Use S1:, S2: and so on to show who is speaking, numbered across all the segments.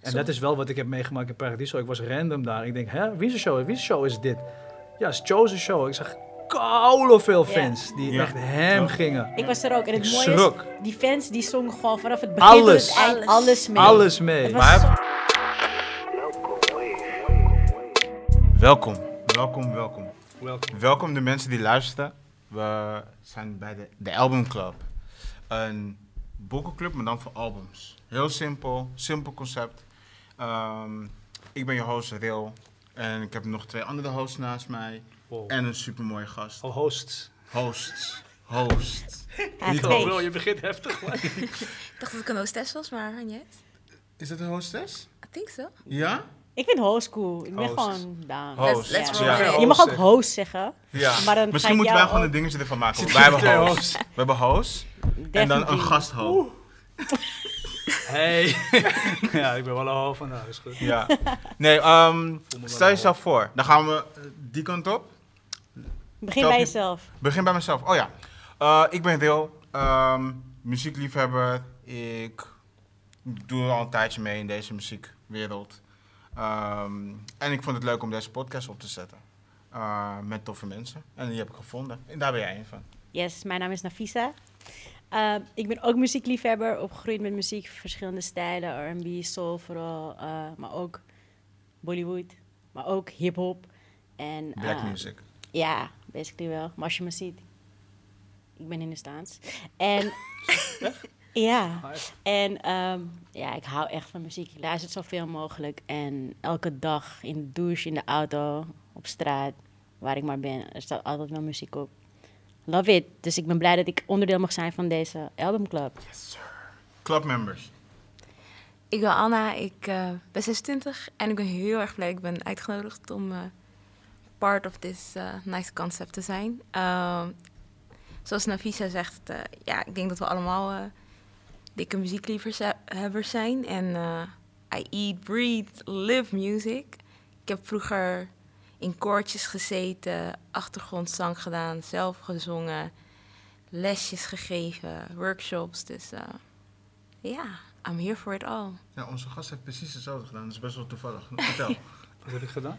S1: En dat is wel wat ik heb meegemaakt in Paradiso. Ik was random daar. Ik denk, hè, wie is de show? Wie is de show is dit? Ja, het is Chosen Show. Ik zag koude veel fans die
S2: Ja.
S1: echt hem gingen.
S3: Ik was er ook. En
S1: Ik
S3: het mooie
S1: schrok.
S3: is, die fans die zongen gewoon vanaf het begin tot
S1: Alles.
S3: het eind alles mee.
S1: Alles
S3: Het
S1: mee.
S3: was
S2: Maar-
S3: zo-
S2: Welkom, welkom, welkom. Welkom de mensen die luisteren. We zijn bij de, de Album Club. Een boekenclub, maar dan voor albums. Heel simpel, simpel concept. Ehm, ik ben je host, Ril. En ik heb nog twee andere hosts naast mij.
S1: Wow.
S2: En een supermooie gast.
S1: Al hosts.
S2: Hosts. Hosts.
S3: Ja,
S2: Niet
S3: twee.
S2: overal.
S1: je begint heftig. gelijk.
S4: Ik dacht dat ik een hostess was, maar niet.
S2: Is dat een hostess?
S4: I think so.
S2: Ja?
S3: Ik vind host cool. Ik ben
S1: Host.
S3: gewoon down.
S2: Host.
S4: Let's, let's
S2: Ja.
S4: roll
S1: Ja.
S4: it.
S3: Je mag
S1: Host
S3: ook
S1: zeggen.
S3: host zeggen.
S2: Ja.
S3: Maar dan ga ik
S2: Misschien moeten wij
S3: jou
S2: gewoon
S3: ook-
S2: een dingetje ervan maken.
S1: Zit
S2: Wij
S1: er
S2: hebben
S1: twee
S2: hosts. We hebben hosts. En dan een
S3: Definitely.
S2: gasthost.
S1: Hey. ja, ik ben wel al van nou, is goed.
S2: Ja. Nee, ehm,
S1: wel
S2: stel jezelf voor. Dan gaan we eh, die kant op.
S3: Begin
S2: Snap
S3: bij
S2: je?
S3: jezelf.
S2: Begin bij mezelf. Oh ja. Eh, ik ben Deel, ehm, muziekliefhebber. Ik doe al een tijdje mee in deze muziekwereld. Ehm, en ik vond het leuk om deze podcast op te zetten. Eh, met toffe mensen. En die heb ik gevonden. En daar ben jij een van.
S3: Yes, mijn naam is Nafisa. Uh, ik ben ook muziekliefhebber, opgegroeid met muziek, verschillende stijlen, R&B, soul vooral, eh, maar ook Bollywood, maar ook hip-hop en
S2: Black
S3: eh,
S2: Music.
S3: Ja, basically wel. Maar als je me ziet, ik ben in de staans. En ja, en ehm, ja, ik hou echt van muziek. Ik luister zoveel mogelijk en elke dag in de douche, in de auto, op straat, waar ik maar ben, er staat altijd wel muziek op. Love it. Dus ik ben blij dat ik onderdeel mag zijn van deze albumclub.
S2: Clubmembers.
S4: Ik ben Anna, ik eh, ben 26 en ik ben heel erg blij. Ik ben uitgenodigd om eh, part of this eh, nice concept te zijn. Ehm, zoals Navisa zegt, eh, ja, ik denk dat we allemaal eh, dikke muziekliefhebbers zijn. En eh, I eat, breathe, live music. Ik heb vroeger in koortjes gezeten, achtergrondzang gedaan, zelf gezongen, lesjes gegeven, workshops. Dus ja, I'm here for it all.
S2: Ja, onze gast heeft precies hetzelfde gedaan. Dat is best wel toevallig. Vertel.
S1: Wat heb ik gedaan?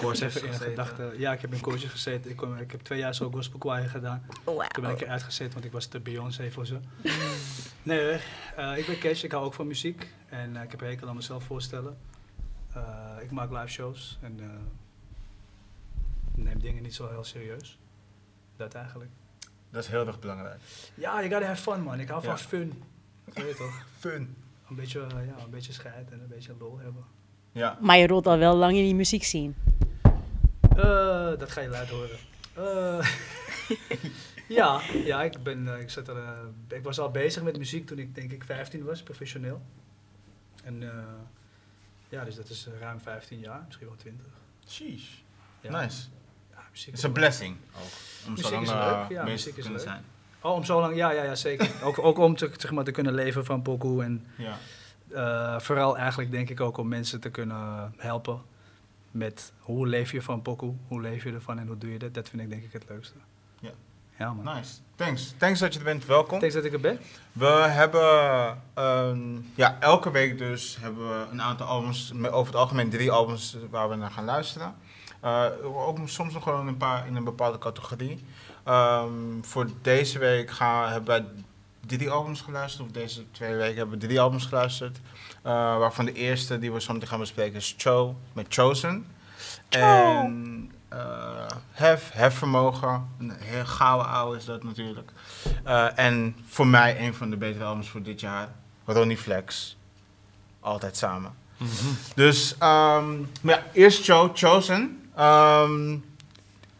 S2: Koorts
S1: Even in gedachten. Ja, ik heb in koortje gezeten. Ik, kom- ik heb twee jaar zo gospel choir gedaan. Toen ben ik eruit gezet, want ik was te Beyoncé voor ze. Nee, hoor. Eh, ik ben Kees, ik hou ook van muziek. En eh, ik heb een hekel aan mezelf voorstellen. Eh, ik maak live shows en eh, neem dingen niet zo heel serieus. Dat eigenlijk.
S2: Dat is heel erg belangrijk.
S1: Ja, you gotta have fun man. Ik hou
S2: Ja.
S1: van fun. Weet je toch?
S2: Fun.
S1: Een beetje, eh, ja, een beetje scheid en een beetje lol hebben.
S2: Ja.
S3: Maar je rolt al wel lang in die muziek zien.
S1: Eh, dat ga je laten horen. Eh, ja, ja ik, ben, eh, ik, zat er, eh, ik was al bezig met muziek toen ik denk ik 15 was, professioneel. En eh, ja, dus dat is eh, ruim 15 jaar, misschien wel 20.
S2: Sheesh.
S1: Ja,
S2: Nice.
S1: Ja, muziek
S2: Het is een blessing ook. Om
S1: Muziek
S2: zo lang
S1: is
S2: eh,
S1: leuk, ja,
S2: bezig
S1: muziek
S2: te
S1: is
S2: kunnen
S1: leuk.
S2: zijn.
S1: Oh, om zo lang, ja, ja, ja zeker. ook, ook om te, zeg maar, te kunnen leven van pokoe en
S2: Ja.
S1: Eh, vooral eigenlijk denk ik ook om mensen te kunnen helpen met hoe leef je van pokoe, hoe leef je ervan en hoe doe je dat. Dat vind ik denk ik het leukste.
S2: Ja. Nou,
S1: Ja man.
S2: Nice. Thanks. Thanks dat je er bent. Welkom.
S1: Thanks dat ik er ben.
S2: We hebben ehm, ja, elke week dus hebben we een aantal albums, me- over het algemeen drie albums eh, waar we naar gaan luisteren. Eh, ook soms nog gewoon een paar in een bepaalde categorie. Ehm, voor deze week gaan, hebben wij drie albums geluisterd, of deze twee weken hebben we drie albums geluisterd. Eh, waarvan de eerste die we zo meteen gaan bespreken is Cho met Chosen. En eh, Hef, Hefvermogen. Een heel gouden oude is dat natuurlijk. Eh, en voor mij een van de betere albums voor dit jaar. Ronnie Flex. Altijd samen. Dus, ehm, maar ja, eerst Cho, Chosen. Ehm,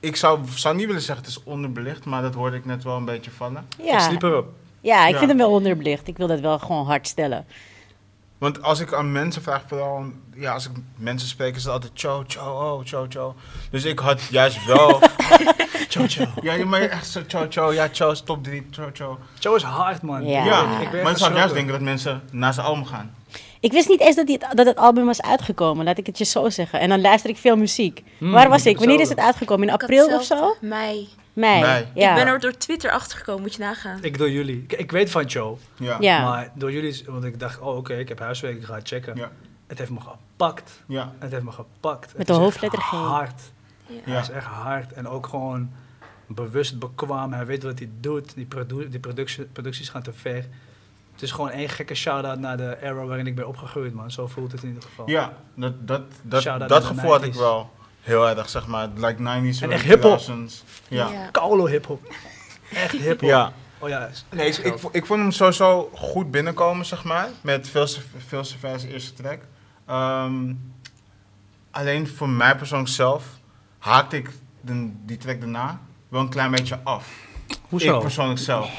S2: ik zou, zou niet willen zeggen het is onderbelicht, maar dat hoorde ik net wel een beetje vallen.
S1: Ik
S3: Ja,
S1: sliep erop.
S3: ja ik
S2: Ja.
S3: vind hem wel onderbelicht. Ik wil dat wel gewoon hard stellen.
S2: Want als ik aan mensen vraag, vooral, ja, als ik mensen spreek, is het altijd cho, cho, oh, cho, cho. Dus ik had juist wel.
S1: Cho Cho.
S2: ja, maar echt zo cho, cho, ja, cho, is top 3, cho, cho.
S1: Cho is hard man.
S3: Ja.
S2: Ja,
S3: ik ben
S2: maar ik zou juist
S1: geschrokken.
S2: denken dat mensen naar zijn album gaan.
S3: Ik wist niet eens dat, die, dat het album was uitgekomen, laat ik het je zo zeggen. En dan luister ik veel muziek.
S2: Hmm,
S3: Waar was
S1: ik
S3: ik? Wanneer is het
S1: hetzelfde.
S3: uitgekomen? In
S4: Ik had
S3: april of zo?
S4: hetzelfde. Mei.
S3: Mei.
S2: Mei.
S3: Ja.
S4: Ik ben er door Twitter achtergekomen, moet je nagaan.
S1: Ik door jullie. Ik, ik weet van Cho,
S2: Ja.
S3: Ja.
S1: maar door jullie, is- want ik dacht, oh oké, ik heb huiswerk, ik ga het checken.
S2: Ja.
S1: het heeft me gepakt.
S2: Ja.
S1: Het heeft me gepakt.
S3: Met
S1: Het
S3: de
S1: is
S3: hoofdletter
S1: echt
S3: G.
S1: Hard.
S4: Ja.
S1: Hij is echt hard. En ook gewoon bewust bekwaam. Hij weet wat hij doet. Die, produ- die productie- producties gaan te ver. Het is gewoon één gekke shout-out naar de era waarin ik ben opgegroeid, man. Zo voelt het in ieder geval.
S2: Ja, dat, dat, dat,
S1: Shout-out
S2: dat
S1: naar de
S2: gevoel had ik
S1: 90s.
S2: wel heel erg, zeg maar. Like 90s,
S1: En
S2: early
S1: echt hiphop.
S2: 2000s. Ja. ja.
S1: Koulo hip-hop. Echt hip-hop.
S2: ja.
S1: Oh ja,
S2: Nee, ik, ik, vo- ik vond hem sowieso goed binnenkomen, zeg maar. Met veel, Sav- veel Savage eerste track. Ehm, alleen voor mij persoonlijk zelf haakte ik de- die track daarna wel een klein beetje af. Ik
S1: hoezo?
S2: persoonlijk zelf.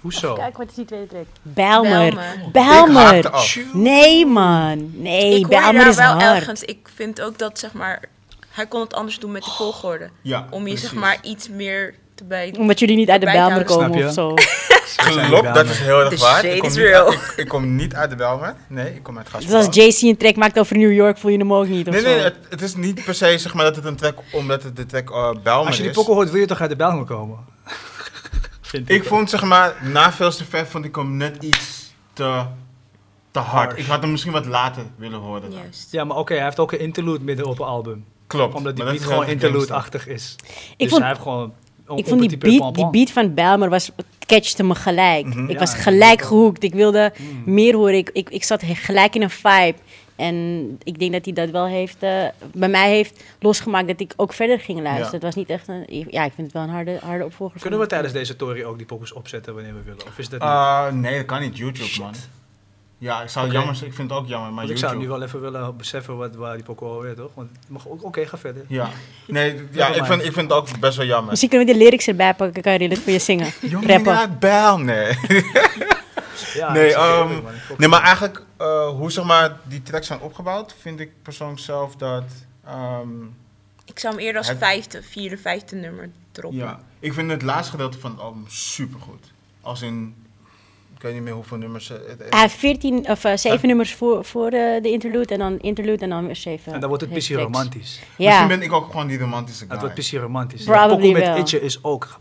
S1: Hoezo?
S3: Kijk, wat is die tweede track? Belmer.
S4: Belmer.
S2: Ik haakte
S3: Belmer.
S2: af.
S3: Nee, man. Nee,
S4: ik hoor je
S3: Belmer
S4: daar
S3: is
S4: wel
S3: hard.
S4: ergens. Ik vind ook dat, zeg maar, hij kon het anders doen met de volgorde.
S2: Oh. Ja,
S4: Om je, zeg
S2: precies.
S4: maar, iets meer te bij...
S3: Omdat jullie niet uit de
S4: Bijhouden.
S3: Belmer
S1: Snap je?
S3: komen of zo.
S2: Klopt, dat is heel
S4: The
S2: erg waar.
S4: shade
S2: Ik kom,
S4: is
S2: niet
S4: real.
S2: uit, ik, ik kom niet uit de Belmer. Nee, ik kom uit
S3: Dus als
S2: Gaspar.
S3: JC een track maakt over New York, voel je hem ook niet of
S2: Nee,
S3: zo.
S2: nee, het, het is niet per se zeg maar, dat het een track omdat het de track eh, Belmer
S1: Als je die
S2: is.
S1: pokkel hoort, wil je toch uit de Bijlmer komen? Vind
S2: Ik vond zeg maar, na Veel te Ver vond ik hem net iets te, te hard.
S1: Harsh.
S2: Ik had hem misschien wat later willen horen. dan.
S4: Juist.
S1: Ja, maar oké, hij heeft ook een interlude midden op een album.
S2: Klopt.
S1: Omdat die
S2: maar
S1: beat
S2: dat is
S1: gewoon
S2: heel erg gangsta.
S1: interlude-achtig is. dus
S3: vond-
S1: hij heeft gewoon... on-
S3: Ik vond die
S1: onparticipeer
S3: beat, die
S1: pom-pom.
S3: beat van Belmer was, het catchte me gelijk. Ik
S1: Mhm. Ja, Mm.
S3: was
S1: ja,
S3: gelijk
S1: ik ook.
S3: gehoekt. Ik wilde meer horen. Ik, ik, ik zat he- gelijk in een vibe. En ik denk dat hij dat wel heeft, eh, bij mij heeft losgemaakt dat ik ook verder ging luisteren.
S2: Ja.
S3: Het was niet echt een, ja, ik vind het wel een harde, harde opvolger.
S1: Kunnen we
S3: van-
S1: tijdens deze tory ook die pokkels opzetten wanneer we willen? Of is dat niet?
S2: Ah, nee, dat kan niet. YouTube, man. Ja, ik, zou
S1: Oké.
S2: jammer, ik vind het ook jammer, maar
S1: Want ik
S2: YouTube.
S1: zou nu wel even willen beseffen wat, waar die pokkel alweer, toch? Want het mag ook- oké, ga verder.
S2: Ja, nee, ja
S1: Never
S2: ik, vind,
S1: mind.
S2: ik vind het ook best wel jammer.
S3: Misschien kunnen we de lyrics erbij pakken. Kan je redelijk voor je zingen. Rappen.
S2: Jongen, uit Bijl, nee.
S1: Ja,
S2: Nee,
S1: dat is oké,
S2: ehm,
S1: man. Ik volg
S2: Nee, maar
S1: het.
S2: eigenlijk, eh, hoe zeg maar, die tracks zijn opgebouwd, vind ik persoonlijk zelf dat... ehm,
S4: Ik zou hem eerder als
S2: Het-
S4: vijfde, vierde, vijfde nummer droppen.
S2: Ja, ik vind het laatste gedeelte van het album supergoed. Als in, ik weet niet meer hoeveel nummers. eh, het-
S3: Hij heeft 14 of eh, zeven nummers voor, voor eh, de interlude en dan interlude en dan weer zeven.
S1: En dan wordt het
S3: heeft
S1: pissie
S3: tracks.
S1: romantisch.
S2: Misschien
S3: Ja,
S2: ben ik ook gewoon die romantische guy.
S1: Het wordt pissie romantisch.
S3: Probably
S1: Pokkel met
S3: wel.
S1: Itje is ook...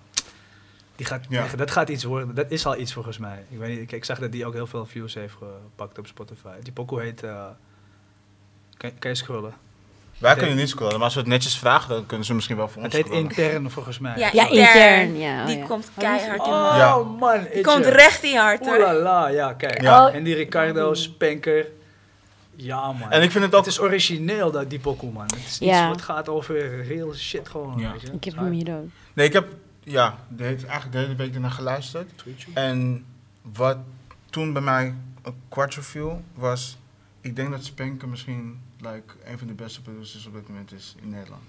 S1: Die gaat,
S2: Ja.
S1: Dat gaat iets worden. Dat is al iets volgens mij. Ik, weet niet, ik, ik zag dat die ook heel veel views heeft gepakt op Spotify. Die pokkel heet... eh, kan, kan je scrollen?
S2: Wij kunnen niet scrollen, maar als we het netjes vragen, dan kunnen ze misschien wel voor
S1: Het
S2: ons
S1: heet
S2: scrollen.
S1: intern volgens mij.
S4: Ja,
S3: ja intern. Ja, oh
S4: Die
S3: ja.
S4: komt keihard in mijn
S1: Oh
S2: Ja.
S1: man,
S4: Die komt recht in je hart,
S1: Oeh la
S4: hoor.
S1: la, ja kijk.
S2: Ja.
S3: Oh.
S1: En die Ricardo,
S3: Mm.
S1: Spenker. Ja man.
S2: En ik vind het ook...
S1: Het is origineel dat die pokoe man. Het is
S3: Ja.
S1: iets wat gaat over real shit gewoon.
S2: Ja.
S1: weet je.
S3: Ik heb hem hier ook.
S2: Nee, ik heb ja, de hele- eigenlijk de hele week ernaar geluisterd. En wat toen bij mij een kwartje viel, was... Ik denk dat Spenker misschien like, een van de beste producers op dit moment is in Nederland.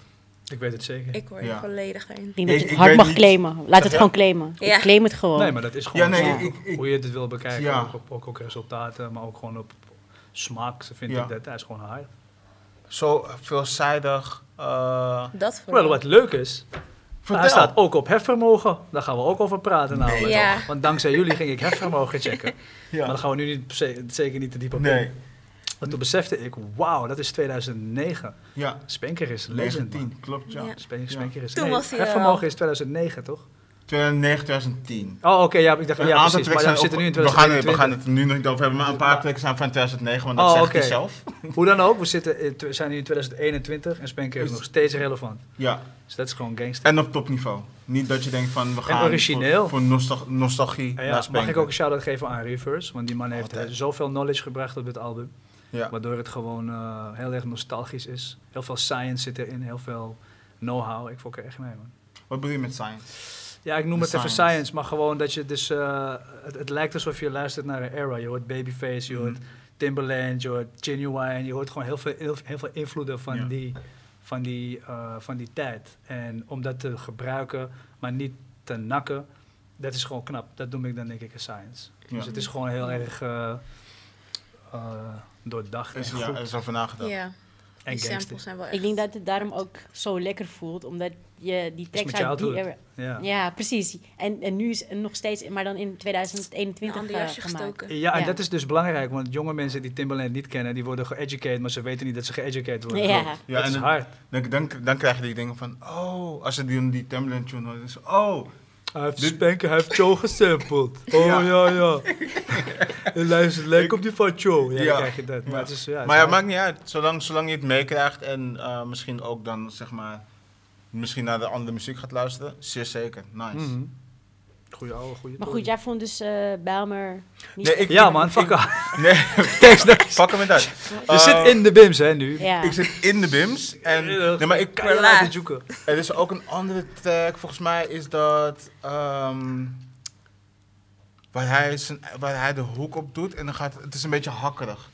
S1: Ik weet het zeker.
S4: Ik hoor je
S2: Ja.
S4: volledig in.
S3: Ik denk dat je
S2: Ik-
S3: het
S2: ik
S3: hard
S2: weet
S3: mag
S2: niet-
S3: claimen. Laat het
S2: Ja.
S3: gewoon claimen.
S4: Ja.
S3: Ik claim het gewoon.
S1: nee, maar dat is gewoon
S2: Ja, nee,
S1: zo.
S2: ik- ik-
S1: hoe je het wil bekijken.
S2: Ja.
S1: Ook, op, ook op resultaten, maar ook gewoon op smaak. Ze vind
S2: Ja.
S1: ik dat. Hij is gewoon hard.
S2: Zo veelzijdig. eh,
S4: Dat voor
S1: Wel, wat leuk is,
S2: vertel.
S1: hij staat ook op hefvermogen. Daar gaan we ook over praten namelijk.
S4: Ja.
S1: Want dankzij jullie ging ik hefvermogen checken.
S2: Ja.
S1: Maar daar gaan we nu niet, per se- zeker niet te diep op in.
S2: Nee,
S1: Want toen besefte ik, wauw, dat is 2009.
S2: ja.
S1: Spenker is legend, man.
S2: 19, klopt ja.
S4: Ja.
S1: Spen-
S2: Ja.
S1: Spenker is...
S4: Toen
S1: nee,
S4: was hij eh,
S1: het
S4: er
S1: vermogen
S4: al.
S1: is 2009, toch?
S2: 2009, 2010.
S1: Oh, oké, ja, ik dacht,
S2: Een
S1: ja,
S2: aantal
S1: precies.
S2: tracks
S1: Maar ja,
S2: zijn
S1: we zitten
S2: op-
S1: nu in
S2: we gaan, we gaan
S1: 2020.
S2: het er nu nog niet over hebben, maar een
S1: Maar-
S2: paar tracks zijn van 2009, want dat
S1: Oh,
S2: zeg
S1: oké.
S2: ik zelf.
S1: Hoe dan ook, we, zitten in, we zijn nu in 2021 en Spenker is nog steeds relevant.
S2: Ja,
S1: Dus dat is gewoon gangster.
S2: en op topniveau. Niet dat je denkt van we gaan
S1: origineel.
S2: voor, voor nostal- nostalgie
S1: Ja,
S2: naar
S1: ja, mag
S2: Spanker.
S1: ik ook een shout-out geven aan Reverse? Want die man heeft
S2: Altijd.
S1: eh, zoveel knowledge gebracht op dit album.
S2: Ja.
S1: Waardoor het gewoon eh, heel erg nostalgisch is. Heel veel science zit erin, heel veel know-how. Ik fok er echt mee, man.
S2: Wat bedoel je met science?
S1: Ja, ik noem
S2: De
S1: het even
S2: science.
S1: science, maar gewoon dat je dus... eh, het, het lijkt alsof je luistert naar een era. Je hoort Babyface,
S2: Mhm.
S1: je hoort Timberland, je hoort Genuine. Je hoort gewoon heel veel, heel, heel veel invloeden van,
S2: Ja.
S1: die, van, die, eh, van die tijd. En om dat te gebruiken, maar niet te nakken, dat is gewoon knap. Dat noem ik dan denk ik een science.
S2: Ja.
S1: Dus het is gewoon heel erg eh, eh, doordacht en
S2: Is,
S1: goed
S2: ja, er is over nagedacht.
S4: Ja,
S1: en
S4: die
S1: gangster.
S4: samples zijn wel echt...
S3: Ik denk dat het daarom ook zo lekker voelt, omdat je die
S1: met
S3: tekst
S1: je
S3: uit die
S1: outlook.
S3: era-
S1: Ja. Ja.
S3: Ja, precies. En, en nu is het nog steeds, maar dan in
S4: Een
S3: 2021
S4: ander
S3: eh,
S4: jasje
S3: gemaakt.
S4: gestoken.
S1: en
S3: Ja.
S1: dat is dus belangrijk, want jonge mensen die Timberland niet kennen, die worden geëducated, maar ze weten niet dat ze geëducated worden.
S3: Ja.
S2: Ja,
S1: dat
S2: en
S1: is
S2: het-
S1: hard.
S2: Dan, dan, dan krijg je die dingen van, oh, als je die, die Timberland tune hoort, dan is het, oh,
S5: Hij heeft Spanker, hij heeft Cho gesampled. Oh ja, ja. En luister, lijkt op die van Cho.
S1: Ja,
S5: Ja.
S1: dan
S2: Ja.
S1: krijg je dat. Maar, het is, ja, het
S2: Maar
S1: is
S2: ja,
S1: wel-
S2: maakt niet uit. Zolang, zolang je het meekrijgt en eh, misschien ook dan zeg maar. Misschien naar de andere muziek gaat luisteren. Zeer zeker. Nice.
S1: Mm.
S5: Mhm. Goeie ouwe, goeie
S3: Maar
S5: toren.
S3: goed, jij vond dus eh Bijlmer niet...
S2: Nee, ik- Eh,
S1: ja man, fuck off.
S2: Nee,
S1: Thanks, thanks.
S2: pak hem met uit.
S1: Je zit in de bims hè nu.
S3: ja.
S2: Ik zit in de BIMS. En,
S1: Ja,
S2: nee, maar ik,
S1: Kan je laten zoeken.
S2: er is ook een andere track, volgens mij is dat. ehm, waar, hij zijn, waar hij de hoek op doet en dan gaat het. is een beetje hakkerig.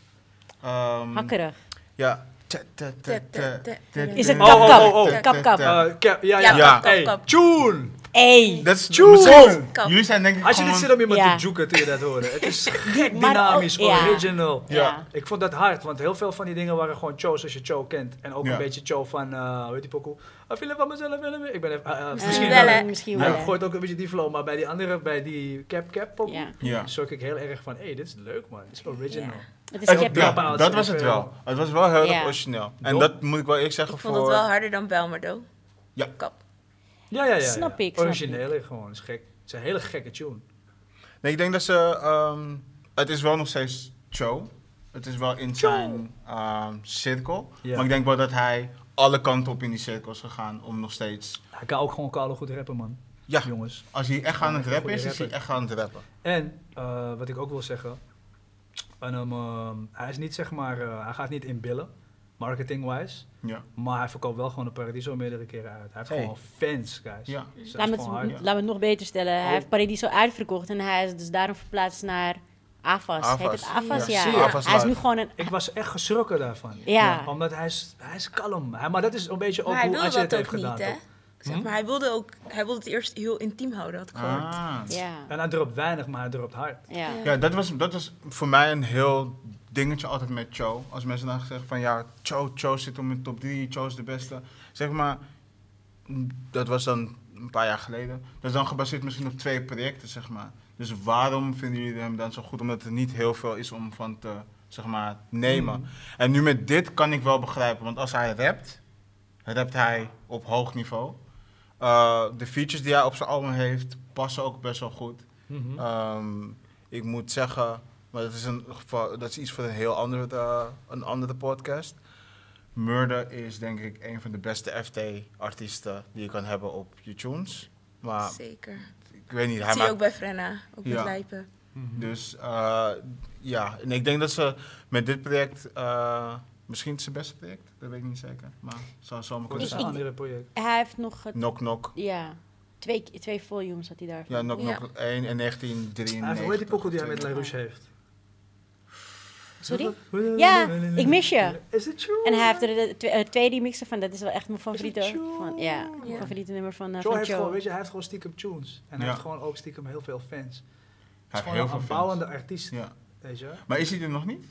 S2: Ehm,
S3: Hakkerig.
S2: Ja. Te- te- te- te- te- te-
S3: Is het
S2: te-
S1: kap,
S2: te-
S1: kap?
S2: te- te- te-
S3: Kap, kap.
S2: te- te-
S1: Eh, Cap- ja,
S4: Ja,
S1: ja.
S2: kap,
S1: Hey,
S4: kap.
S1: tune!
S3: Hey,
S2: Dat is
S1: Tjoe!
S2: misschien-
S4: Kap.
S2: Jullie zijn denk ik
S1: Als je dit
S2: gewoon-
S1: zit om iemand
S3: Ja.
S1: te joeken, toen je dat hoorde. Het is gek
S3: maar
S1: dynamisch,
S3: ook- ja.
S1: original.
S3: Ja.
S2: Ja.
S1: Ik vond dat hard, want heel veel van die dingen waren gewoon shows als je show kent. En ook
S2: Ja.
S1: een beetje show van, eh hoe heet die pokoe? Ah, Film van mezelf, Willem. Ik ben even, eh, eh,
S3: eh,
S1: misschien
S4: wel,
S1: wel.
S4: hè.
S3: Misschien wel.
S1: Ja,
S3: hè.
S1: gooit ook een beetje die flow, maar bij die andere, bij die Cap Cap pokoe,
S3: Ja.
S2: Ja.
S1: zorg ik heel erg van, hé, hey, dit is leuk man, dit is original.
S3: Het is
S2: Het-
S1: Ik heb
S2: ja,
S3: Captain.
S1: drop-outs en
S2: dat was het
S1: veel.
S2: wel. Het was wel heel
S3: Ja.
S2: erg origineel. En
S1: Dop.
S2: dat moet ik wel eerlijk zeggen
S4: Ik vond het
S2: voor.
S4: wel harder dan Belmerdo.
S2: Ja.
S4: Kap.
S1: Ja, ja, ja. ja.
S3: Snap ik, snap
S1: Originele gewoon, is gek. Het is een hele gekke tune.
S2: Nee, ik denk dat ze. ehm, het is wel nog steeds show. Het is wel in zijn ehm, cirkel.
S1: Ja.
S2: Maar ik denk wel dat hij alle kanten op in die cirkel is gegaan om nog steeds.
S1: Hij kan ook gewoon kale goed rappen man,
S2: Ja,
S1: jongens.
S2: als hij echt aan het
S1: Goeie
S2: rappen is, is hij
S1: rapper.
S2: echt aan het rappen.
S1: En eh, wat ik ook wil zeggen, en, ehm, ehm, hij is niet zeg maar, eh, hij gaat niet in billen, marketing-wise,
S2: Ja.
S1: maar hij verkoopt wel gewoon een Paradiso meerdere keren uit. Hij heeft
S2: Hey.
S1: gewoon fans, guys.
S2: Ja.
S1: Dus dat
S3: Laat
S1: is
S3: me, het,
S1: gewoon hard.
S3: laat me het nog beter stellen.
S2: Oh.
S3: Hij heeft Paradiso uitverkocht en hij is dus daarom verplaatst naar AFAS.
S2: AFAS.
S3: Heet het AFAS?
S2: Ja,
S3: Ja.
S2: zie je. AFAS
S3: hij is nu
S2: live.
S3: gewoon een...
S1: Ik was echt geschrokken daarvan.
S3: Ja.
S1: Omdat hij is, hij is kalm. Hij- maar dat is een beetje ook
S4: Maar hij
S1: hoe
S4: wilde
S1: Ajay het
S4: dat
S1: heeft
S4: ook
S1: gedaan.
S4: niet, hè?
S1: toch? Hm?
S4: Zeg maar, hij wilde, ook, hij wilde het eerst heel intiem houden, had ik gehoord.
S2: Ah.
S3: Ja.
S1: En hij dropt weinig, maar hij dropt hard.
S3: Ja.
S2: Ja, dat was, dat was voor mij een heel dingetje altijd met Cho. Als mensen dan zeggen van ja, Cho, Cho zit om in de top 3, Cho is de beste. Zeg maar, mm, dat was dan een paar jaar geleden. Dat is dan gebaseerd misschien op twee projecten, zeg maar. Dus waarom vinden jullie hem dan zo goed? Omdat er niet heel veel is om van te, zeg maar, nemen. En nu met dit kan ik wel begrijpen, want als hij rapt, rapt hij op hoog niveau. Eh, de features die hij op zijn album heeft, passen ook best wel goed.
S1: Mhm.
S2: Ehm, ik moet zeggen, maar dat is, een, geval- dat is iets voor een heel andere, eh, een andere podcast. Murder is denk ik een van de beste FT-artiesten die je kan hebben op YouTunes. Maar
S4: Zeker.
S2: ik weet niet, hij
S4: Dat zie je
S2: maakt...
S4: ook bij Frenna, ook
S2: Ja.
S4: met Lijpen.
S2: Dus eh, ja, en ik denk dat ze met dit project... eh, misschien het zijn beste project, dat weet ik niet zeker. Maar het zou zomaar
S1: Wat
S2: kunnen
S1: is
S3: Ik-
S1: zijn
S2: zijn.
S3: ik-
S1: andere project?
S3: Hij heeft nog... het-
S2: Knock Knock.
S3: ja. Twee, twee volumes had hij daar.
S2: Ja, Knock
S4: Ja.
S2: Knock 1 en 1993.
S1: Hij heeft, hoe heet die pokoe die hij met La
S3: Ja.
S1: Rouche heeft?
S3: Sorry? Ja, ik mis je.
S1: Is het true?
S3: En hij heeft er de, twe- eh, twee remixen van. Dat is wel echt mijn favoriete.
S1: Joe?
S3: Van, ja,
S4: Ja.
S3: mijn favoriete nummer van, eh,
S1: Joe
S3: van
S1: heeft
S3: Joe.
S1: gewoon, weet je, hij heeft gewoon stiekem tunes. En hij
S2: Ja.
S1: heeft gewoon ook stiekem heel veel fans.
S2: Hij heeft
S1: gewoon
S2: heel
S1: een
S2: veel fans.
S1: aanbouwende artiest,
S2: Ja.
S1: weet je.
S2: Maar is hij er nog niet?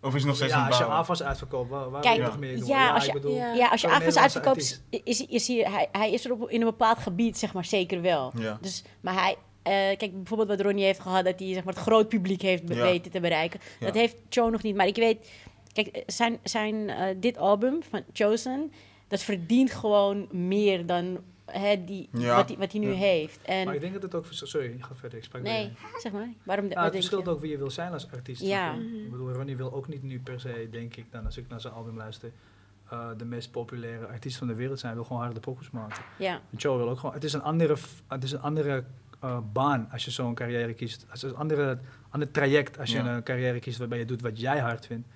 S2: Of is hij nog steeds
S1: Ja,
S2: aan
S1: als
S2: het
S1: je
S2: bouwen?
S1: AFAS uitverkoopt, waar, waar
S3: Kijk,
S1: wil je
S2: ja.
S1: nog meer doen?
S3: ja, als je-
S1: ik bedoel,
S4: ja.
S3: Ja, als je
S1: Zo'n
S3: AFAS
S1: Nederlandse
S3: uitverkoopt, is, is hij, hij, hij is er op, in een bepaald gebied, zeg maar, zeker wel.
S2: Ja.
S3: Dus, maar hij, eh, kijk, bijvoorbeeld wat Ronnie heeft gehad, dat hij zeg maar, het groot publiek heeft be-
S2: Ja.
S3: weten te bereiken.
S2: Ja.
S3: Dat heeft Cho nog niet. Maar ik weet, kijk, eh, zijn, zijn, eh, dit album van Chosen, dat verdient gewoon meer dan hè, die,
S2: Ja.
S3: wat, hij, wat hij nu
S2: Ja.
S3: heeft.
S1: Maar ik
S3: En,
S1: denk dat het ook... vers- Sorry, ik ga verder, ik sprak
S3: nee,
S1: weer.
S3: zeg maar, waarom de-
S1: Ah,
S3: wat
S1: het
S3: denk
S1: verschilt
S3: je?
S1: ook wie je wil zijn als artiest.
S3: Ja. Mhm.
S1: snap je? Ik bedoel, Ronnie wil ook niet nu per se, denk ik, dan als ik naar zijn album luister, eh, de meest populaire artiest van de wereld zijn. Hij wil gewoon harde pokus maken.
S3: Ja,
S1: En Joe wil ook gewoon... Het is een andere, f- het is een andere eh, baan als je zo'n carrière kiest. Het is een andere, ander traject als je
S2: Ja.
S1: een carrière kiest waarbij je doet wat jij hard vindt.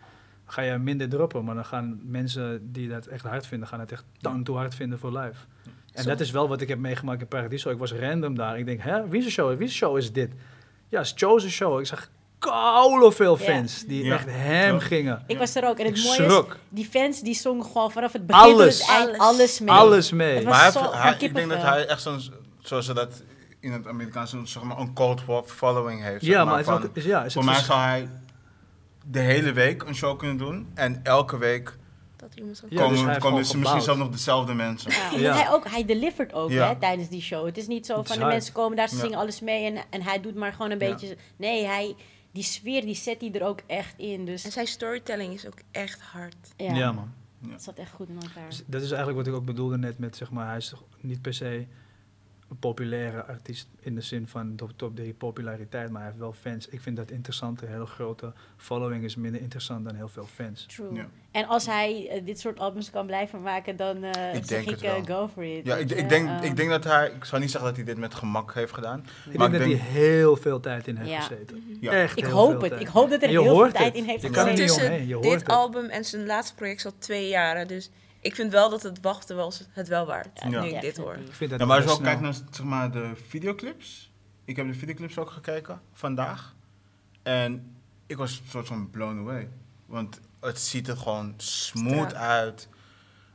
S1: Ga je minder droppen, maar dan gaan mensen die dat echt hard vinden, gaan het echt down to hard vinden voor live. En
S4: Zo.
S1: dat is wel wat ik heb meegemaakt in Paradiso. Ik was random daar. Ik denk, hè, wie is show? Wie is show is dit? Ja, is Joe's show. Ik zag koude veel
S3: Ja.
S1: fans die
S2: Ja.
S1: echt hem
S2: Ja.
S1: gingen.
S3: ik was er ook. En
S1: Ik
S3: het mooie
S1: schrok.
S3: is, die fans die zongen gewoon vanaf het begin tot
S1: Alles.
S3: het eind alles mee.
S1: Alles mee.
S3: Het was
S2: Maar hij
S3: zo
S2: heeft-
S3: van
S2: hij- ik denk
S3: kippenvel.
S2: dat hij echt zo'n, zoals ze dat in het Amerikaanse doen, zeg maar een cold war following heeft. zeg
S1: ja, maar het is
S2: van-
S1: ook, is- ja, is
S2: voor
S1: het
S2: mij
S1: vers-
S2: zou hij de hele week een show kunnen doen en elke week
S4: Dat iemand zo...
S1: Ja, dus
S2: komen,
S1: hij heeft
S2: komen
S1: gewoon
S2: dus misschien
S1: gebouwd.
S2: zelfs nog dezelfde mensen.
S3: Ja. want
S1: Ja.
S3: Hij, ook, hij delivert ook
S2: Ja.
S3: hè, tijdens die show. Het is niet zo
S1: Het
S3: van
S1: is
S3: de
S1: hard.
S3: mensen komen daar, ze
S2: Ja.
S3: zingen alles mee en, en hij doet maar gewoon een
S2: Ja.
S3: beetje... Nee, hij, die sfeer die zet hij er ook echt in.
S4: En
S3: Dus
S4: zijn storytelling is ook echt hard.
S3: ja,
S1: ja, man.
S3: het zat echt goed in elkaar.
S1: Dus dat is eigenlijk wat ik ook bedoelde net met, zeg maar, hij is toch niet per se een populaire artiest in de zin van top, top drie populariteit, maar hij heeft wel fans. Ik vind dat interessant. Een hele grote following is minder interessant dan heel veel fans.
S3: True.
S2: Ja.
S3: En als hij eh, dit soort albums kan blijven maken, dan eh, zeg
S2: denk
S3: ik
S2: het wel.
S3: eh, go for it.
S2: Ja, ik,
S3: weet je?
S2: ik, denk,
S3: Ehm,
S2: ik denk dat hij... Ik zou niet zeggen dat hij dit met gemak heeft gedaan.
S1: Ik
S2: Maar
S1: denk dat
S2: ik Mhm.
S1: hij heel veel tijd in heeft
S3: Ja.
S1: gezeten.
S2: Ja.
S1: Echt
S3: Ik
S1: heel
S3: hoop
S1: veel
S3: het.
S1: tijd.
S3: Ik hoop dat er
S1: En je
S3: heel veel
S1: hoort
S3: tijd
S1: het.
S3: in heeft
S1: Je kan er niet
S3: gezeten.
S1: omheen,
S4: Tussen
S1: je hoort
S4: dit
S1: het.
S4: album en zijn laatste project zat twee jaren. Dus ik vind wel dat het wachten was het wel waard.
S3: Um,
S2: Ja.
S4: Nu ik dit hoor.
S3: definitely.
S1: Ik vind dat
S2: Ja, maar als je
S1: wel
S2: ook kijkt
S1: snel.
S2: naar zeg maar, de videoclips. Ik heb de videoclips ook gekeken vandaag. En ik was soort van blown away. Want het ziet er gewoon smooth
S4: Sterk.
S2: uit.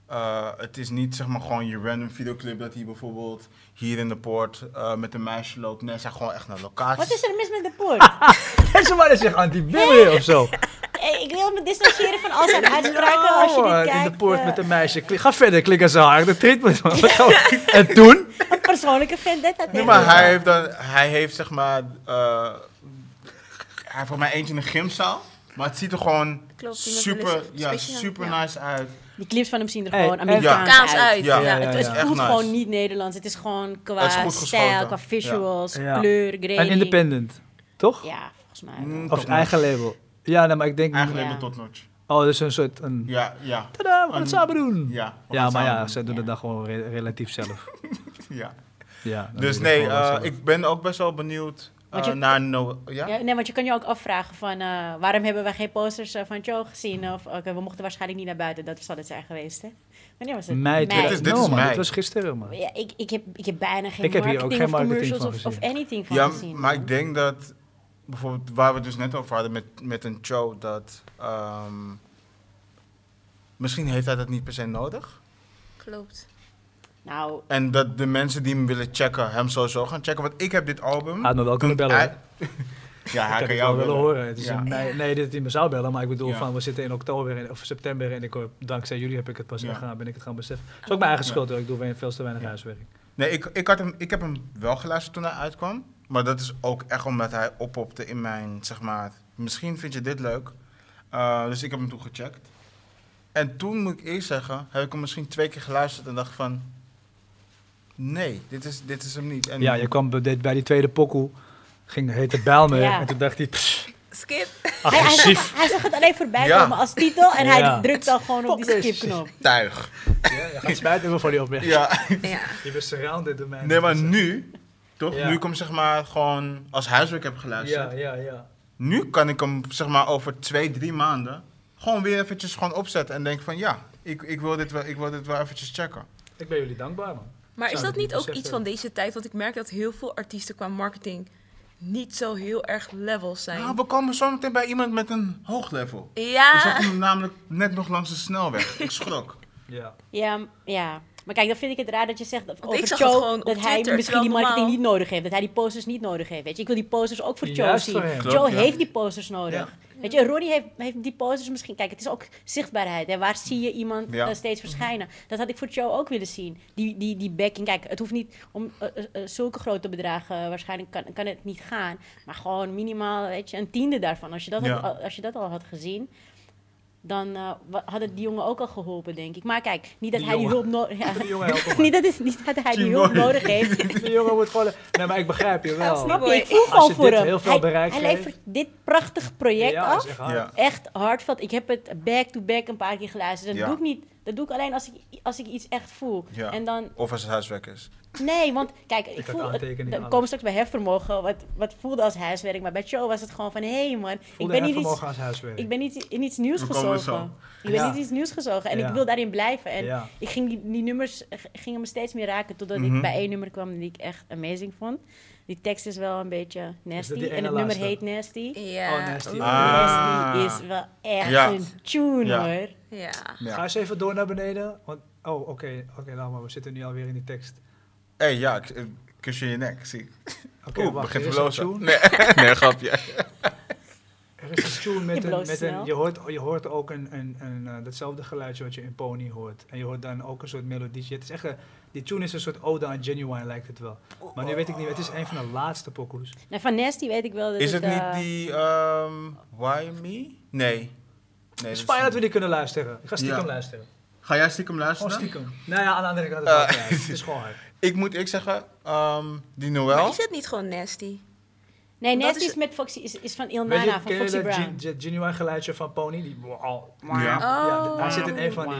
S2: Uh, het is niet zeg maar gewoon je random videoclip dat hij bijvoorbeeld hier in de poort eh, met een meisje loopt. Nee, ze zijn gewoon echt naar locaties.
S3: Wat is er mis met de poort?
S1: En ze waren zich anti-bibberen of zo.
S3: Eh, ik wil me distancieren van al
S2: Nou,
S3: zijn uitspraken als je dit
S1: Oh,
S3: kijkt.
S1: in de poort
S3: eh,
S1: met een meisje. Klik- Ga verder, klik aan zijn haar. Dat treedt me zo. Wat gaan we- En toen?
S3: een persoonlijke vendetta
S2: Nee,
S3: tegen
S2: maar
S3: elkaar.
S2: hij heeft, dan, hij heeft zeg maar... eh, hij heeft voor mij eentje in een gymzaal. Maar het ziet er gewoon
S4: Klopt, die met
S2: super,
S4: Melissa.
S2: ja,
S4: Speciaal,
S2: super
S4: ja.
S2: nice uit.
S3: Die clips van hem zien er
S1: Hey, eh,
S3: gewoon
S1: en-
S3: Amerikaans
S4: Kaans
S3: uit.
S4: uit.
S2: Ja.
S4: Ja.
S1: Ja,
S3: Ja, het,
S1: ja,
S3: het
S1: ja.
S2: Echt
S3: voelt
S2: nice.
S3: gewoon niet Nederlands. Het is gewoon qua
S2: Het is goed
S3: stijl,
S2: geschoten.
S3: qua
S2: Ja.
S3: visuals,
S1: Ja.
S3: kleur,
S1: En
S3: grading.
S1: independent, toch?
S3: Ja, volgens mij. wel.
S2: Mm,
S1: Of
S2: top
S1: zijn eigen
S2: notch.
S1: label. Ja, nee, maar ik denk...
S2: Eigenlijk
S3: Ja.
S2: een tot notch.
S1: Oh, dus een soort... Een,
S2: Ja, ja.
S1: Tadaa, we gaan het
S2: Een-
S1: samen doen. Ja,
S2: Ja, we gaan het
S1: maar ja,
S2: samen
S1: ze doen
S3: Ja.
S1: het dan gewoon re- relatief zelf.
S2: doen. ja.
S1: Ja, dan
S2: Dus
S1: doen ze
S2: nee,
S1: het gewoon
S2: eh,
S1: zelf.
S2: ik ben ook best wel benieuwd eh,
S3: Want je-
S2: naar No... Ja?
S3: Ja, nee, want je kan je ook afvragen van eh, waarom hebben we geen posters eh, van Joe gezien? Of oké, we mochten waarschijnlijk niet naar buiten. Dat zal het zijn geweest, hè? Wanneer was het?
S1: Mei,
S2: Dit is- dit
S1: eh, no,
S2: is
S1: man,
S2: mei.
S1: dit was gisteren, man.
S3: Ja, ik, ik, heb, ik heb bijna geen
S1: Ik heb hier
S3: marketing
S1: ook geen
S3: of
S1: marketing
S3: commercials
S1: van
S3: of, of anything van
S2: Ja,
S3: gezien.
S2: maar ik denk dat... Bijvoorbeeld waar we het dus net over hadden met, met een show, dat... ehm, misschien heeft hij dat niet per se nodig.
S4: Klopt.
S3: Nou,
S2: En dat de mensen die hem willen checken, hem sowieso gaan checken. Want ik heb dit album...
S1: Hij had me wel kunnen
S2: toen
S1: nou, bellen.
S2: hij- ja, hij
S1: ik
S2: kan
S1: heb
S2: jou
S1: het wel willen horen. Het is
S2: Ja.
S1: een mei- nee, dit is in mijn zaal bellen, maar ik bedoel
S2: Ja.
S1: van we zitten in oktober en, of september en ik hoor, dankzij jullie heb ik het pas
S2: Ja.
S1: gedaan, ben ik het gaan beseffen. Het is ook mijn eigen
S2: Ja.
S1: schuld hoor, ik doe weer veel te weinig
S2: Ja.
S1: huiswerk.
S2: Nee, ik, ik, had hem, ik heb hem wel geluisterd toen hij uitkwam. Maar dat is ook echt omdat hij oppopte in mijn, zeg maar... Misschien vind je dit leuk. Uh, dus ik heb hem toen gecheckt. En toen, moet ik eerst zeggen, heb ik hem misschien twee keer geluisterd en dacht van... Nee, dit is, dit is hem niet. En
S1: Ja, je kwam bij, dit- bij die tweede pokoe, ging heet het bijl me
S3: Ja.
S1: en toen dacht hij, "Pss,
S4: Skip.
S3: hij, hij,
S1: agressief.
S3: zag, hij zag het alleen voorbij
S2: Ja.
S3: komen als titel en
S1: Ja.
S3: hij drukt dan gewoon op die
S1: Fuck this
S3: skipknop.
S2: tuig.
S1: Ja, je gaat spijt hebben voor die opmerking.
S2: Ja,
S4: Ja.
S1: Je bent surrounded door mij.
S2: nee, maar nu... Toch?
S1: Ja.
S2: Nu ik hem zeg maar gewoon als huiswerk heb geluisterd.
S1: Ja, ja, ja.
S2: Nu kan ik hem zeg maar over twee, drie maanden gewoon weer eventjes gewoon opzetten. En denk van ja, ik, ik, wil, dit wel, ik wil dit wel eventjes checken.
S1: Ik ben jullie dankbaar man.
S4: Maar
S1: Zou
S4: is
S1: dat
S4: dat niet
S1: niet
S4: ook
S1: beseft
S4: iets van
S1: hebben.
S4: deze tijd? Want ik merk dat heel veel artiesten qua marketing niet zo heel erg levels
S2: Nou,
S1: Ah,
S4: zijn.
S2: we komen zo meteen bij iemand met een hoog level. Ik zag
S1: Ah.
S4: Ja.
S2: hem namelijk net nog langs de snelweg. Ik schrok.
S1: Ja.
S3: Ja, m- ja. Maar kijk, dan vind ik het raar dat je zegt dat
S4: Want
S3: over
S4: ik zag
S3: Cho
S4: het gewoon op
S3: dat hij
S4: Twitter,
S3: misschien die
S4: terwijl
S3: marketing
S4: normaal-
S3: niet nodig heeft. Dat hij die posters niet nodig heeft. Weet je, ik wil die posters ook voor Joe
S1: Juist
S3: zien.
S1: voor hem.
S3: Joe
S2: Klopt, ja.
S3: heeft die posters nodig. Weet je, Ronnie heeft, heeft die posters misschien. Kijk, het is ook zichtbaarheid. Hè? Waar zie je iemand
S2: Ja.
S3: eh, steeds verschijnen? Dat had ik voor Joe ook willen zien. Die, die, die backing. Kijk, het hoeft niet om eh, eh, eh, zulke grote bedragen. eh, waarschijnlijk kan, kan het niet gaan. Maar gewoon minimaal, weet je, een tiende daarvan. Als je dat,
S2: Ja.
S3: had- als je dat al had gezien dan eh, wa- had het die jongen ook al geholpen, denk ik. Maar kijk, niet dat
S1: Die
S3: hij die hulp
S1: jongen.
S3: nodig heeft.
S1: Die jongen helpen, man.
S3: niet, dat is- niet dat hij die
S2: Team
S3: hulp
S2: boy.
S3: nodig heeft.
S1: Die jongen wordt gewoon... Nee, maar ik begrijp je wel.
S3: Snap je? Ik voel
S1: Als je
S3: gewoon voor
S1: dit
S3: hem.
S1: heel veel
S3: hij,
S1: bereik
S3: hij
S1: geeft.
S3: levert dit prachtig project
S1: ja,
S3: af.
S1: is echt hard.
S2: Ja.
S3: Echt hardveld. Ik heb het back-to-back een paar keer geluisterd. Dat
S2: Ja.
S3: doe ik niet. Dat doe ik alleen als ik, als ik iets echt voel.
S2: Ja.
S3: En dan,
S2: Of als het huiswerk is.
S3: nee, want kijk, ik,
S1: had
S3: voel. Het,
S1: aantekeningen,
S3: dan
S1: alles.
S3: komen we straks bij hefvermogen. Wat, wat voelde als huiswerk. Maar bij Joe was het gewoon van: hé hey man, ik
S1: Voelde
S3: ben
S1: hem
S3: niet iets.
S1: vermogen als huiswerk.
S3: Ik ben niet in iets nieuws
S2: We komen er
S3: gezogen. Ik ben
S1: Ja.
S3: niet in iets nieuws gezogen. En
S1: Ja.
S3: ik wil daarin blijven. En
S1: Ja.
S3: ik ging die, die nummers eh, g- gingen me steeds meer raken. Totdat
S2: Mhm.
S3: ik bij één nummer kwam die ik echt amazing vond. Die tekst is wel een beetje nasty.
S1: die ene
S3: En het nummer
S1: laatste?
S3: heet Nasty.
S1: Oh,
S4: Ja.
S1: nasty.
S4: Oeh,
S2: Ah.
S3: Nasty is wel echt
S2: Ja.
S3: een tune
S2: Ja.
S3: hoor.
S4: Ja.
S2: Ja.
S1: Ga eens even door naar beneden. Want, oh, oké, oké, nou maar, we zitten nu alweer in die tekst.
S2: Hé, ja, ik- ik kus je je nek, zie ik.
S1: Oké,
S2: Oeh,
S1: wacht,
S2: begint
S1: er
S2: te
S1: is een
S2: blozen.
S1: tune.
S2: Nee, nee, grapje.
S1: Er is een tune met
S3: Je
S1: een,
S3: bloost
S1: met een
S3: snel.
S1: je, hoort, je hoort ook een, een, een, eh, datzelfde geluidje wat je in Pony hoort. En je hoort dan ook een soort melodietje. Het is echt een, die tune is een soort ode aan Genuine, lijkt het wel. Maar nu weet ik niet, het is een van de laatste pokoes.
S3: Nou, van Nasty weet ik wel dat
S2: Is het
S3: eh,
S2: niet die ehm Why Me? Nee. nee dat is
S1: Spijt dat
S2: niet-
S1: we die kunnen luisteren. Ik ga stiekem
S2: Ja.
S1: luisteren.
S2: Ga jij stiekem
S1: Gewoon
S2: luisteren?
S1: stiekem. Nou ja, aan de andere
S2: Ah.
S1: kant is het wel hard. Het is gewoon hard.
S2: Ik moet ik zeggen, ehm, die
S4: Maar
S2: Noël.
S4: is het niet gewoon nasty?
S3: Nee,
S4: Dat
S3: Nasty
S4: is-
S3: is, met Foxy, is, is van
S1: Weet
S3: Ilnana,
S1: je,
S3: van
S1: ken je
S3: Foxy
S1: dat
S3: Brown.
S1: gen- gen- genuine geluidje van Pony? Die, wow.
S2: Ja.
S1: ja,
S4: Oh.
S1: d- daar zit in een van die...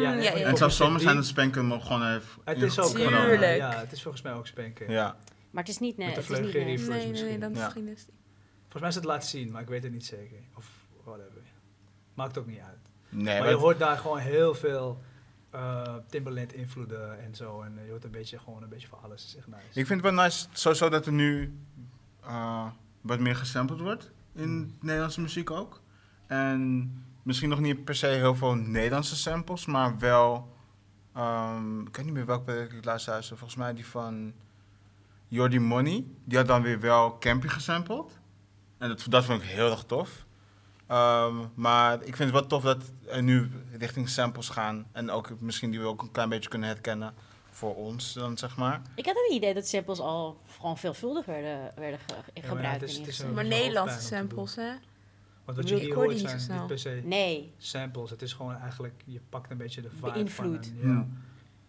S1: Ja,
S4: ja,
S1: nee,
S4: ja,
S1: van
S2: En
S4: ja.
S2: het zou zomaar zijn
S1: die-
S2: dat Spanken hem gewoon heeft.
S1: Het is ook
S2: ingenomen.
S1: corona.
S4: Tuurlijk.
S1: Ja, het is volgens mij ook spanken.
S2: Ja.
S3: Maar het is niet
S1: Met de
S3: Nasty. Het is niet
S1: vleugje
S3: nasty.
S1: Reverse
S4: Nee, nee, nee,
S1: misschien.
S4: dan is
S2: Ja.
S4: het geen nasty.
S1: Volgens mij is het laten zien, maar ik weet het niet zeker. Of whatever. Maakt ook niet uit.
S2: Nee,
S1: maar je
S2: maar-
S1: hoort daar gewoon heel veel eh, Timberland invloeden en zo. En je hoort een beetje, gewoon een beetje van alles. Het is echt nice.
S2: Ik vind het wel nice, sowieso dat er nu eh, wat meer gesampled wordt in Nederlandse muziek ook. En misschien nog niet per se heel veel Nederlandse samples, maar wel. ehm, ik weet niet meer welke project ik laatst luisterde. Volgens mij die van Jordi Money. Die had dan weer wel Campy gesampled. En dat, dat vond ik heel erg tof. Ehm, maar ik vind het wel tof dat er nu richting samples gaan. En ook misschien die we ook een klein beetje kunnen herkennen voor ons dan, zeg maar.
S3: Ik had het idee dat samples al gewoon veelvuldig werden, werden ge-
S1: maar ja,
S3: gebruikt.
S1: het is-
S3: in
S1: het is
S3: ieder
S1: een-
S4: Maar
S1: zo'n
S4: Nederlandse
S1: hoofdpijn om te
S4: samples, hè?
S1: Want wat
S3: Ik
S1: je
S4: hoor
S1: hier
S4: die
S1: hoort
S4: niet zo
S1: zijn
S4: snel.
S1: niet per se
S3: geval. nee,
S1: samples. Het is gewoon eigenlijk, je pakt een beetje de vibe
S3: Beïnvloed.
S1: van een- ja.
S2: Hmm.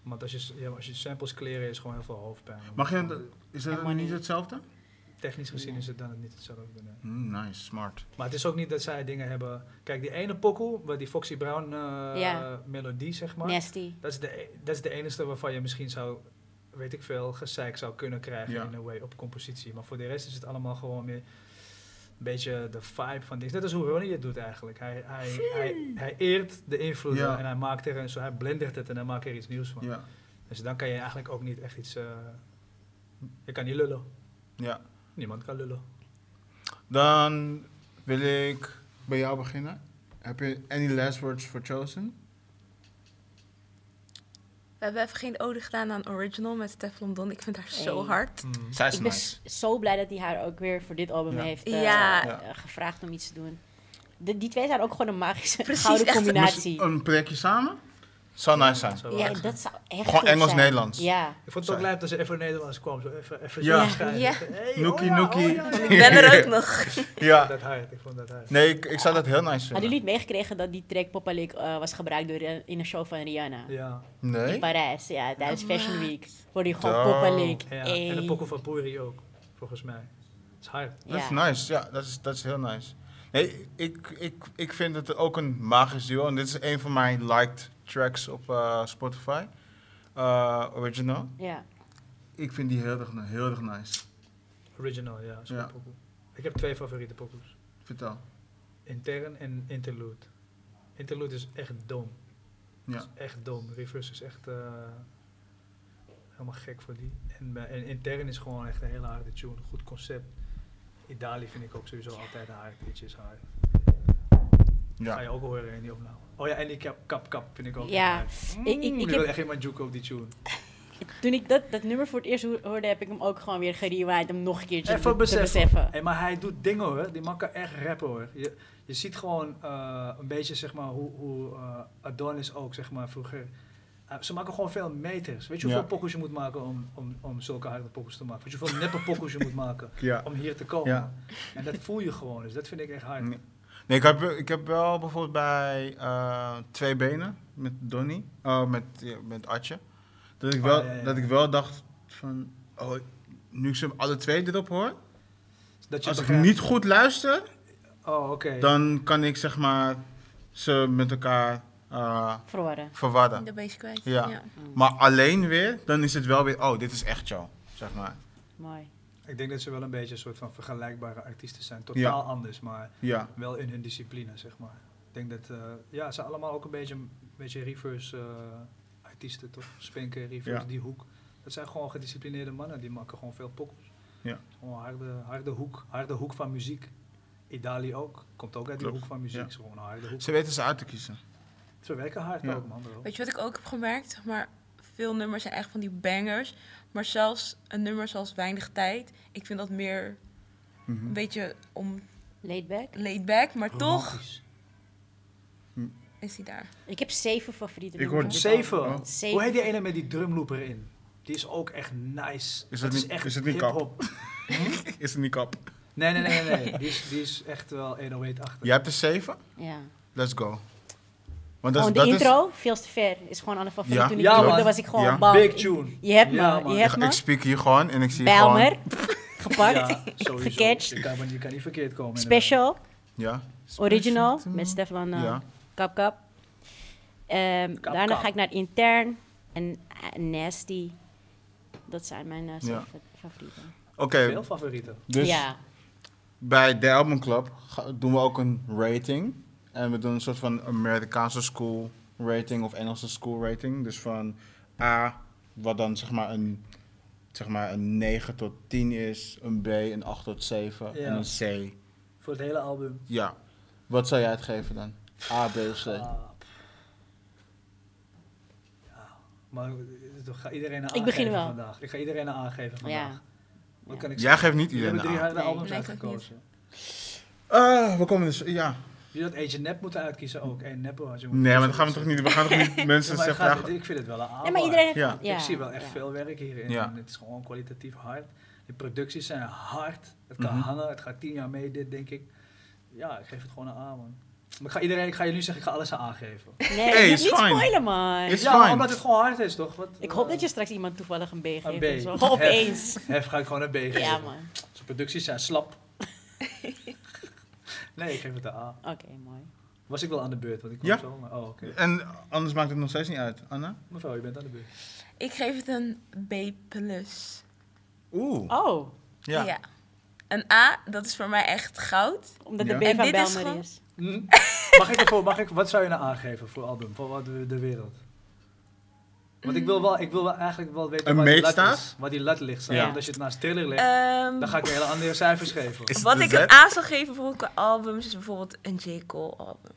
S1: Want als je, s- ja, als je samples kleren is gewoon heel veel hoofdpijn.
S2: Mag je, is
S3: En
S2: dat dan
S3: money.
S2: niet hetzelfde?
S1: Technisch gezien
S3: Nee.
S1: is het dan niet hetzelfde. nee.
S2: Mm, nice, smart.
S1: Maar het is ook niet dat zij dingen hebben... Kijk, die ene pokoe, wat die Foxy Brown eh,
S3: Ja.
S1: melodie, zeg maar.
S3: nasty.
S1: Dat is, de, e- dat is de enige waarvan je misschien zou, weet ik veel, gezeik zou kunnen krijgen
S2: Ja.
S1: in een way op compositie. Maar voor de rest is het allemaal gewoon meer een beetje de vibe van dit. Net als hoe Ronnie het doet eigenlijk. Hij, hij, hij, hij eert de invloeden
S2: Ja.
S1: en hij maakt er een, zo, hij blendert het en hij maakt er iets nieuws van.
S2: Ja.
S1: Dus dan kan je eigenlijk ook niet echt iets. eh, je kan niet lullen.
S2: ja.
S1: Niemand kan lullen.
S2: Dan wil ik bij jou beginnen. Heb je any last words for Chosen?
S4: We hebben even geen ode gedaan aan Original met Teflon Don. Ik vind haar zo
S3: Nee.
S4: hard.
S2: Zij is
S3: Ik ben
S2: nice.
S3: s- zo blij dat hij haar ook weer voor dit album
S2: Ja.
S3: heeft eh,
S4: Ja.
S2: Ja.
S3: eh, gevraagd om iets te doen. De- die twee zijn ook gewoon een magische
S4: Precies,
S3: gouden
S4: echt.
S3: combinatie.
S2: Een projectje samen? Zou nice zijn.
S1: Zo.
S3: Ja, dat zou echt
S2: Gewoon
S3: goed zijn.
S2: Engels-Nederlands.
S3: Ja.
S1: Ik vond het ook
S2: Sorry.
S1: leuk dat ze even in Nederlands kwam. Zo even, even
S2: Ja.
S1: zo schrijven.
S4: Ja.
S1: Hey, oh
S2: Nookie,
S1: ja, oh
S2: nookie.
S1: ja, ja.
S4: Ik ben er ook nog.
S1: Ik vond
S2: Ja.
S1: dat hard. Ik vond dat hard.
S2: Nee, ik, ik zou dat heel nice
S3: Hadden
S2: vinden.
S3: jullie het meegekregen dat die track Papa Lick eh, was gebruikt door, eh, in een show van Rihanna?
S1: Ja.
S3: In
S2: Nee?
S3: Parijs, ja, tijdens Fashion Week. Wordt hij gewoon
S2: Dope.
S3: Papa Lick.
S1: Ja,
S3: Ey.
S1: en de pokoe van Puri ook, volgens mij. Dat is hard.
S2: Dat is
S3: Ja.
S2: nice, ja. Dat is, dat is heel nice. Nee, ik, ik, ik vind het ook een magisch duo. En dit is een van mijn liked tracks op eh, Spotify. Eh, original.
S3: Ja.
S2: Ik vind die heel erg, heel erg nice.
S1: Original, ja. Zo'n
S2: Ja.
S1: pokoe. Ik heb twee favoriete pokoes.
S2: Vertel.
S1: Intern en Interlude. Interlude is echt dom.
S2: Ja.
S1: Is echt dom. Reverse is echt eh, helemaal gek voor die. En, bij- en Intern is gewoon echt een hele harde tune. Goed concept. Idali vind ik ook sowieso altijd hard. Iets is hard. Ga je ook horen in die opname. Oh ja, en die kap kap, kap vind ik ook
S3: Ja.
S1: echt hard.
S3: Ik- ik- ik
S1: Mm,
S3: heb-
S1: wil echt iemand juke op die tune.
S3: Toen ik dat, dat nummer voor het eerst ho- hoorde, heb ik hem ook gewoon weer gerewind om nog een keertje
S1: Even
S3: te- te
S1: beseffen.
S3: beseffen.
S1: Hey, maar hij doet dingen hoor. Die man kan echt rappen hoor. Je, je ziet gewoon eh, een beetje zeg maar hoe, hoe eh, Adonis ook zeg maar vroeger. Eh, ze maken gewoon veel meters. Weet je hoeveel
S2: Ja.
S1: pokkels je moet maken om, om, om zulke harde pokkels te maken? Weet je hoeveel neppe pokkels je moet maken
S2: Ja.
S1: om hier te komen?
S2: Ja.
S1: En dat voel je gewoon. Dus dat vind ik echt hard.
S2: Nee. Nee, ik heb, ik heb wel bijvoorbeeld bij eh, Twee Benen met Donnie, eh, met, ja, met Atje, dat ik,
S1: Oh,
S2: wel,
S1: ja, ja, ja.
S2: dat ik wel dacht van, oh, nu ik ze alle twee erop hoor,
S1: Dat je
S2: als ik
S1: begrijpt-
S2: niet goed luister,
S1: Oh, oké.
S2: dan kan ik zeg maar ze met elkaar eh,
S3: Verwarren.
S2: verwarren.
S4: Dan ben je ze kwijt.
S2: Ja.
S4: Ja.
S2: Maar alleen weer, dan is het wel weer, oh, dit is echt jou, zeg maar.
S3: Mooi.
S1: Ik denk dat ze wel een beetje een soort van vergelijkbare artiesten zijn. Totaal
S2: Ja.
S1: anders, maar
S2: Ja,
S1: wel in hun discipline, zeg maar. Ik denk dat eh, ja, ze allemaal ook een beetje, een beetje reverse eh, artiesten, toch? Spinken, reverse,
S2: Ja.
S1: die hoek. Dat zijn gewoon gedisciplineerde mannen, die maken gewoon veel pokkels.
S2: Ja.
S1: Gewoon harde, harde hoek, harde hoek van muziek. Idali ook, komt ook uit die
S2: Klopt,
S1: hoek van muziek.
S2: ja.
S1: Is gewoon een harde hoek.
S2: ze weten ze uit te kiezen.
S1: Ze werken hard
S2: Ja.
S1: ook, man. bro.
S4: Weet je wat ik ook heb gemerkt? Maar veel nummers zijn echt van die bangers. Maar zelfs een nummer zoals Weinig Tijd. Ik vind dat meer
S2: Mhm.
S4: een beetje om
S3: Laid back.
S4: laid back. Maar toch
S1: Romantisch.
S4: is hij daar.
S3: Ik heb zeven favoriete
S2: Ik hoor
S3: nummers.
S1: Zeven.
S2: Oh.
S3: Zeven.
S1: Hoe heet die ene met die drumlooper in? Die is ook echt nice.
S2: Is het
S1: is
S2: niet-
S1: echt
S2: is het niet Kap?
S1: hiphop.
S2: Is het niet kap?
S1: Nee, nee, nee, nee. nee. Die, is, die is echt wel 108 achter.
S2: Jij hebt er zeven?
S3: Ja.
S2: Let's go. Want
S3: Gewoon Oh, de
S2: is-
S3: intro, veel te ver. Is gewoon Anne van
S2: Ja.
S3: Vliet. Toen ik
S1: Ja,
S3: hoorde,
S1: man.
S3: was ik gewoon
S2: Ja.
S3: bang.
S1: Big
S3: Ik-
S1: tune.
S3: Je hebt me,
S1: Ja, man.
S3: je
S2: ik,
S3: hebt me.
S2: ik speak hier gewoon en ik zie
S3: Belmer.
S2: gewoon...
S3: Gepakt.
S1: Ja, sowieso.
S3: Gecatcht.
S1: Je kan, je kan niet verkeerd komen. inderdaad.
S3: Special,
S2: Ja.
S3: original, met Stefan eh,
S2: Ja.
S3: Kap Kap. Ehm,
S1: Kap
S3: daarna
S1: Kap.
S3: ga ik naar Intern en eh, Nasty. Dat zijn mijn eh,
S2: Ja.
S3: favorieten.
S2: Oké,
S1: Veel favorieten.
S2: dus
S3: Ja,
S2: bij de Album Club ga- doen we ook een rating. En we doen een soort van Amerikaanse school rating of Engelse school rating. Dus van A, wat dan zeg maar een, zeg maar een 9 tot 10 is, een B, een 8 tot 7
S1: Ja.
S2: en een C.
S1: Voor het hele album.
S2: Ja. Wat zou jij het geven dan? A, B of C?
S1: Ah, pff. Ja, maar ik ga iedereen een
S3: Ik
S1: aangeven
S3: begin wel.
S1: vandaag. Ik ga iedereen een aangeven vandaag.
S3: ja.
S1: Wat kan ik
S2: Jij
S1: zeggen?
S2: geeft niet
S1: Jullie
S2: iedereen
S1: hebben drie
S2: een A.
S1: harde albums
S4: Nee, ik ook
S1: uitgekozen.
S2: Ah, we komen dus... Ja.
S1: Jullie had Agent Nap moeten uitkiezen ook. En Neppo had je moeten
S2: Nee,
S1: kiezen.
S2: maar dat gaan we toch niet... We gaan toch niet
S1: Ja,
S2: mensen
S1: maar het
S2: zeggen...
S1: gaat-
S2: vragen-
S1: Ik vind het wel een A.
S3: Nee, maar iedereen heeft...
S2: Ja.
S1: Ik zie wel echt
S3: ja.
S1: veel werk hierin.
S2: Ja.
S1: En het is gewoon kwalitatief hard. De producties zijn hard. Het kan
S2: Mhm.
S1: hangen. Het gaat tien jaar mee, dit denk ik. Ja, ik geef het gewoon een A, man. Maar ik ga iedereen, ik ga je nu zeggen, ik ga alles een A geven.
S3: Nee,
S2: Hey,
S3: je moet
S2: is
S3: niet
S2: fine.
S3: spoilen, man.
S2: Is- It's
S1: ja,
S2: fine.
S1: omdat het gewoon hard is, toch? Wat,
S3: Ik hoop dat je straks iemand toevallig een B geeft.
S1: B.
S3: of zo. Gewoon
S1: Hef.
S3: opeens.
S1: Hef ga ik gewoon een B geven.
S3: Ja, man.
S1: Zijn producties zijn slap. nee, ik geef het een A.
S3: Oké, mooi.
S1: Was ik wel aan de beurt, want ik kwam
S2: Ja.
S1: zo. Maar, oh, oké.
S2: En anders maakt het nog steeds niet uit. Anna?
S1: Mevrouw, je bent aan de beurt.
S4: Ik geef het een B+. plus.
S2: Oeh.
S3: Oh,
S2: Ja.
S4: Een A, dat is voor mij echt goud.
S3: omdat
S2: Ja.
S3: de
S4: En
S3: B van
S4: dit is
S3: Belmer
S4: gewoon-
S3: is.
S1: Hm? Mag ik ervoor, mag ik, wat zou je nou aangeven voor album, voor wat de, de wereld? Want ik wil, wel, ik wil wel eigenlijk wel weten
S2: Een
S1: waar die, lat
S2: meetstaaf?
S1: is, waar die lat ligt.
S2: Ja.
S1: Ja. Want als je het naast Tiller legt,
S4: Ehm,
S1: dan ga ik een hele andere cijfers geven. Oké,
S2: Is
S4: wat
S2: het
S4: ik
S2: een
S4: een
S2: Z?
S4: A zou geven bijvoorbeeld qua albums, is bijvoorbeeld een J. Cole album.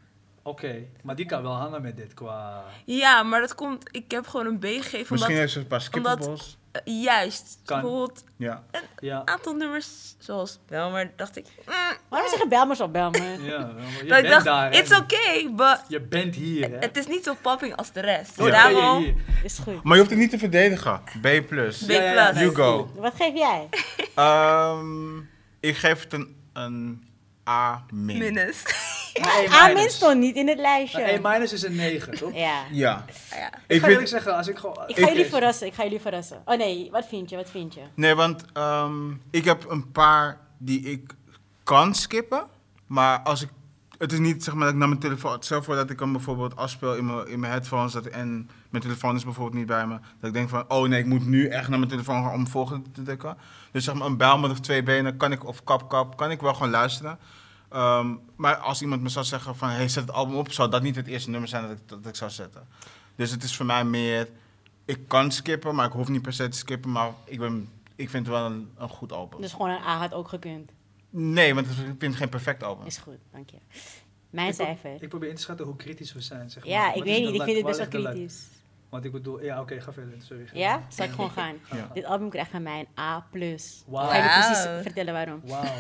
S1: maar die kan wel hangen met dit qua...
S4: Ja, maar dat komt... Ik heb gewoon een B gegeven,
S2: Misschien
S4: omdat...
S2: heeft ze een paar
S4: omdat-
S2: skippables.
S4: eh, juist,
S1: Kan.
S4: bijvoorbeeld
S2: Ja.
S1: Ja,
S4: een aantal nummers zoals wel, maar dacht ik... mm,
S3: Waarom zeggen Belmers op Belmer?
S1: ja wel, maar je
S4: dat ik
S1: bent
S4: dacht,
S1: daar. hè.
S4: it's okay, but
S1: Je bent hier, hè?
S4: het is niet zo popping als de rest.
S1: Oh, dan ben je
S4: Daarom...
S1: hier.
S3: Is goed.
S2: Maar je hoeft het niet te verdedigen. B+.
S4: B+.
S2: plus.
S1: Ja, ja, ja,
S2: You go.
S3: Wat geef jij?
S2: Ehm, ik geef het een, een A min.
S4: Minus.
S1: Maar A-
S3: Amin stond Ah, niet in het lijstje.
S1: Maar A- minus is een 9, toch?
S3: ja.
S2: Ja.
S4: ja.
S1: Ik
S2: Ik
S1: ga eerlijk
S2: vind,
S1: zeggen, als ik gewoon...
S3: Ik ga jullie verrassen, ik ga jullie verrassen. Oh nee, wat vind je, wat vind je?
S2: nee, want ehm, ik heb een paar die ik kan skippen. Maar als ik, het is niet zeg maar dat ik naar mijn telefoon... Stel voor dat ik hem bijvoorbeeld afspeel in mijn, in mijn headphones. Dat, en mijn telefoon is bijvoorbeeld niet bij me. Dat ik denk van, oh nee, ik moet nu echt naar mijn telefoon gaan om volgende te dekken. Dus zeg maar een Bijlman of twee benen kan ik, of kap kap, kan ik wel gewoon luisteren. Ehm, maar als iemand me zou zeggen van, hey, zet het album op, zou dat niet het eerste nummer zijn dat ik, dat ik zou zetten. Dus het is voor mij meer, ik kan skippen, maar ik hoef niet per se te skippen. Maar ik, ben, ik vind het wel een, een goed album.
S3: Dus gewoon een A had ook gekund.
S2: Nee, want ik vind het geen perfect album.
S3: Is goed, dank je. Mijn
S1: Ik pro-
S3: cijfer.
S1: Ik probeer in te schatten hoe kritisch we zijn, zeg maar.
S3: Ja,
S1: Wat
S3: ik
S1: is
S3: weet
S1: de
S3: niet, ik
S1: lat?
S3: vind het
S1: Waar
S3: best wel
S1: ligt de lat?
S3: kritisch.
S1: Want ik bedoel, ja, oké, ga verder. Sorry. ga
S3: Ja?
S1: verder.
S3: Zal ik gewoon gaan?
S2: Ja.
S3: Dit album krijgt van mij een A+. plus. Ik
S1: Wauw.
S3: ga jullie precies vertellen waarom.
S1: Wauw.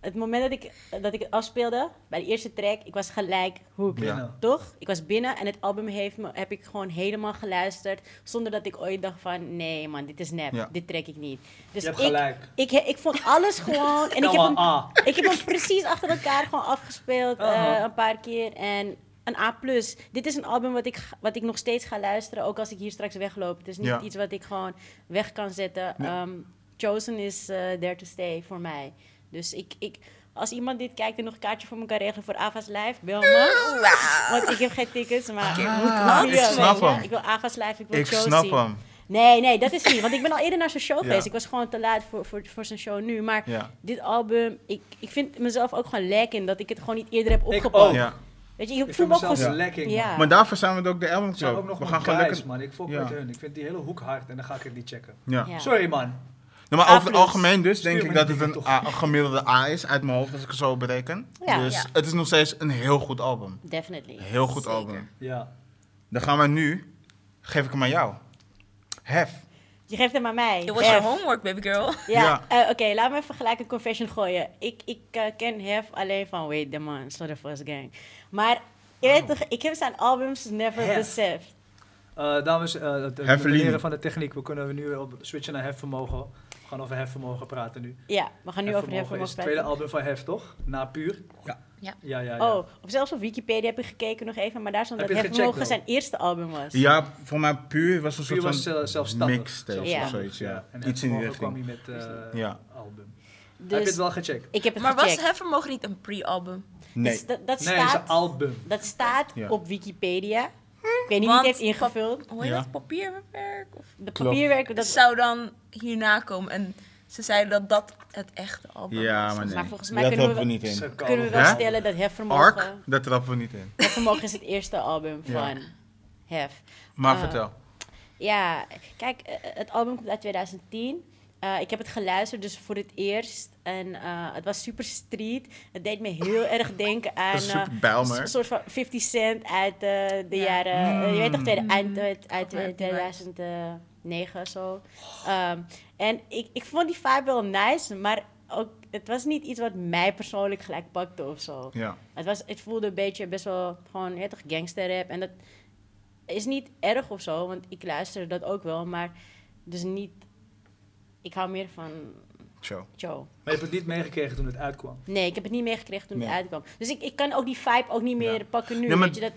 S3: Het moment dat ik, dat ik het afspeelde, bij de eerste track, ik was gelijk hoek.
S1: Binnen.
S3: Toch? Ik was binnen en het album heeft me, heb ik gewoon helemaal geluisterd. Zonder dat ik ooit dacht van, nee man, dit is nep.
S2: Ja.
S3: Dit trek ik niet. Dus
S1: Je hebt
S3: ik,
S1: gelijk. ah.
S3: ik, ik vond alles gewoon... En ik heb,
S1: Allemaal
S3: hem,
S1: A.
S3: ik heb hem precies achter elkaar gewoon afgespeeld. eh,
S1: Aha.
S3: een paar keer. En een A+. Dit is een album wat ik, ga- wat ik nog steeds ga luisteren. Ook als ik hier straks wegloop. Het is niet
S2: Ja.
S3: iets wat ik gewoon weg kan zetten. Ehm, Chosen is eh, there to stay voor mij. Dus ik... ik als iemand dit kijkt en nog een kaartje voor me kan regelen voor Ava's Live, bel me. Want ik heb geen tickets, maar...
S2: Ah,
S3: Ja,
S2: ik snap
S3: weet je,
S2: hem.
S3: Ik wil Ava's Live, ik wil
S2: Ik
S3: Josie.
S2: snap hem.
S3: Nee, nee, dat is niet. Want ik ben al eerder naar zijn show geweest.
S2: Ja.
S3: Ik was gewoon te laat voor, voor, voor zijn show nu. Maar
S2: Ja.
S3: dit album, ik, ik vind mezelf ook gewoon lek in dat ik het gewoon niet eerder heb
S1: Ik
S3: opgepakt.
S1: ook.
S2: Ja.
S3: Weet je, ik,
S1: Ik
S3: voel
S1: vind
S3: me ook gewoon...
S1: mezelf
S3: zo-
S1: ja. lekker.
S3: Ja.
S2: Maar daarvoor zijn we het ook de Elm
S1: Ik zou
S2: Club.
S1: ook nog
S2: we
S1: met
S2: gaan
S1: guys,
S2: gewoon lekker...
S1: man. Ik volg
S2: Ja.
S1: met hun. Ik vind die hele hoek hard en dan ga ik het niet checken.
S2: Ja.
S3: Ja.
S1: Sorry, man.
S2: Nou, maar
S3: A
S2: over het
S3: plus.
S2: algemeen dus denk
S1: Stuur
S2: ik
S1: me
S2: dat
S1: die
S2: het
S1: dingen
S2: een, A- een gemiddelde A is uit mijn hoofd als ik het zo bereken.
S3: Ja.
S2: dus
S4: Ja.
S2: het is nog steeds een heel goed album.
S3: Definitely.
S2: Heel goed
S4: Zeker.
S2: album.
S1: Ja.
S2: Dan gaan we nu, geef ik hem aan jou. Hef.
S3: Je geeft hem aan mij.
S4: It was your
S3: Hef.
S4: homework, baby girl.
S3: Ja,
S2: Ja.
S3: eh, oké, laat me even gelijk een confession gooien. Ik, ik eh, ken Hef alleen van Wait the Man, Slaughter First Gang. Maar je weet toch, ik heb zijn albums never
S1: Oh. Hef.
S3: beseft.
S1: Eh, dames, eh, het- het
S2: Heffeline.
S1: leren van de techniek. We kunnen nu op switchen naar hefvermogen. We gaan over hefvermogen praten nu.
S3: Ja, we gaan nu over de
S1: is
S3: hefvermogen
S1: het tweede
S3: praten.
S1: album van Hef, toch? Na Puur.
S2: Ja.
S4: Ja.
S1: ja, ja, ja.
S3: Oh, of zelfs op Wikipedia heb ik gekeken nog even, maar daar stond
S1: Heb
S3: dat
S1: je het gecheckt
S3: Hefvermogen zijn eerste album was.
S2: Ja, voor mij puur was een
S1: Puur
S2: soort
S1: was
S2: van
S1: eh, zelfstandig.
S2: mixtape
S1: Zelfstandig.
S2: of zoiets, ja.
S1: En
S2: Iets in die
S1: Hefvermogen kwam
S2: richting.
S1: hij met eh,
S2: Ja.
S1: album. Heb je het
S3: Dus
S1: wel gecheckt?
S3: ik heb het
S4: Maar was
S3: gecheckt.
S4: Hefvermogen niet een pre-album?
S2: Nee.
S3: Dus dat, dat
S1: Nee, het is een
S3: staat,
S1: album.
S3: dat staat
S2: Ja.
S3: op Wikipedia. Ik weet niet wie
S4: Want-
S3: het heeft ingevuld.
S4: Hoor je
S2: Ja.
S4: dat papierwerk? Of
S3: De
S2: Klopt.
S3: papierwerk,
S4: dat
S3: dat,
S4: zou dan hierna komen. En ze zeiden dat dat het echte album
S2: Ja,
S4: was.
S2: maar nee.
S3: Maar volgens mij
S2: dat
S3: kunnen
S2: hebben we
S3: we-
S2: niet in.
S3: kunnen we wel
S2: Hè?
S3: stellen dat
S2: Ark,
S3: Hefvermogen...
S2: dat trappen we niet in.
S3: Hefvermogen is het eerste album
S2: Ja.
S3: van Hef.
S2: Maar
S3: Ah.
S2: vertel.
S3: Ja, kijk, eh, het album komt uit 2010. Eh, ik heb het geluisterd, dus voor het eerst. En eh, het was super street. Het deed me heel erg denken aan...
S2: Dat is
S3: eh,
S2: super Bijlmer.
S3: Een soort van 50 Cent uit eh, de
S4: Ja.
S3: jaren... eh, je weet toch, tweede, eind uit, eh, uit
S4: Mm.
S3: 2009 zo.
S4: Oh.
S3: Ehm, en ik, ik vond die vibe wel nice, maar ook, het was niet iets wat mij persoonlijk gelijk pakte of zo.
S2: Ja.
S3: Het, was, het voelde een beetje best wel gewoon, je weet toch, gangster rap. En dat is niet erg of zo, want ik luister dat ook wel, maar dus niet... Ik hou meer van
S2: Zo.
S3: Joe.
S1: Maar je hebt het niet meegekregen toen het uitkwam.
S3: Nee, ik heb het niet meegekregen toen
S2: Nee.
S3: het uitkwam. Dus ik, ik kan ook die vibe ook niet meer
S2: Ja.
S3: pakken nu.
S2: Nee, maar-
S3: weet je, dat,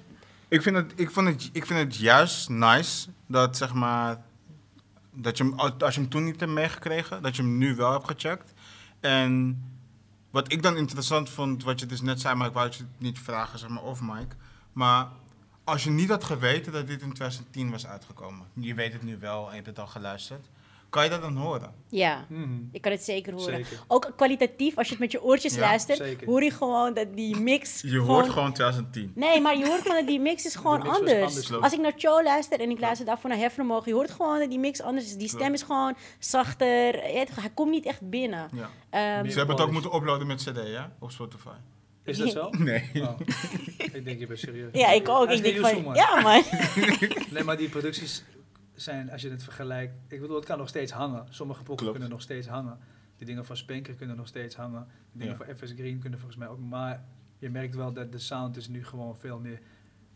S2: Ik vind, het, ik, vind het, ik vind het juist nice dat zeg maar. Dat je hem, als als je hem toen niet hebt meegekregen, dat je hem nu wel hebt gecheckt. En wat ik dan interessant vond, wat je dus net zei, maar ik wou het je niet vragen, zeg maar, of Mike. Maar als je niet had geweten dat dit in 2010 was uitgekomen, je weet het nu wel en je hebt het al geluisterd, kan je dat dan horen?
S3: ja,
S1: Mhm.
S2: Hmm.
S3: ik kan het zeker horen.
S1: Zeker.
S3: Ook kwalitatief, als je het met je oortjes
S2: Ja,
S3: luistert,
S1: zeker.
S3: hoor je gewoon dat die mix.
S2: Je hoort gewoon 2010.
S3: Nee, maar je hoort gewoon dat die mix is gewoon
S1: mix was
S3: anders.
S1: anders,
S2: klopt.
S3: Als ik naar Cho luister en ik luister daarvoor naar Hefvermogen, je hoort gewoon dat die mix anders is. Die stem
S2: Klopt.
S3: is gewoon zachter. Je weet toch, Hij komt niet echt binnen.
S2: Ja.
S3: Ehm,
S2: Ze hebben het ook moeten uploaden met CD, ja? Op Spotify.
S1: Is dat zo?
S2: Nee.
S1: Oh. ik denk, je bent serieus.
S3: ja, ik ook.
S1: Hij is
S3: Ik
S1: niet
S3: denk
S1: Yuzu,
S3: van,
S1: man.
S3: ja man.
S1: Nee, maar die producties zijn, als je het vergelijkt... Ik bedoel, het kan nog steeds hangen. Sommige boeken
S2: Klopt.
S1: kunnen nog steeds hangen. Die dingen van Spenker kunnen nog steeds hangen. Die dingen
S2: Ja.
S1: van FS Green kunnen volgens mij ook. Maar je merkt wel dat de sound is nu gewoon veel meer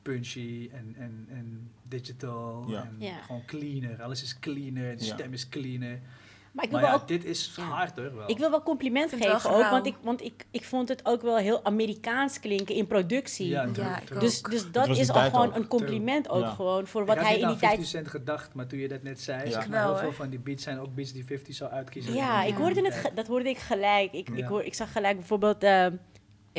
S1: punchy en, en, en digital.
S2: Ja.
S1: En
S3: Ja.
S1: gewoon cleaner. Alles is cleaner. De
S2: Ja.
S1: stem is cleaner.
S3: Maar ik wil
S1: maar
S3: wel
S1: ja,
S3: ook
S1: dit is
S3: ja.
S1: hard hoor wel.
S3: Ik wil wel compliment
S4: vind het wel
S3: geven ook,
S4: grauw.
S3: want, ik, want ik, ik vond het ook wel heel Amerikaans klinken in productie.
S1: Ja,
S4: Ja,
S1: druk,
S4: ik
S1: druk.
S4: ook.
S3: Dus, dus dat
S2: was
S3: is
S2: die
S3: al
S2: tijd
S3: gewoon
S2: ook.
S3: een compliment ook
S2: Ja.
S3: gewoon voor
S1: Ik
S3: wat
S1: had
S3: hij
S1: niet
S3: in
S1: aan
S3: die tijd...
S1: 50 cent gedacht, maar toen je dat net zei,
S2: Ja.
S1: zeg
S2: Ik
S1: maar,
S4: wel,
S1: heel veel
S4: hoor.
S1: van die beats zijn ook beats die 50 zou uitkiezen.
S3: Ja, ik
S4: Ja.
S3: hoorde het, ge- dat hoorde ik gelijk. Ik, ik,
S1: Ja.
S3: hoor, ik zag gelijk bijvoorbeeld... eh, eh,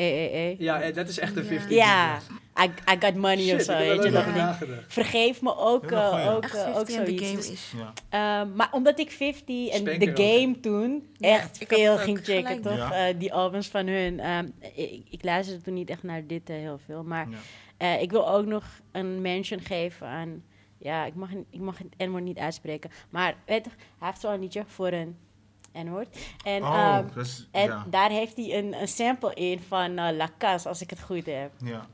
S3: eh, eh.
S1: Ja, eh, dat is echt een
S4: Ja.
S1: 50.
S3: Ja, I, I got money
S1: Shit,
S3: of
S1: ik
S3: zo,
S1: heb er
S3: weet je
S1: nooit
S3: dat.
S1: over nagedacht.
S3: Vergeef me ook,
S2: Hele
S3: eh,
S2: goeie.
S3: ook,
S4: Echt
S3: eh, ook
S4: 50 in de
S3: zoiets.
S4: game
S3: Dus,
S4: is.
S2: Ja.
S3: eh, maar omdat ik 50 en
S1: Spanker
S3: de
S1: ook, hè?
S3: game toen
S4: Ja,
S3: echt
S4: ik had
S3: veel
S4: het ook
S3: ging checken,
S4: gelijk.
S3: toch?
S2: Ja.
S3: eh, die albums van hun. Ehm, ik, ik luisterde toen niet echt naar dit eh, heel veel, maar...
S2: Ja.
S3: Eh, ik wil ook nog een mention geven aan... Ja, ik mag, ik mag het N-woord niet uitspreken. Maar weet toch, hij heeft zo'n liedje voor een N-woord. En,
S2: oh,
S3: ehm,
S2: dat is,
S3: en
S2: ja.
S3: daar heeft hij een, een sample in van eh, La Casa, als ik het goed heb.
S2: ja.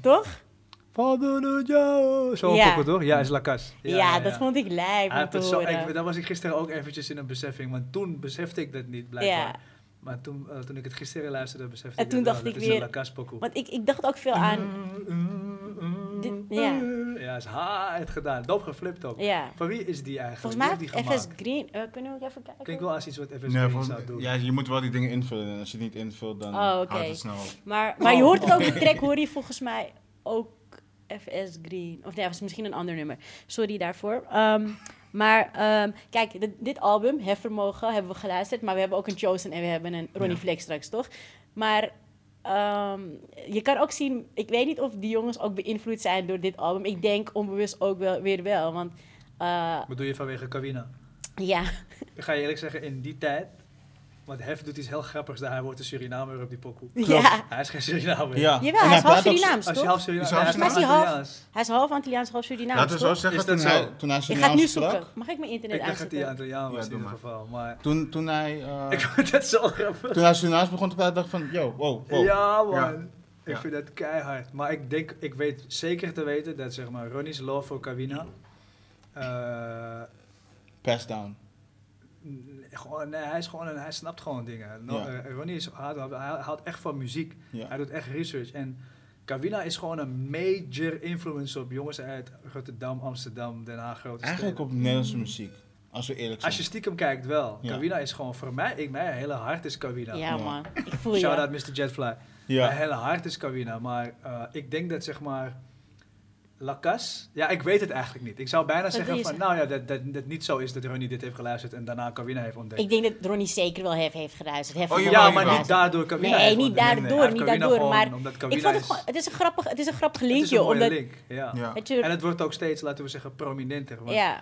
S3: Toch?
S1: Vader de Jou. Zo
S3: Ja.
S1: pokken, toch? Ja, is Lacas.
S3: Ja, dat vond ik lijp om
S1: Hij
S3: te
S1: heeft het Ah, zo-
S3: horen.
S1: ik, Daar was ik gisteren ook eventjes in een beseffing, want toen besefte ik dat niet blijkbaar.
S3: Ja.
S1: Maar toen, eh, toen ik het gisteren luisterde, besefte
S3: En
S1: ik
S3: toen
S1: het wel.
S3: dacht
S1: Dat
S3: ik
S1: is een
S3: weer-
S1: Lacas pokoe.
S3: Want ik, ik dacht ook veel
S1: Mhm.
S3: aan... Dit- ja.
S1: Mm, Ja, is hard gedaan. Doop geflipt ook.
S3: Ja.
S1: Van wie is die eigenlijk?
S3: Volgens
S1: Wie
S3: mij
S1: heeft
S3: heeft
S1: die
S3: FS
S1: gemaakt?
S3: Green... eh, kunnen we even kijken?
S1: Klinkt wel als iets wat FS
S2: Nee,
S1: Green
S2: volgens-
S1: Dus zou doen.
S2: ja, je moet wel die dingen invullen. En als je het niet invult, dan
S3: Oh, oké.
S2: houdt het snel op.
S3: Maar, maar
S1: Oh.
S3: je hoort het ook, die track hoor je volgens mij ook FS Green. Of nee, was misschien een ander nummer. Sorry daarvoor. Ehm, maar ehm, kijk, dit, dit album, Hefvermogen, hebben we geluisterd. Maar we hebben ook een Chosen en we hebben een Ronnie
S2: Ja.
S3: Flex straks, toch? Maar ehm, je kan ook zien, ik weet niet of die jongens ook beïnvloed zijn door dit album. Ik denk onbewust ook wel, weer wel. Want eh,
S1: Wat doe je vanwege Kawina?
S3: ja,
S1: Ik ga je eerlijk zeggen, in die tijd... Want Hef doet iets heel grappigs. daar. Hij wordt een Surinamer op die pokoe.
S3: ja.
S1: Hij is geen Surinamer.
S3: Jawel, hij is half Surinaams,
S1: Als je
S3: toch?
S1: half Surinaams...
S2: Is hij half
S1: hij is
S3: Surinaams?
S1: half Antilliaans.
S3: Hij is half Antilliaans, half Surinaams,
S2: Laten we zo
S3: toch?
S2: zeggen,
S1: Is dat
S2: toen hij,
S1: zo?
S2: toen hij
S3: Ik ga het nu
S2: Surinaams sprak,
S3: zoeken. Mag ik mijn internet
S1: Ik dacht dat hij
S3: aanzetten?
S1: Antilliaan was
S2: Ja,
S1: in
S2: doe
S1: ieder
S2: maar.
S1: geval. Maar
S2: Toen, toen hij... eh,
S1: ik vond het zo grappig.
S2: toen hij Surinaams begon te praten, dacht ik van... Yo, wow, wow.
S1: Ja, man.
S2: Ja.
S1: Ik
S2: Ja.
S1: vind dat keihard. Maar ik denk, ik weet zeker te weten dat zeg maar Ronnie's love voor Kawina. eh,
S2: Pass down.
S1: n- gewoon, nee, hij is gewoon een, hij snapt gewoon dingen. No-
S2: Ja.
S1: eh, Ronnie is, haalt, haalt echt van muziek.
S2: Ja.
S1: Hij doet echt research. En Kawina is gewoon een major influencer op jongens uit Rotterdam, Amsterdam, Den Haag, grote
S2: Eigenlijk
S1: steden.
S2: op Nederlandse muziek. Als we eerlijk zijn.
S1: Als je stiekem kijkt wel.
S2: Ja.
S1: Kawina is gewoon voor mij, ik, mijn hele hart is Kawina.
S3: Ja, man. Ik voel
S1: Shout
S3: je.
S1: out Mr. Jetfly. Mijn
S2: Ja.
S1: hele hart is Kawina, maar eh, ik denk dat zeg maar Lacas, ja, ik weet het eigenlijk niet. Ik zou bijna
S3: wil
S1: zeggen
S3: je
S1: van, nou ja, dat, dat, dat niet zo is dat Ronnie dit heeft geluisterd en daarna Kawina heeft ontdekt.
S3: Ik denk dat Ronnie zeker wel heeft, heeft geruisd. Heeft
S2: Oh,
S3: hem
S2: jawel,
S1: ja,
S3: wel
S1: maar
S2: jawel.
S1: niet daardoor Kawina.
S3: Nee,
S1: heeft
S3: niet
S1: ontdekt.
S3: daardoor,
S1: hij heeft
S3: niet
S1: Kawina
S3: daardoor,
S1: gewoon
S3: maar
S1: omdat
S3: Ik
S1: Kawina
S3: vond het
S1: is-
S3: gewoon... Het is een grappig, het is een grappig
S1: het
S3: liedje.
S1: is een mooie
S3: omdat,
S1: link, ja.
S2: Ja.
S3: Weet
S1: En
S3: je,
S1: het wordt ook steeds, laten we zeggen, prominenter. Want
S3: ja.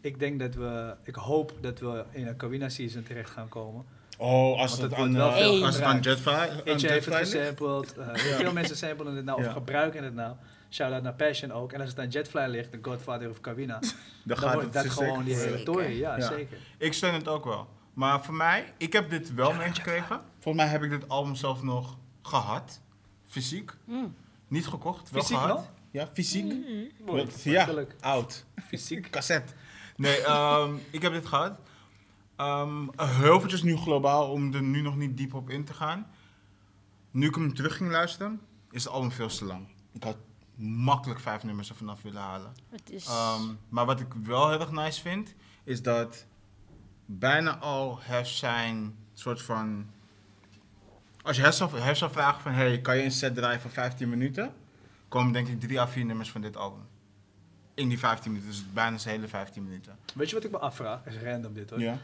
S1: Ik denk dat we, ik hoop dat we in een Kawina season terecht gaan komen.
S2: Oh, als
S1: Want
S2: het
S1: het
S2: aan,
S1: wordt
S3: wel
S2: eh,
S3: veel
S2: als het aan
S1: gebruikt.
S2: Jetfly, aan
S1: Itje heeft het
S2: Jetfly ligt.
S1: gesampled. eh, Veel mensen samplen het nou
S2: Ja.
S1: of gebruiken het nou. Shout out naar Passion ook. En als het aan Jetfly ligt, de Godfather of Kawina,
S2: Dan
S1: dan
S2: gaat
S1: wordt
S2: het dus
S1: dat
S2: zeker
S1: gewoon die hele
S4: Zeker.
S1: toren. Ja,
S2: Ja.
S1: zeker.
S2: Ik steun het ook wel. Maar voor mij, ik heb dit wel meegekregen. Voor mij heb ik dit album zelf nog gehad. Fysiek.
S3: Mm.
S2: Niet gekocht, wel
S1: Fysiek
S2: gehad.
S1: nog? Mm.
S2: Ja, fysiek.
S1: Mooi,
S2: Want- ja,
S1: makkelijk.
S2: oud. Fysiek. Cassette. Nee, ehm, ik heb dit gehad. Ehm heel veel is nu globaal om er nu nog niet diep op in te gaan. Nu ik hem terug ging luisteren, is het album veel te lang. Ik had makkelijk vijf nummers er vanaf willen halen.
S3: Het is...
S2: Ehm, maar wat ik wel heel erg nice vind, is dat bijna al Hef zijn soort van... Als je Hef zou, Hef zou vragen van, hey, kan je een set draaien van 15 minuten? Komen denk ik drie à vier nummers van dit album. In die 15 minuten, dus bijna zijn hele 15 minuten.
S1: Weet je wat ik me afvraag? Het is random dit hoor.
S2: Ja.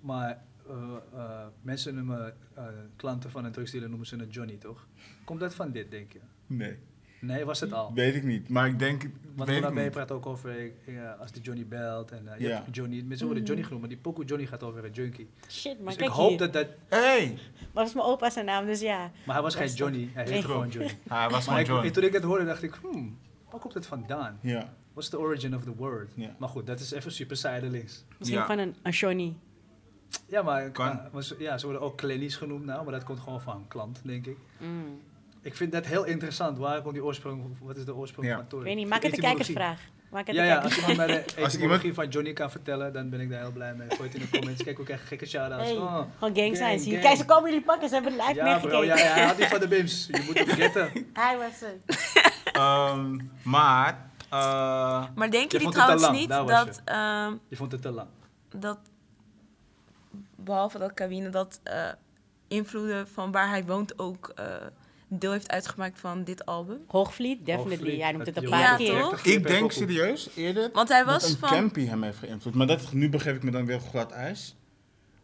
S1: Maar eh, eh, mensen noemen eh, klanten van een drugsdealer noemen ze een Johnny, toch? Komt dat van dit, denk je?
S2: Nee,
S1: Nee, was het al?
S2: weet ik niet. Maar ik denk,
S1: Want
S2: weet
S1: Ronald
S2: ik
S1: May
S2: niet.
S1: praat ook over eh, als de Johnny belt en eh, je
S2: Ja.
S1: hebt Johnny, mensen worden Johnny genoemd, maar die pokoe Johnny gaat over een junkie.
S3: Shit, Mm.
S1: Dus
S3: maar
S1: ik
S3: kijk
S1: hoop
S3: hier.
S1: dat dat,
S2: Hey!
S3: Maar dat is mijn opa zijn naam, dus ja.
S1: maar hij was
S3: Dat
S1: geen
S3: is toch-
S1: Johnny, hij
S3: Nee.
S1: heet gewoon Johnny.
S2: Hij was
S1: Maar
S2: gewoon
S1: ik,
S2: Johnny.
S1: toen ik dat hoorde dacht ik, hmm, waar komt het vandaan?
S2: Ja.
S1: What's the origin of the word?
S2: Ja.
S1: Maar goed, dat is even super zijdelings.
S3: Misschien
S2: Ja.
S3: van een, een Johnny.
S1: Ja, maar,
S2: Kan.
S1: eh, maar ze- ja, ze worden ook Clennies genoemd nou, maar dat komt gewoon van een klant, denk ik.
S3: Mm.
S1: Ik vind dat heel interessant. Waar komt die oorsprong, wat is de oorsprong
S2: Ja.
S1: van Tory?
S3: Ik weet niet, maak het een
S1: Etymologie.
S3: kijkersvraag. Maak het
S1: Ja,
S3: een
S1: ja,
S3: kijkersvraag.
S1: als iemand mij de
S2: iemand-
S1: etymologie van Johnny kan vertellen, dan ben ik daar heel blij mee. Gooi het in de comments. Kijk, we krijgen gekke shout-outs.
S3: Hey,
S1: Oh.
S3: gewoon gang signs. hier.
S1: gang.
S3: Kijk, ze komen jullie pakken. Ze hebben live
S1: Ja
S3: meegekeken.
S1: bro, ja, ja, hij had die van de bims. Je moet hem getten.
S3: Hij was het.
S2: Ehm, maar, eh,
S4: Maar denken
S1: Je
S4: jullie
S1: vond het te
S4: trouwens
S1: lang,
S4: niet
S1: daar was
S4: dat, ehm,
S1: Je vond het te lang.
S4: dat, behalve dat Kawine dat eh, invloeden van waar hij woont ook eh, deel heeft uitgemaakt van dit album?
S3: Hoogvliet, definitely.
S1: Hoogvliet,
S3: Jij noemt het een
S1: dat
S3: paar
S1: jongen
S4: Ja,
S3: keer.
S4: toch?
S1: direct een
S2: ik
S1: grip
S2: denk
S1: heeft opgeroepen.
S2: serieus eerder
S4: Want hij
S2: dat
S4: was
S2: een
S4: van...
S2: campy hem heeft geïnvloed. Maar dat, nu begeef ik me dan weer op glad ijs.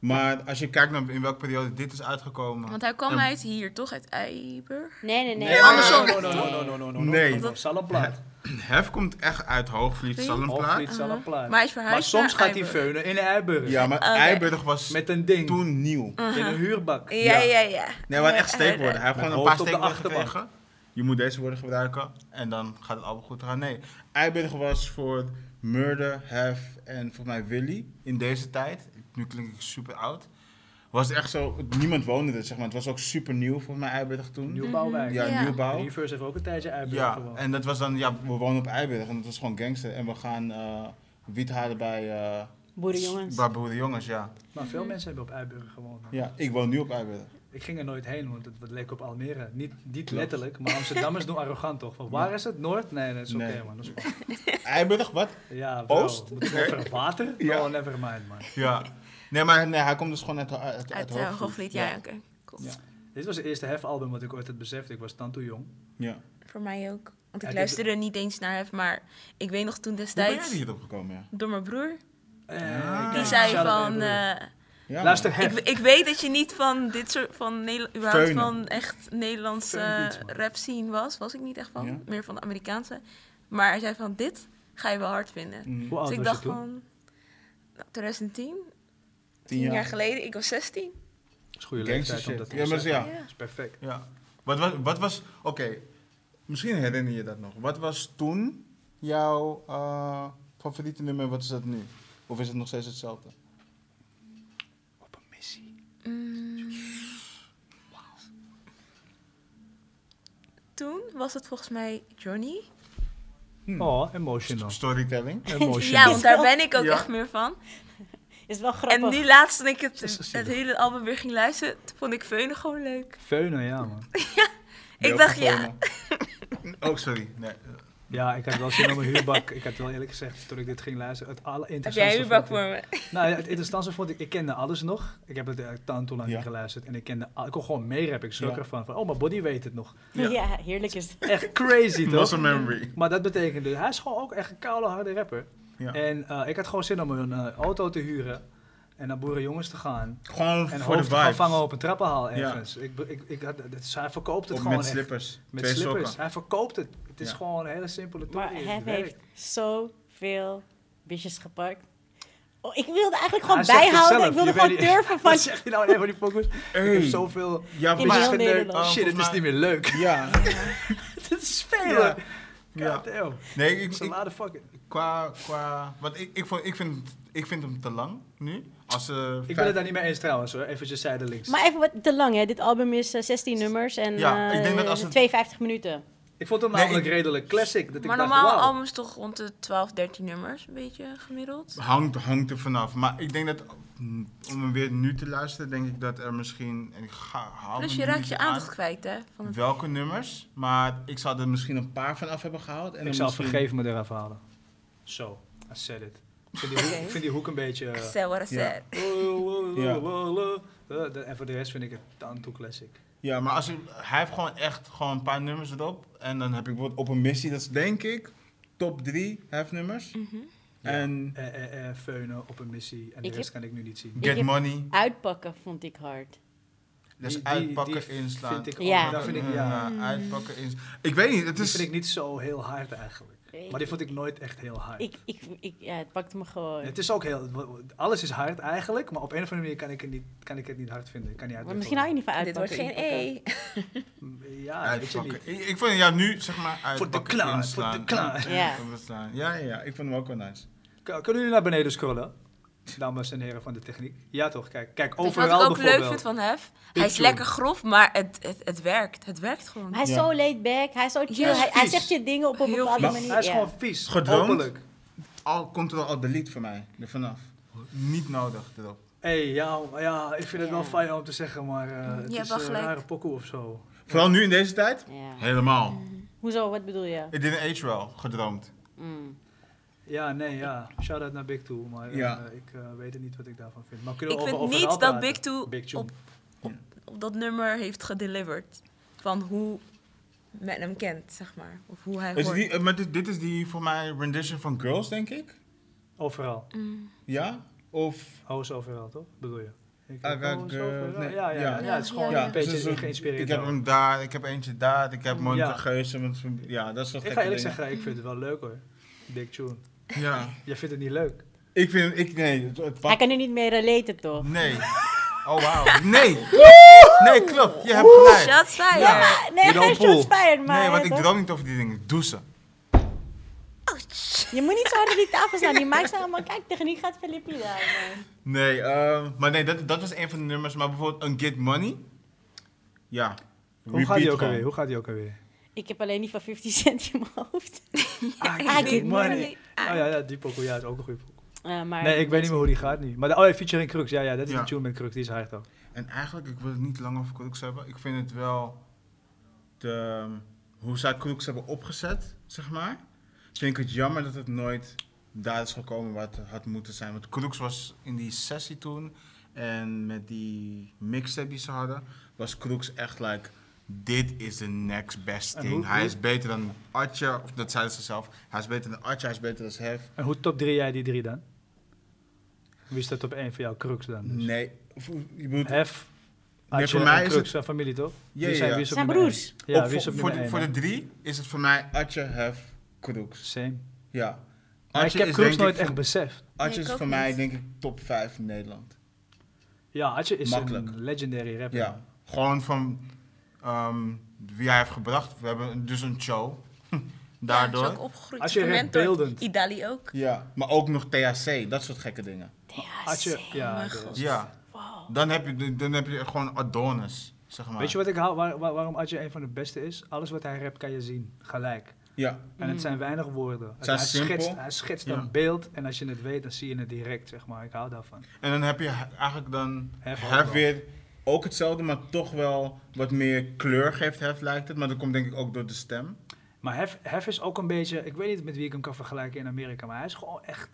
S2: Maar als je kijkt naar in welke periode dit is uitgekomen.
S4: Want hij kwam
S2: Ja.
S4: uit hier, toch? Uit Eiburg?
S3: Nee, nee, nee.
S2: Nee,
S4: andersom.
S1: Ah, No, no, no, no, no, no, no.
S2: Nee.
S1: no. Salamplaat.
S2: Hef komt echt uit Hoogvliet,
S4: Vliet?
S2: Salmplaat.
S1: Hoogvliet, Salamplaat.
S4: Uh-huh. Maar hij is
S1: Maar
S4: verhuisd
S1: soms
S4: naar
S1: gaat hij
S4: Eiburg.
S1: veunen in Eiburg.
S2: Ja, maar
S4: Oh, Oké. Mm.
S2: Eiburg was
S1: Met een ding.
S2: toen nieuw.
S1: In een huurbak.
S4: Ja, ja, ja.
S2: Nee, maar echt
S4: eh,
S2: steekwoorden. Hij heeft
S1: eh, Met
S2: gewoon een
S1: hoofd
S2: paar
S1: op de
S2: steekwoorden
S1: achterbank.
S2: gekregen. Je moet deze woorden gebruiken en dan gaat het allemaal goed gaan. Nee, Eiburg was voor Murder, Hef en voor mij Willy in deze tijd. Nu klink ik super oud. Was het echt zo, niemand woonde er zeg maar. Het was ook super nieuw voor mij Eiburg toen.
S1: Nieuwbouwwijk.
S2: Ja,
S4: Ja.
S2: nieuwbouw.
S1: Reverse heeft ook een tijdje Eiburg
S2: Ja,
S1: gewoon.
S2: en dat was dan, ja, we wonen op Eiburg en dat was gewoon gangster. En we gaan eh wiet halen bij, eh
S3: Boerenjongens.
S2: bij boerenjongens, ja.
S1: Maar veel mensen hebben op Eiburg gewoond. man.
S2: Ja, ik woon nu op Eiburg.
S1: Ik ging er nooit heen, want het, het leek op Almere. Niet, niet letterlijk, maar Amsterdammers doen arrogant toch? Van, waar is het? Noord? Nee, dat is oké
S2: Nee.
S1: man. Dat is-
S2: Eiburg, wat?
S1: ja, wel.
S2: Oost?
S1: Moet ik over water?
S2: Ja.
S1: No, never mind man.
S2: Ja. Nee, maar nee, hij komt dus gewoon uit, uit, uit,
S4: Uit eh,
S2: Hoogvliet.
S4: Hoogvliet, ja, oké. Cool.
S1: Ja. Dit was het eerste hefalbum wat ik ooit had beseft. Ik was dan toen jong.
S2: Ja.
S4: Voor mij ook. Want ik
S1: Ja,
S4: luisterde niet eens naar hem, maar ik weet nog toen
S2: Hoe ben jij
S4: destijds...
S2: hierop gekomen, ja?
S4: Door mijn broer.
S2: Ah.
S1: Eh,
S4: Die
S1: kijk,
S4: zei
S1: shout-out aan
S4: van...
S1: broer.
S4: eh,
S2: ja
S1: Luister,
S4: ik,
S1: hef.
S4: ik weet dat je niet van dit soort van Nederland, überhaupt
S2: Feunen.
S4: van echt Nederlandse
S1: Feun iets, man.
S4: rap scene was, was ik niet echt van,
S2: Ja.
S4: meer van de Amerikaanse. Maar hij zei van dit ga je wel hard vinden.
S2: man.
S1: Hoe
S2: Mm,
S1: oud
S4: dus
S1: was
S4: ik
S1: je
S4: dacht
S1: toen?
S4: van nou, 2010,
S2: Tien
S4: 10 jaar.
S2: jaar.
S4: geleden, ik was 16.
S1: Dat is goede
S2: Gangster
S1: leeftijd om dat
S2: shit.
S1: te
S2: Ja, maar
S1: beseffen.
S2: ja.
S1: Dat is perfect.
S2: ja. Wat was, wat was oké, misschien herinner je dat nog. Wat was toen jouw eh, favoriete nummer en wat is dat nu? Of is het nog steeds hetzelfde?
S1: Op een missie.
S4: Toen was het volgens mij Johnny.
S2: Hm.
S1: Oh, emotional.
S2: Storytelling?
S4: Ja,
S1: Emotional.
S4: want daar ben ik ook
S2: Ja.
S4: echt meer van.
S3: Is wel
S4: En
S3: grappig.
S4: nu laatst toen ik
S1: Is dat
S4: het,
S1: zielig?
S4: het hele album weer ging luisteren, toen vond ik Veunen gewoon leuk.
S1: Veunen, ja man.
S4: Ik
S2: Welke
S4: dacht, ja.
S2: thema? Oh, sorry. Nee.
S1: Ja, ik had wel zin om een huurbak. Ik had wel eerlijk gezegd, toen ik dit ging luisteren, het
S6: Heb jij
S1: allerinteressantste...
S6: een bak
S1: vond
S6: voor
S1: ik-
S6: me?
S1: Nou ja, het interessantste vond ik, ik kende alles nog. Ik heb het eh, dan toen lang
S2: Ja.
S1: niet geluisterd. En ik kende, al- ik kon gewoon meerappen. Ik schrok
S2: Ja.
S1: ervan. Van, oh, mijn body weet het nog.
S3: Ja.
S2: Ja.
S3: heerlijk is het.
S1: Echt crazy, toch?
S2: Muscle memory.
S1: Maar dat betekende, hij is gewoon ook echt een koude harde rapper.
S2: Ja.
S1: En eh, ik had gewoon zin om een eh, auto te huren en naar boerenjongens te gaan.
S2: Gewoon
S1: En
S2: voor de
S1: hoofd te gaan
S2: vibes.
S1: vangen op een trappenhaal
S2: Ja.
S1: ergens. Ik, be- ik, ik had, dus hij verkoopt het
S2: Of
S1: gewoon
S2: met
S1: echt.
S2: slippers.
S1: Met
S2: Twee
S1: slippers.
S2: sokken.
S1: Hij verkoopt het. Het is
S2: Ja.
S1: gewoon een hele simpele toer.
S3: Maar hij heeft zoveel bitches gepakt. Oh, ik wilde eigenlijk gewoon
S1: Hij zegt het
S3: bijhouden.
S1: zelf,
S3: ik wilde
S1: je
S3: gewoon
S1: weet
S3: durven van...
S1: Wat zeg je nou even die focus? Ik heb
S2: Hey.
S1: zoveel... Oh,
S2: Ja,
S3: In
S2: maar-
S3: heel Nederland.
S2: Eh,
S1: Shit, het
S2: volgens
S1: is niet meer leuk.
S2: mij- Ja.
S1: Het is
S2: Ja.
S1: velen.
S2: Ja.
S1: God damn.
S2: Nee, ik, ik,
S1: Salade fucking...
S2: qua, qua, want ik, ik, vond, ik, vind, ik vind hem te lang nu. Als, eh
S1: Ik ben
S2: vijf-
S1: het daar niet mee eens trouwens hoor. Eventjes zijdelings.
S3: Maar even wat te lang, hè. Dit album is eh, 16 nummers en
S2: Ja, ik denk dat als
S3: eh,
S2: het-
S3: 52 minuten.
S1: Ik vond hem
S2: Nee,
S1: namelijk
S2: ik-
S1: redelijk classic. Dat ik
S4: Maar
S1: dacht,
S4: normaal
S1: wauw.
S4: albums toch rond de 12, 13 nummers, een beetje gemiddeld.
S2: hangt, hangt er vanaf. Maar ik denk dat, mm, om hem weer nu te luisteren, denk ik dat er misschien... En ik ga, haal
S4: Plus
S2: me
S4: je
S2: nu
S4: raakt
S2: niet
S4: je
S2: aan
S4: aandacht kwijt, hè? Van het-
S2: Welke nummers, maar ik zou er misschien een paar van af hebben gehaald. En
S1: Ik
S2: dan
S1: zal
S2: misschien-
S1: vergeven me eraf halen. Zo, I said it. Ik vind die hoek,
S4: Oké.
S1: ik vind die hoek een beetje...
S4: I
S1: eh,
S4: said what I
S2: Ja.
S4: said.
S2: Ja.
S1: eh, de- En voor de rest vind ik het dan toe classic.
S2: Ja, maar als ik, hij heeft gewoon echt gewoon een paar nummers erop. En dan heb ik bijvoorbeeld op een missie, dat is denk ik top drie hefnummers.
S1: Mhm.
S2: En
S1: Eh, eh, eh, Feunen op een missie. En de
S3: Ik
S1: rest kan ik nu niet zien.
S3: Ik
S2: Get
S3: heb-
S2: Money,
S3: Uitpakken vond ik hard.
S2: dus
S1: Die- die-
S2: uitpakken,
S1: die
S2: inslaan.
S1: Vind ik ook,
S3: Ja.
S1: ja. Daar vind ik, ja. Mhm.
S2: Eh, uitpakken, inslaan. Ik weet niet, het
S1: Die
S2: is...
S1: vind ik niet zo heel hard eigenlijk. Maar die vond ik nooit echt heel hard.
S3: Ik, ik, ik, ja, het pakte me gewoon.
S1: Het is ook heel... Alles is hard eigenlijk, maar op een of andere manier kan ik het niet, kan ik het niet hard vinden. Ik Kan niet
S3: maar
S1: uitdrukken.
S3: misschien hou je niet van
S6: Dit
S3: uitpakken.
S6: wordt geen E.
S1: Mm, Ja, weet je
S2: uitpakken.
S1: niet.
S2: Ik, ik vond, ja, nu zeg maar uitpakken,
S1: Voor de klaar,
S2: inslaan.
S1: voor de klaar.
S3: Ja.
S2: Inslaan. Ja, ja, ja, ik vond hem ook wel nice.
S1: K- Kunnen jullie naar beneden scrollen? Dames en heren van de techniek. Ja toch, kijk, kijk
S4: Weet je
S1: overal
S4: wat ik ook
S1: bijvoorbeeld.
S4: leuk vind van Hef? Hij
S1: Big
S4: is
S1: Tune.
S4: lekker grof, maar het, het, het werkt. Het werkt gewoon.
S3: Maar hij is
S2: Ja.
S3: zo laid back, hij is zo chill,
S4: Ja,
S3: hij, hij
S2: vies.
S3: zegt je dingen op een
S4: Heel
S3: bepaalde
S2: vies.
S3: manier.
S1: Hij is
S3: ja.
S1: gewoon vies.
S2: Gedroomd?
S1: Openlijk.
S2: Al komt er al delete voor mij, er vanaf. Niet nodig erop.
S1: hey, ja, ja, ik vind het
S3: Ja.
S1: wel fijn om te zeggen, maar eh, het
S4: Je hebt
S1: is
S4: wel
S1: eh, een
S4: gelijk.
S1: rare pokoe of zo.
S2: Vooral nu in deze tijd?
S3: Ja.
S2: Helemaal.
S3: Hoezo, wat bedoel je?
S2: Ik did een age well, gedroomd.
S3: Mm.
S1: Ja, nee, ja. Shout-out naar Big Two, maar eh,
S2: Ja.
S1: ik eh, weet het niet wat ik daarvan vind. Maar kunnen
S4: Ik
S1: we over
S4: vind niet
S1: overal
S4: dat
S1: praten?
S4: Big Two
S1: Big Tune.
S4: op, op, op dat nummer heeft gedeliverd. Van hoe men hem kent, zeg maar. Of hoe hij
S2: Is
S4: hoort.
S2: die, eh, maar dit, dit is die voor mij rendition van Girls, denk ik.
S1: Overal.
S4: Mm.
S2: Ja? Of...
S1: Hoos overal, toch? Bedoel je? Ik
S2: Ah,
S1: hoos
S2: ik, eh,
S1: overal.
S2: nee,
S1: ja, ja,
S2: ja.
S1: ja, ja, het is gewoon
S2: Ja, dus
S1: een
S2: het is
S1: beetje
S2: een-
S1: geïnspireerd.
S2: Ik heb
S1: door.
S2: hem daar, ik heb eentje daar, ik heb
S1: Ja.
S2: Monica Geuze. want- Ja, dat is toch
S1: Ik ga
S2: gekke
S1: eerlijk
S2: dingen.
S1: zeggen, ik vind het wel leuk hoor. Big Tune.
S2: Ja.
S1: Jij vindt het niet leuk?
S2: Ik vind, ik, nee, het, het
S3: Hij kan nu niet meer relaten, toch?
S2: Nee. Oh, wauw. Nee. Nee, klopt. Je hebt gelijk.
S4: Shots fired.
S3: Ja, maar, nee,
S1: You
S3: geen
S1: don't pull.
S3: shots fired, maar...
S2: Nee, want
S3: hè,
S2: ik
S3: toch?
S2: droom niet over die dingen. Doe ze.
S3: Je moet niet zo hard op die tafel staan, die maakt ze allemaal... Kijk, techniek gaat Filippi daar, man.
S2: Nee, eh, maar nee, dat, dat was een van de nummers. Maar bijvoorbeeld een Get Money. Ja.
S1: Hoe gaat
S2: Repeat
S1: die ook
S2: gewoon.
S1: alweer? Hoe gaat die ook alweer?
S3: Ik heb alleen die van 50 cent in mijn hoofd.
S1: I
S3: get money.
S4: Ah.
S1: Oh ja, ja, die pokoe, ja, is ook een goede pokoe.
S3: Eh, maar
S1: Nee, ik weet niet meer hoe die gaat nu. Maar de, oh ja, featuring Crux, ja, ja, dat is
S2: Ja.
S1: de tune met Crux, die is hard ook.
S2: En eigenlijk, ik wil het niet lang over Crooks hebben. Ik vind het wel de, ehm, hoe zij Crooks hebben opgezet, zeg maar. Vind ik het jammer dat het nooit daar is gekomen waar het had moeten zijn. Want Crooks was in die sessie toen en met die mixtape die ze hadden, was Crooks echt like. Dit is de next best
S1: En
S2: thing.
S1: hoe-
S2: hij
S1: hoe-
S2: is beter dan Atje, of dat zeiden ze zelf. Hij is beter dan Atje, hij is beter dan Hef.
S1: En hoe top 3 jij die drie dan? Wie staat op één voor jou? Crux dan? Dus.
S2: Nee, voor- je bedoelt
S1: Hef,
S2: Nee,
S1: Atje
S2: voor mij
S1: en
S2: is
S1: Crux,
S2: het-
S1: zijn familie toch?
S2: Ja,
S1: Die
S2: ja, ja.
S1: wie is op
S3: Zijn
S1: nummer
S3: broers.
S1: één? Ja,
S2: op-
S1: wie is
S2: voor,
S1: op
S2: voor, de,
S1: nummer
S2: voor de
S1: één?
S2: drie is het voor mij Atje, Hef, Crooks.
S1: Same.
S2: Ja.
S1: Maar ik
S2: Atje
S1: heb
S2: is
S1: Crux
S2: denk
S1: nooit
S2: ik
S1: echt
S2: voor-
S1: beseft.
S2: Atje
S4: Nee, ik
S2: is
S4: ook
S2: voor mij
S4: niet.
S2: denk ik top 5 in Nederland.
S1: Ja, Atje is
S2: Makkelijk.
S1: een legendary rapper.
S2: Ja. Gewoon van ehm, wie hij heeft gebracht. We hebben dus een show.
S4: Ja,
S2: Daardoor.
S4: is ook opgegroeid.
S1: Als je
S4: gementord.
S1: beeldend-
S4: Idali ook.
S2: Ja. Maar ook nog THC. Dat soort gekke dingen.
S1: Atje, ja.
S4: mijn
S1: de-
S4: god.
S2: Ja. Dan heb je, dan heb je gewoon Adonis. Zeg maar.
S1: Weet je wat ik hou, waar- waar- waarom Adje een van de beste is? Alles wat hij rapt kan je zien, gelijk.
S2: Ja.
S1: En
S3: Mm.
S1: het zijn weinig woorden.
S2: Zijn
S1: hij,
S2: simpel.
S1: schetst, hij schetst
S2: Ja.
S1: een beeld en als je het weet, dan zie je het direct, zeg maar. Ik hou daarvan.
S2: En dan heb je he- eigenlijk dan
S1: Hef
S2: Hef,
S1: ook wel.
S2: weer ook hetzelfde, maar toch wel wat meer kleur geeft Hef lijkt het. Maar dat komt denk ik ook door de stem.
S1: Maar Hef, Hef is ook een beetje, ik weet niet met wie ik hem kan vergelijken in Amerika, maar hij is gewoon echt,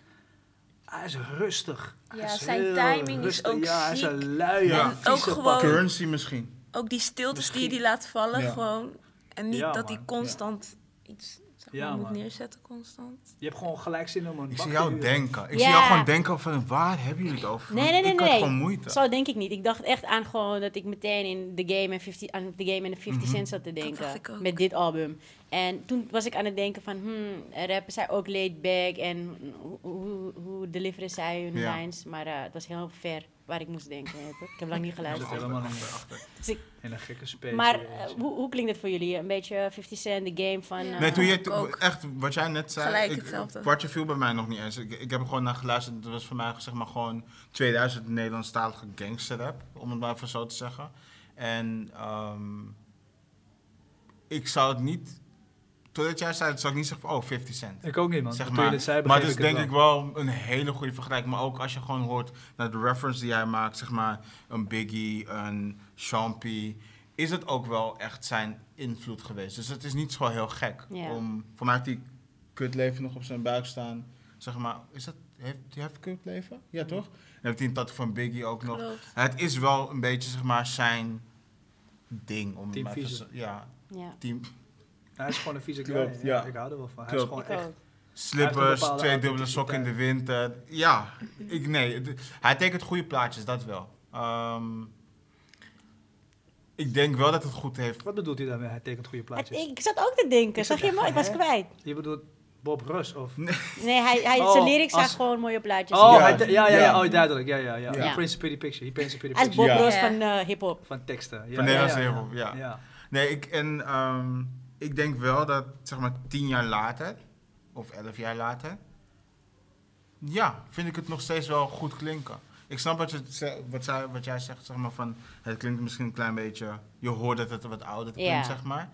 S1: hij is rustig. Hij
S6: Ja,
S1: is
S6: zijn
S1: heel
S6: timing is
S1: rustig.
S6: ook
S1: Ja, hij is
S6: ziek.
S1: een luie,
S2: En
S1: vieze
S6: ook gewoon-
S4: Oh.
S1: bakker.
S2: Currency misschien.
S6: Ook die stiltes die
S1: Misschien.
S6: die laat vallen,
S2: Ja.
S6: gewoon.
S4: En niet
S1: Ja,
S4: dat hij
S1: man.
S4: constant iets zeg maar,
S1: Ja,
S4: moet
S1: man.
S4: neerzetten, constant.
S1: Je hebt gewoon gelijk zin om een
S2: Ik zie
S1: bakker te
S2: jou
S1: huren.
S2: denken. Ik
S3: Ja.
S2: zie jou gewoon denken van waar hebben jullie het over?
S3: Nee,
S2: Want
S3: nee, nee,
S2: ik
S3: nee.
S2: had gewoon moeite.
S3: Zo denk ik niet. Ik dacht echt aan gewoon dat ik meteen in de game en 50, aan de game en de 50
S1: Mhm.
S3: cent zat te
S4: dacht
S3: denken.
S4: ik ook.
S3: Met dit album. En toen was ik aan het denken van, hmm, rappen zij ook laid back en hoe, hoe, hoe deliveren zij hun
S2: Ja.
S3: lines. Maar eh, het was heel ver waar ik moest denken. weet je. Ik heb lang niet
S1: Hij
S3: geluisterd.
S1: zit helemaal in,
S3: Dus ik-
S1: in een gekke space.
S3: maar
S1: jeetje.
S3: eh, hoe, hoe klinkt het voor jullie? Een beetje 50 cent, de game van...
S4: Ja.
S3: eh,
S2: Nee, toen je
S4: ik ook.
S2: echt, wat jij net zei,
S4: Gelijk
S2: ik,
S4: hetzelfde.
S2: kwartje viel bij mij nog niet eens. Ik, ik heb er gewoon naar geluisterd. Het was voor mij zeg maar gewoon 2000 Nederlandstalige gangsterrap, om het maar even zo te zeggen. En ehm, ik zou het niet, totdat jij zei, het zou ik niet zeggen van, oh, 50 cent.
S1: Ik ook niet, man.
S2: Zeg
S1: Toen je
S2: maar.
S1: dit zei,
S2: maar
S1: begreep
S2: het is
S1: ik
S2: denk
S1: wel.
S2: ik wel een hele goede vergelijking. Maar ook als je gewoon hoort naar de reference die hij maakt, zeg maar een Biggie, een Champy, is het ook wel echt zijn invloed geweest. Dus het is niet zo heel gek.
S3: Ja.
S2: Om, voor mij heeft die kutleven nog op zijn buik staan. Zeg maar, is dat, heeft hij heeft kutleven? Ja, toch? Dan heeft hij een tattoo van Biggie ook nog.
S4: Klopt.
S2: Het is wel een beetje, zeg maar, zijn ding. Om het
S1: Team
S2: maar even
S1: Visie.
S2: zo- Ja,
S3: ja.
S2: team.
S1: Hij is gewoon een vieze guy.
S2: Klopt,
S1: ja.
S2: ja.
S1: Ik hou er wel van. Hij is
S2: Klopt.
S1: gewoon
S3: Ik
S1: Oh, echt...
S3: ook.
S2: Slippers,
S1: bepaalde
S2: twee dubbele sokken in de winter. Ja, ik, nee. het- hij tekent goede plaatjes, dat wel. Ehm, ik denk wel dat het goed heeft.
S1: Wat bedoelt hij daarmee? Hij tekent goede
S3: Het-
S1: plaatjes.
S3: ik zat ook te denken.
S1: Ik zat
S3: Zag je hem
S1: echt
S3: al? Ik
S1: van,
S3: was
S1: hè?
S3: kwijt.
S1: Je bedoelt Bob Rus of...
S3: Nee, hij, hij,
S1: Oh,
S3: zijn lyrics zijn
S1: als-
S3: gewoon mooie plaatjes.
S1: Oh,
S2: Ja.
S1: hij te- ja, ja, ja,
S2: Ja.
S1: Oh, duidelijk. Ja, ja, ja.
S2: Ja.
S1: He paints a pretty picture. He paints a pretty
S3: Hij is
S1: picture.
S3: Bob
S2: Ja.
S3: Ross van eh, hip-hop.
S1: Van teksten. Ja,
S2: Van
S1: ja,
S2: Nederlandse hiphop, ja.
S1: ja.
S2: Nee, ik, en, ehm, ik denk wel dat, zeg maar, tien jaar later, of elf jaar later, ja, vind ik het nog steeds wel goed klinken. Ik snap wat, je, ze- wat, zij- wat jij zegt, zeg maar, van het klinkt misschien een klein beetje, je hoort dat het wat ouder klinkt,
S3: Ja.
S2: zeg maar.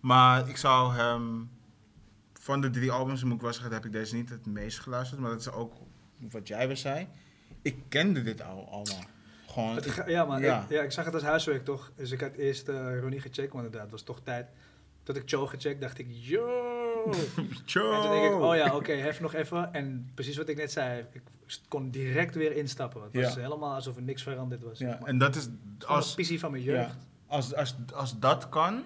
S2: Maar ik zou hem, van de drie albums, moet ik wel zeggen, heb ik deze niet het meest geluisterd, maar dat is ook wat jij weer zei. Ik kende dit al allemaal. Gewoon,
S1: Het
S2: ik-
S1: ge- ja, man.
S2: Ja.
S1: Ik, ja, ik zag het als huiswerk, toch? Dus ik had eerst eh Ronnie gecheckt, want inderdaad, het was toch tijd. Toen ik Joe gecheckt, dacht ik, yo! En toen denk ik, oh ja, oké, hef nog even. En precies wat ik net zei, ik kon direct weer instappen. Het was
S2: Ja.
S1: helemaal alsof er niks veranderd was.
S2: Ja,
S1: zeg maar.
S2: en dat is,
S1: Als
S2: als,
S1: visie van mijn jeugd.
S2: Als, als, als dat kan,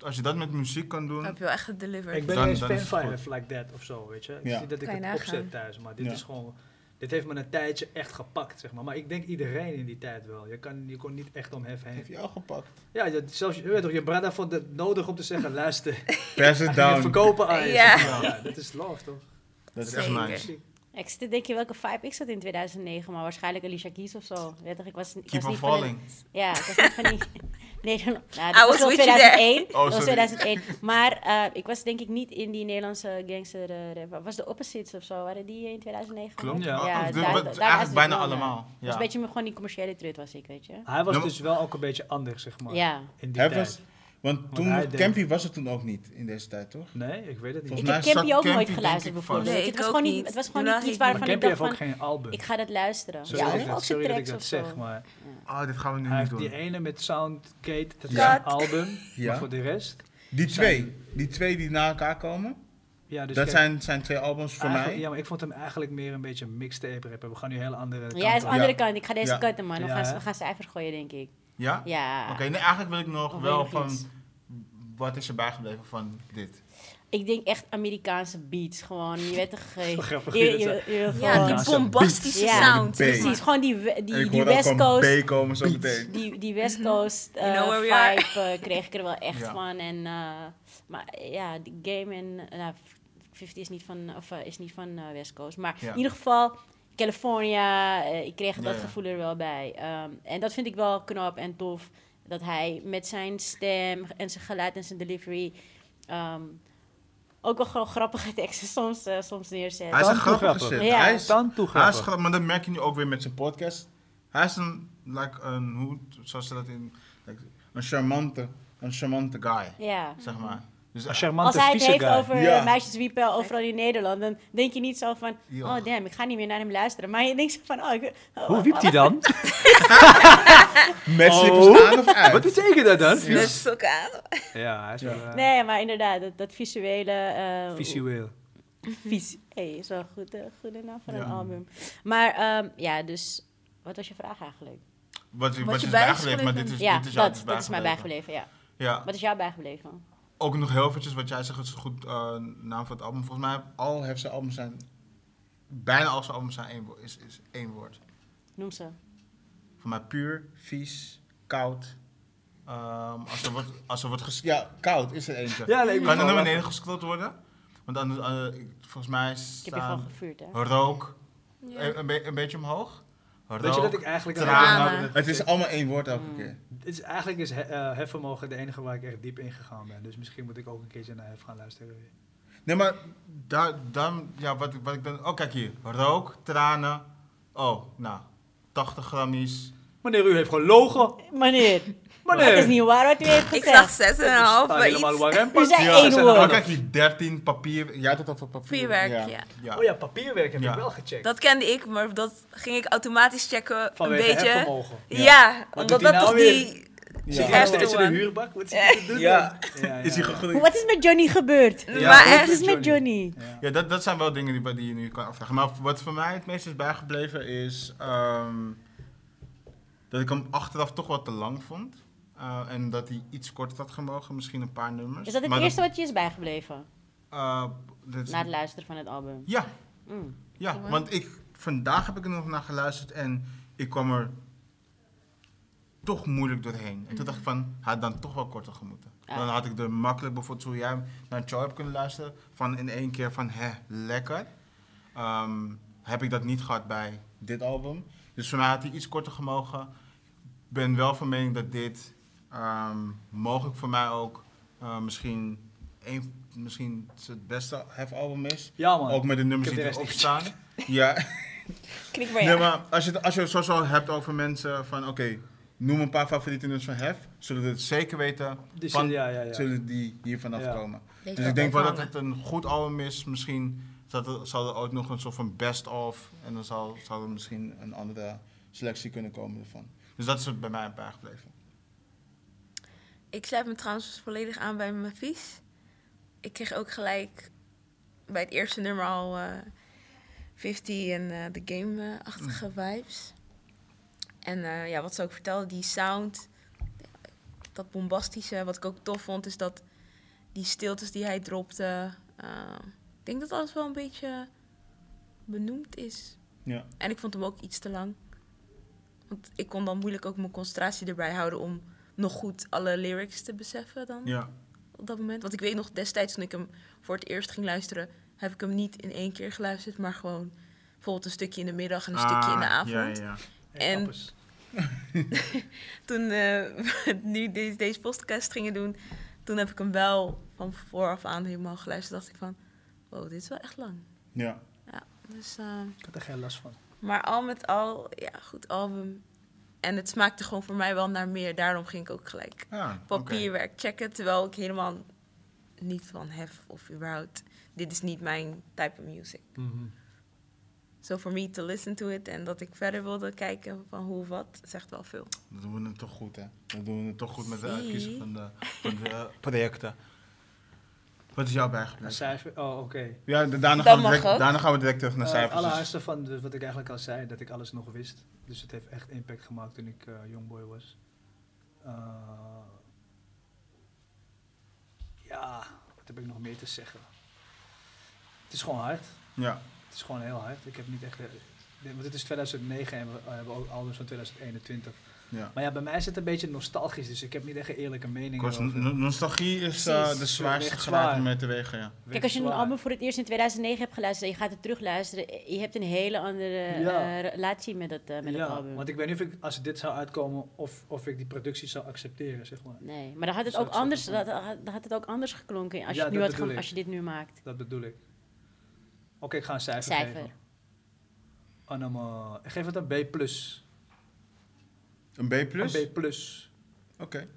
S2: als je dat met muziek kan
S4: Dan
S2: doen.
S4: heb je wel echt gedelivered.
S1: Ik ben
S2: Dan-
S1: niet eens
S2: dan
S1: fan
S2: is het
S1: van
S2: goed.
S1: Have Like That of zo, weet je. Het
S2: Ja.
S1: is niet dat ik
S4: Kan je
S1: het
S4: nagaan.
S1: opzet thuis, maar dit
S2: Ja.
S1: is gewoon... Dit heeft me een tijdje echt gepakt, zeg maar. Maar ik denk iedereen in die tijd wel. Je, kan, je kon niet echt om hef heen.
S2: Heb je al gepakt?
S1: Ja, je, zelfs je, weet toch, je brada vond het nodig om te zeggen, luister,
S2: Pass it
S1: en
S2: down.
S1: verkopen aan je.
S4: Ja.
S1: zeg maar. Ja, dat is love, toch?
S2: Dat is echt
S4: Zeker.
S2: nice.
S3: Ik zit te denken welke vibe ik zat in 2009, maar waarschijnlijk Alicia Keys of zo. Weet toch, ik was, ik
S2: Keep
S3: was
S2: on
S3: niet van de-
S2: falling.
S3: ja, ik was niet van die... Nee, dan- nou, dat
S4: I
S3: was
S4: was
S3: wel
S4: with you
S3: 2001.
S2: Oh,
S3: dat was
S2: sorry.
S3: 2001. Maar eh, ik was denk ik niet in die Nederlandse gangster eh, rap. Was de Opposites of zo? Waren die in 2009?
S2: Klopt.
S1: Ja.
S2: Ja.
S3: Ja,
S2: dat-
S3: daar- daar
S2: wat-
S3: was
S2: eigenlijk
S3: het
S2: bijna
S3: wel, ja.
S2: allemaal.
S3: Dat was
S2: Ja.
S3: een beetje gewoon die commerciële trut was ik, weet je.
S1: Hij was
S2: Nou,
S1: dus wel ook een beetje anders, zeg maar.
S3: Ja.
S1: In die
S2: Hij
S1: tijd.
S2: was- want
S1: hij
S2: toen,
S1: deed-
S2: Campy was het toen ook niet in deze tijd, toch?
S1: Nee, ik weet het niet.
S2: Volgens
S3: Ik
S2: mij
S3: heb Campy
S2: zat
S3: ook nooit
S2: Campy,
S3: geluisterd
S2: denk ik,
S3: bijvoorbeeld. Dus
S4: vast. Nee,
S3: het,
S4: ik
S3: was
S4: ook
S3: gewoon
S4: niet.
S3: Niet, het was gewoon
S4: Toen
S3: niet
S4: had
S3: iets
S4: ik-
S1: maar
S3: waarvan ik
S1: Campy
S3: dacht
S1: heeft ook
S3: van...
S1: geen album.
S3: Ik ga dat luisteren.
S1: Sorry
S3: ja,
S1: dat
S3: of
S1: ik
S3: ook
S1: dat-
S3: zijn
S1: sorry dat ik
S3: tracks
S1: dat
S3: of zo.
S1: zeg, maar...
S2: Oh, dit gaan we nu
S1: Hij
S2: niet
S1: heeft die
S2: doen.
S1: ene met Soundgate, dat is
S2: Ja.
S1: een album.
S2: Ja.
S1: Maar voor de rest...
S2: Die twee, die twee die na elkaar komen,
S1: Ja, dus
S2: dat
S1: kijk,
S2: zijn, zijn twee albums voor
S1: eigenlijk-
S2: mij.
S1: Ja, maar ik vond hem eigenlijk meer een beetje mixtape rappen. We gaan nu heel andere kanten
S3: Ja, het is
S1: op.
S3: de andere
S2: Ja.
S3: kant. Ik ga deze
S2: Ja.
S3: kanten, man. We
S1: Ja,
S3: gaan,
S1: hè?
S3: we gaan cijfers gooien, denk ik.
S2: Ja?
S3: Ja.
S2: Oké, nee, eigenlijk wil ik nog
S3: Of
S2: wel
S3: weet je nog
S2: van,
S3: iets?
S2: wat is er bijgebleven van dit?
S3: Ik denk echt Amerikaanse beats. Gewoon, je weet toch... eh,
S1: grappig
S3: je,
S1: hoe je dat
S3: je, je wil
S4: Ja,
S3: gewoon-
S4: die
S1: Ja,
S4: bombastische
S3: beats. Ja,
S4: sound.
S2: die
S4: zeg
S2: beats.
S3: Precies,
S4: maar.
S3: gewoon die, we-
S2: En
S3: die,
S2: ik
S3: die
S2: hoor ook
S3: West
S2: gewoon
S3: Coast...
S2: B komen zo meteen.
S3: Die, die West Coast eh,
S4: Mhm. You know where we are.
S3: vibe eh, kreeg ik er wel echt
S2: Ja.
S3: van. En, eh, maar eh, ja, die game en... eh, nou, 50 is niet van, of, eh, is niet van eh, West Coast. Maar
S2: Ja.
S3: in ieder geval... California, eh, ik kreeg
S2: Ja,
S3: dat
S2: ja.
S3: gevoel er wel bij. Ehm, en dat vind ik wel knap en tof. Dat hij met zijn stem en zijn geluid en zijn delivery... ehm, ook wel gewoon grappige teksten soms, eh, soms neerzet.
S2: Hij is een
S1: Tanto
S2: grappige
S1: grappig.
S2: shit.
S3: Ja.
S2: Hij is
S1: Stand
S2: Hij is grappig, maar dat merk je nu ook weer met zijn podcast. Hij is een, like, een hoe, zoals ze dat in, like, een charmante, een charmante guy,
S3: Ja.
S2: zeg maar. Dus
S1: Een
S2: eh,
S1: charmante
S3: Als hij het
S1: vieze
S3: heeft
S1: guy.
S3: over
S2: Ja.
S3: meisjes wiepel overal in Nederland, dan denk je niet zo van,
S2: Ja.
S3: oh damn, ik ga niet meer naar hem luisteren. Maar je denkt zo van, oh, ik, oh,
S1: Hoe wiept hij dan?
S2: met slippers aan of uit?
S1: Wat betekent dat dan?
S4: Met sokken aan.
S1: Ja, hij is wel eh,
S3: Nee, maar inderdaad, dat, dat visuele... eh,
S1: visueel.
S3: Vies. Hey, is wel eh, een goede, goede naam voor
S2: Ja.
S3: een album. Maar ehm, ja,
S6: Dus wat was je vraag eigenlijk?
S2: Wat, wat,
S4: Wat
S2: je
S4: je
S2: is bijgebleven, maar dit is,
S6: ja,
S2: dit is jou
S6: dat,
S2: dus
S6: dat is mij bijgebleven, ja.
S2: Ja,
S6: Wat is jou bijgebleven?
S2: ook nog heel eventjes wat jij zegt, het is een goed eh, naam van het album. Volgens mij al heeft zijn albums zijn, bijna al zijn albums zijn één, wo- is, is één woord.
S6: Noem ze.
S2: Voor mij puur, vies, koud. Ehm, als er wordt, als er wordt ges- ja, koud is er eentje.
S1: Ja, nee, ik
S2: Kan
S1: moet
S2: er naar
S1: wel
S2: beneden gescrollt worden? Want anders, eh, ik- volgens mij
S6: Ik heb je gewoon
S2: staan
S6: gevuurd, hè?
S2: rook,
S4: Ja.
S2: een, een be- een beetje omhoog. Rook.
S1: Weet je dat ik eigenlijk...
S2: tranen.
S1: Het
S2: Het
S1: is,
S2: is allemaal één woord
S6: Mm.
S2: elke keer.
S1: het is eigenlijk is he- eh, hefvermogen de enige waar ik echt diep in gegaan ben. Dus misschien moet ik ook een keertje naar hef gaan luisteren. weer.
S2: Nee, maar daar, dan, ja, wat, ik- wat ik dan, oh kijk hier, rook, tranen, oh, nou, Oh, 80 gram
S1: Oh,
S2: is.
S1: Meneer, u heeft gewoon logen.
S6: Meneer, het is
S1: Meneer,
S6: niet waar wat u heeft
S4: Ik
S6: gezegd.
S4: zag zes en een half
S1: sta
S4: bij
S1: helemaal
S4: Nou, iets.
S1: waar en
S6: U
S1: pas.
S6: zei
S2: Ja,
S6: één
S2: zijn er- oh,
S6: woord.
S2: kijk hier, 13 papier, jij had dat over papier.
S4: Papierwerk, ja.
S2: ja.
S1: Oh ja, papierwerk heb
S2: Ja.
S1: ik wel gecheckt.
S4: Dat kende ik, maar dat ging ik automatisch checken.
S1: Vanwege
S4: een beetje.
S1: hefvermogen.
S4: Ja,
S1: Wat
S4: omdat
S1: doet hij
S4: dat
S1: nou
S4: toch
S1: weer?
S4: die...
S1: Zit hij
S4: Ja.
S1: nog steeds in de
S4: Heftig, man.
S1: huurbak? Wat zit hij te doen?
S2: Ja.
S1: dan? Ja,
S2: Is
S1: ja,
S2: hij
S1: ja.
S2: gegooid?
S6: Wat is met Johnny gebeurd?
S2: Ja,
S4: maar
S6: Wat
S4: echt,
S6: is met Johnny?
S2: Ja, dat, dat zijn wel dingen die, die je nu kan afvragen. Maar wat voor mij het meest is bijgebleven is ehm, dat ik hem achteraf toch wat te lang vond. Eh, en dat hij iets korter had gemogen, misschien een paar nummers.
S6: Is dat het
S2: Maar
S6: eerste wat je is bijgebleven?
S2: eh, dat is-
S6: Na het luisteren van het album.
S2: ja,
S6: Mm.
S2: ja
S4: Wow.
S2: want ik, vandaag heb ik er nog naar geluisterd en ik kwam er toch moeilijk doorheen. En toen dacht ik van, had dan toch wel korter gemoeten.
S6: Ah.
S2: Dan had ik er makkelijk bijvoorbeeld hoe jij naar Joy hebt kunnen luisteren. Van in één keer van, hè, lekker. Ehm, heb ik dat niet gehad bij dit album. Dus voor mij had hij iets korter gemogen. Ik ben wel van mening dat dit ehm, mogelijk voor mij ook eh, misschien, één, misschien het beste hefalbum is.
S1: Ja, man.
S2: Ook met de nummers
S1: Ik
S2: die
S1: heb de
S2: erop
S1: rest
S2: staan. Ja,
S6: Knik maar
S2: nee, maar als je, het- als je het zo zo hebt over mensen van oké, noem een paar favoriete nummers van Hef, zullen we het zeker weten,
S1: Die
S2: van,
S1: zin- Dus, ja, ja, ja.
S2: zullen die hier vanaf
S1: Ja.
S2: komen.
S4: Deze
S2: dus ik
S4: ook
S2: denk wel dat
S4: ophangen.
S2: het een goed album is, misschien zat er, zal er ook nog een soort van best of en dan zal, zal er misschien een andere selectie kunnen komen ervan. Dus dat is er bij mij bijgebleven.
S4: Ik sluit me trouwens volledig aan bij mijn vies. Ik kreeg ook gelijk bij het eerste nummer al eh 50 en eh, de game-achtige vibes. En eh, ja, wat ze ook vertelde, die sound, dat bombastische, wat ik ook tof vond, is dat die stiltes die hij dropte. eh, ik denk dat alles wel een beetje benoemd is.
S2: Ja.
S4: En ik vond hem ook iets te lang. Want ik kon dan moeilijk ook mijn concentratie erbij houden om nog goed alle lyrics te beseffen dan
S2: Ja.
S4: op dat moment. Want ik weet nog destijds toen ik hem voor het eerst ging luisteren, heb ik hem niet in één keer geluisterd, maar gewoon bijvoorbeeld een stukje in de middag en een stukje in de avond.
S2: Ah, Ja, ja.
S4: En-
S1: appels.
S4: Toen eh, we nu deze, deze podcast gingen doen, toen heb ik hem wel van vooraf aan helemaal geluisterd. dacht ik van, wow, dit is wel echt lang.
S2: ja.
S4: Dus, eh,
S1: Ik had er geen last van.
S4: maar al met al, ja, goed album. En het smaakte gewoon voor mij wel naar meer. Daarom ging ik ook gelijk
S2: Ja, oké.
S4: papierwerk checken. Terwijl ik helemaal niet van hef of überhaupt. Dit is niet mijn type music.
S1: Mhm.
S4: So for me to listen to it en dat ik verder wilde kijken van hoe of wat, zegt wel veel.
S2: Dan doen we het toch goed, hè? Dan doen we het toch goed met de
S4: Zie.
S2: uitkiezen van de, van de projecten. Wat is jouw
S1: Een
S2: bijgebleven?
S1: cijfer, oh oké.
S2: Ja, da- daarna
S4: Dat
S2: gaan, we
S4: mag
S2: direct,
S4: ook.
S2: daarna gaan we direct terug naar
S1: Eh,
S2: cijfers.
S1: alle
S2: dus-
S1: huizen van dus wat ik eigenlijk al zei, dat ik alles nog wist. Dus het heeft echt impact gemaakt toen ik eh, jong boy was. Eh, ja, wat heb ik nog meer te zeggen? Het is gewoon hard.
S2: ja,
S1: Het is gewoon heel hard. Ik heb niet echt. eh, dit- Want dit is 2009 en we eh, hebben ook albums van 2021.
S2: ja.
S1: Maar ja, bij mij is het een beetje nostalgisch, dus ik heb niet echt een eerlijke mening.
S2: Ik was-
S1: erover.
S2: no- nostalgie is eh,
S1: Precies.
S2: de
S1: Echt
S2: zwaarste
S1: zwaar.
S2: graad om mee te wegen, ja.
S6: Kijk, als je een
S1: Zwaar.
S6: album voor het eerst in 2009 hebt geluisterd en je gaat het terugluisteren, je hebt een hele andere
S1: Ja.
S6: eh, relatie met dat, eh, met dat album.
S1: want ik weet niet of ik, als dit zou uitkomen, of, of ik die productie zou accepteren, zeg maar.
S6: Nee, maar dan had het,
S1: Zou
S6: ook
S1: ik zo
S6: anders,
S1: doen.
S6: dat, eh, had- dan had het ook anders geklonken als je,
S1: Ja,
S6: het nu
S1: dat
S6: had, ge-
S1: bedoel ik.
S6: als je dit nu maakt.
S1: Dat bedoel ik. Oké, ik ga een cijfer,
S6: Cijfer.
S1: geven. Aan hem, eh, ik geef het een B+. Plus.
S2: Een B+.
S1: Een
S2: Oké,
S1: B+. Plus.
S2: okay.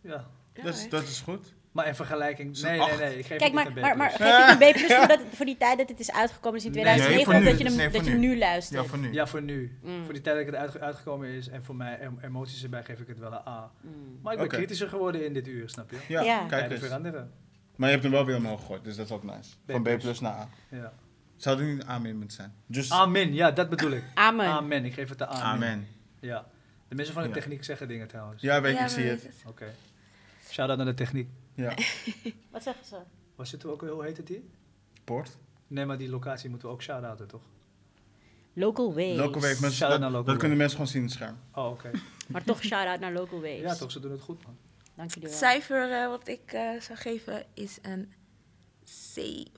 S1: Ja.
S4: Ja,
S2: dat, is-
S4: hè?
S2: dat is goed.
S1: Maar in vergelijking... Nee, nee,
S2: acht.
S1: nee. Ik geef
S3: Kijk,
S1: het niet
S3: maar,
S1: een
S3: maar,
S1: B+.
S3: maar geef ik een B plus voor, dat, voor die tijd dat dit is uitgekomen is in
S1: Nee,
S3: 2009
S1: voor
S3: of
S1: nu.
S3: dat je hem,
S2: Nee, voor
S3: dat je hem
S2: nu.
S3: nu luistert?
S2: Ja, voor nu.
S1: Ja, voor nu.
S3: Mm.
S1: Voor die tijd dat het uitge- uitgekomen is en voor mijn em- emoties erbij geef ik het wel een A.
S3: Mm.
S1: Maar ik ben
S2: Oké.
S1: kritischer geworden in dit uur, snap je?
S2: Ja,
S3: Ja.
S2: kijk
S1: Tijden
S2: eens.
S1: veranderen.
S2: Maar je hebt hem wel weer omhoog gegooid, dus dat is ook nice. Van B
S1: plus.
S2: plus naar A.
S1: Ja.
S2: Zou het niet A min moeten zijn? Dus
S1: Amen, ja, dat bedoel ik.
S3: Amen.
S1: Amen, ik geef het de amen.
S2: Amen.
S1: Ja. De mensen van de
S2: Ja.
S1: techniek zeggen dingen trouwens.
S2: Ja, weet
S4: Ja,
S2: ik, zie
S4: we
S2: het.
S4: weten
S1: Oké. Shout-out naar de techniek.
S2: Ja.
S3: Wat zeggen ze?
S1: Was het ook, hoe heet het hier?
S2: Poort.
S1: Nee, maar die locatie moeten we ook shout-outen, toch?
S3: Local Waves.
S2: Local Wave, mensen,
S1: Shout-out
S2: dat,
S1: naar Local
S2: dat
S1: Wave.
S2: kunnen mensen gewoon zien in het scherm.
S1: Oh, oké.
S3: Maar toch shout-out naar Local Waves.
S1: Ja, toch, ze doen het goed, man.
S3: Dank jullie
S4: Het
S3: wel.
S4: cijfer eh, wat ik eh, zou geven is een C+.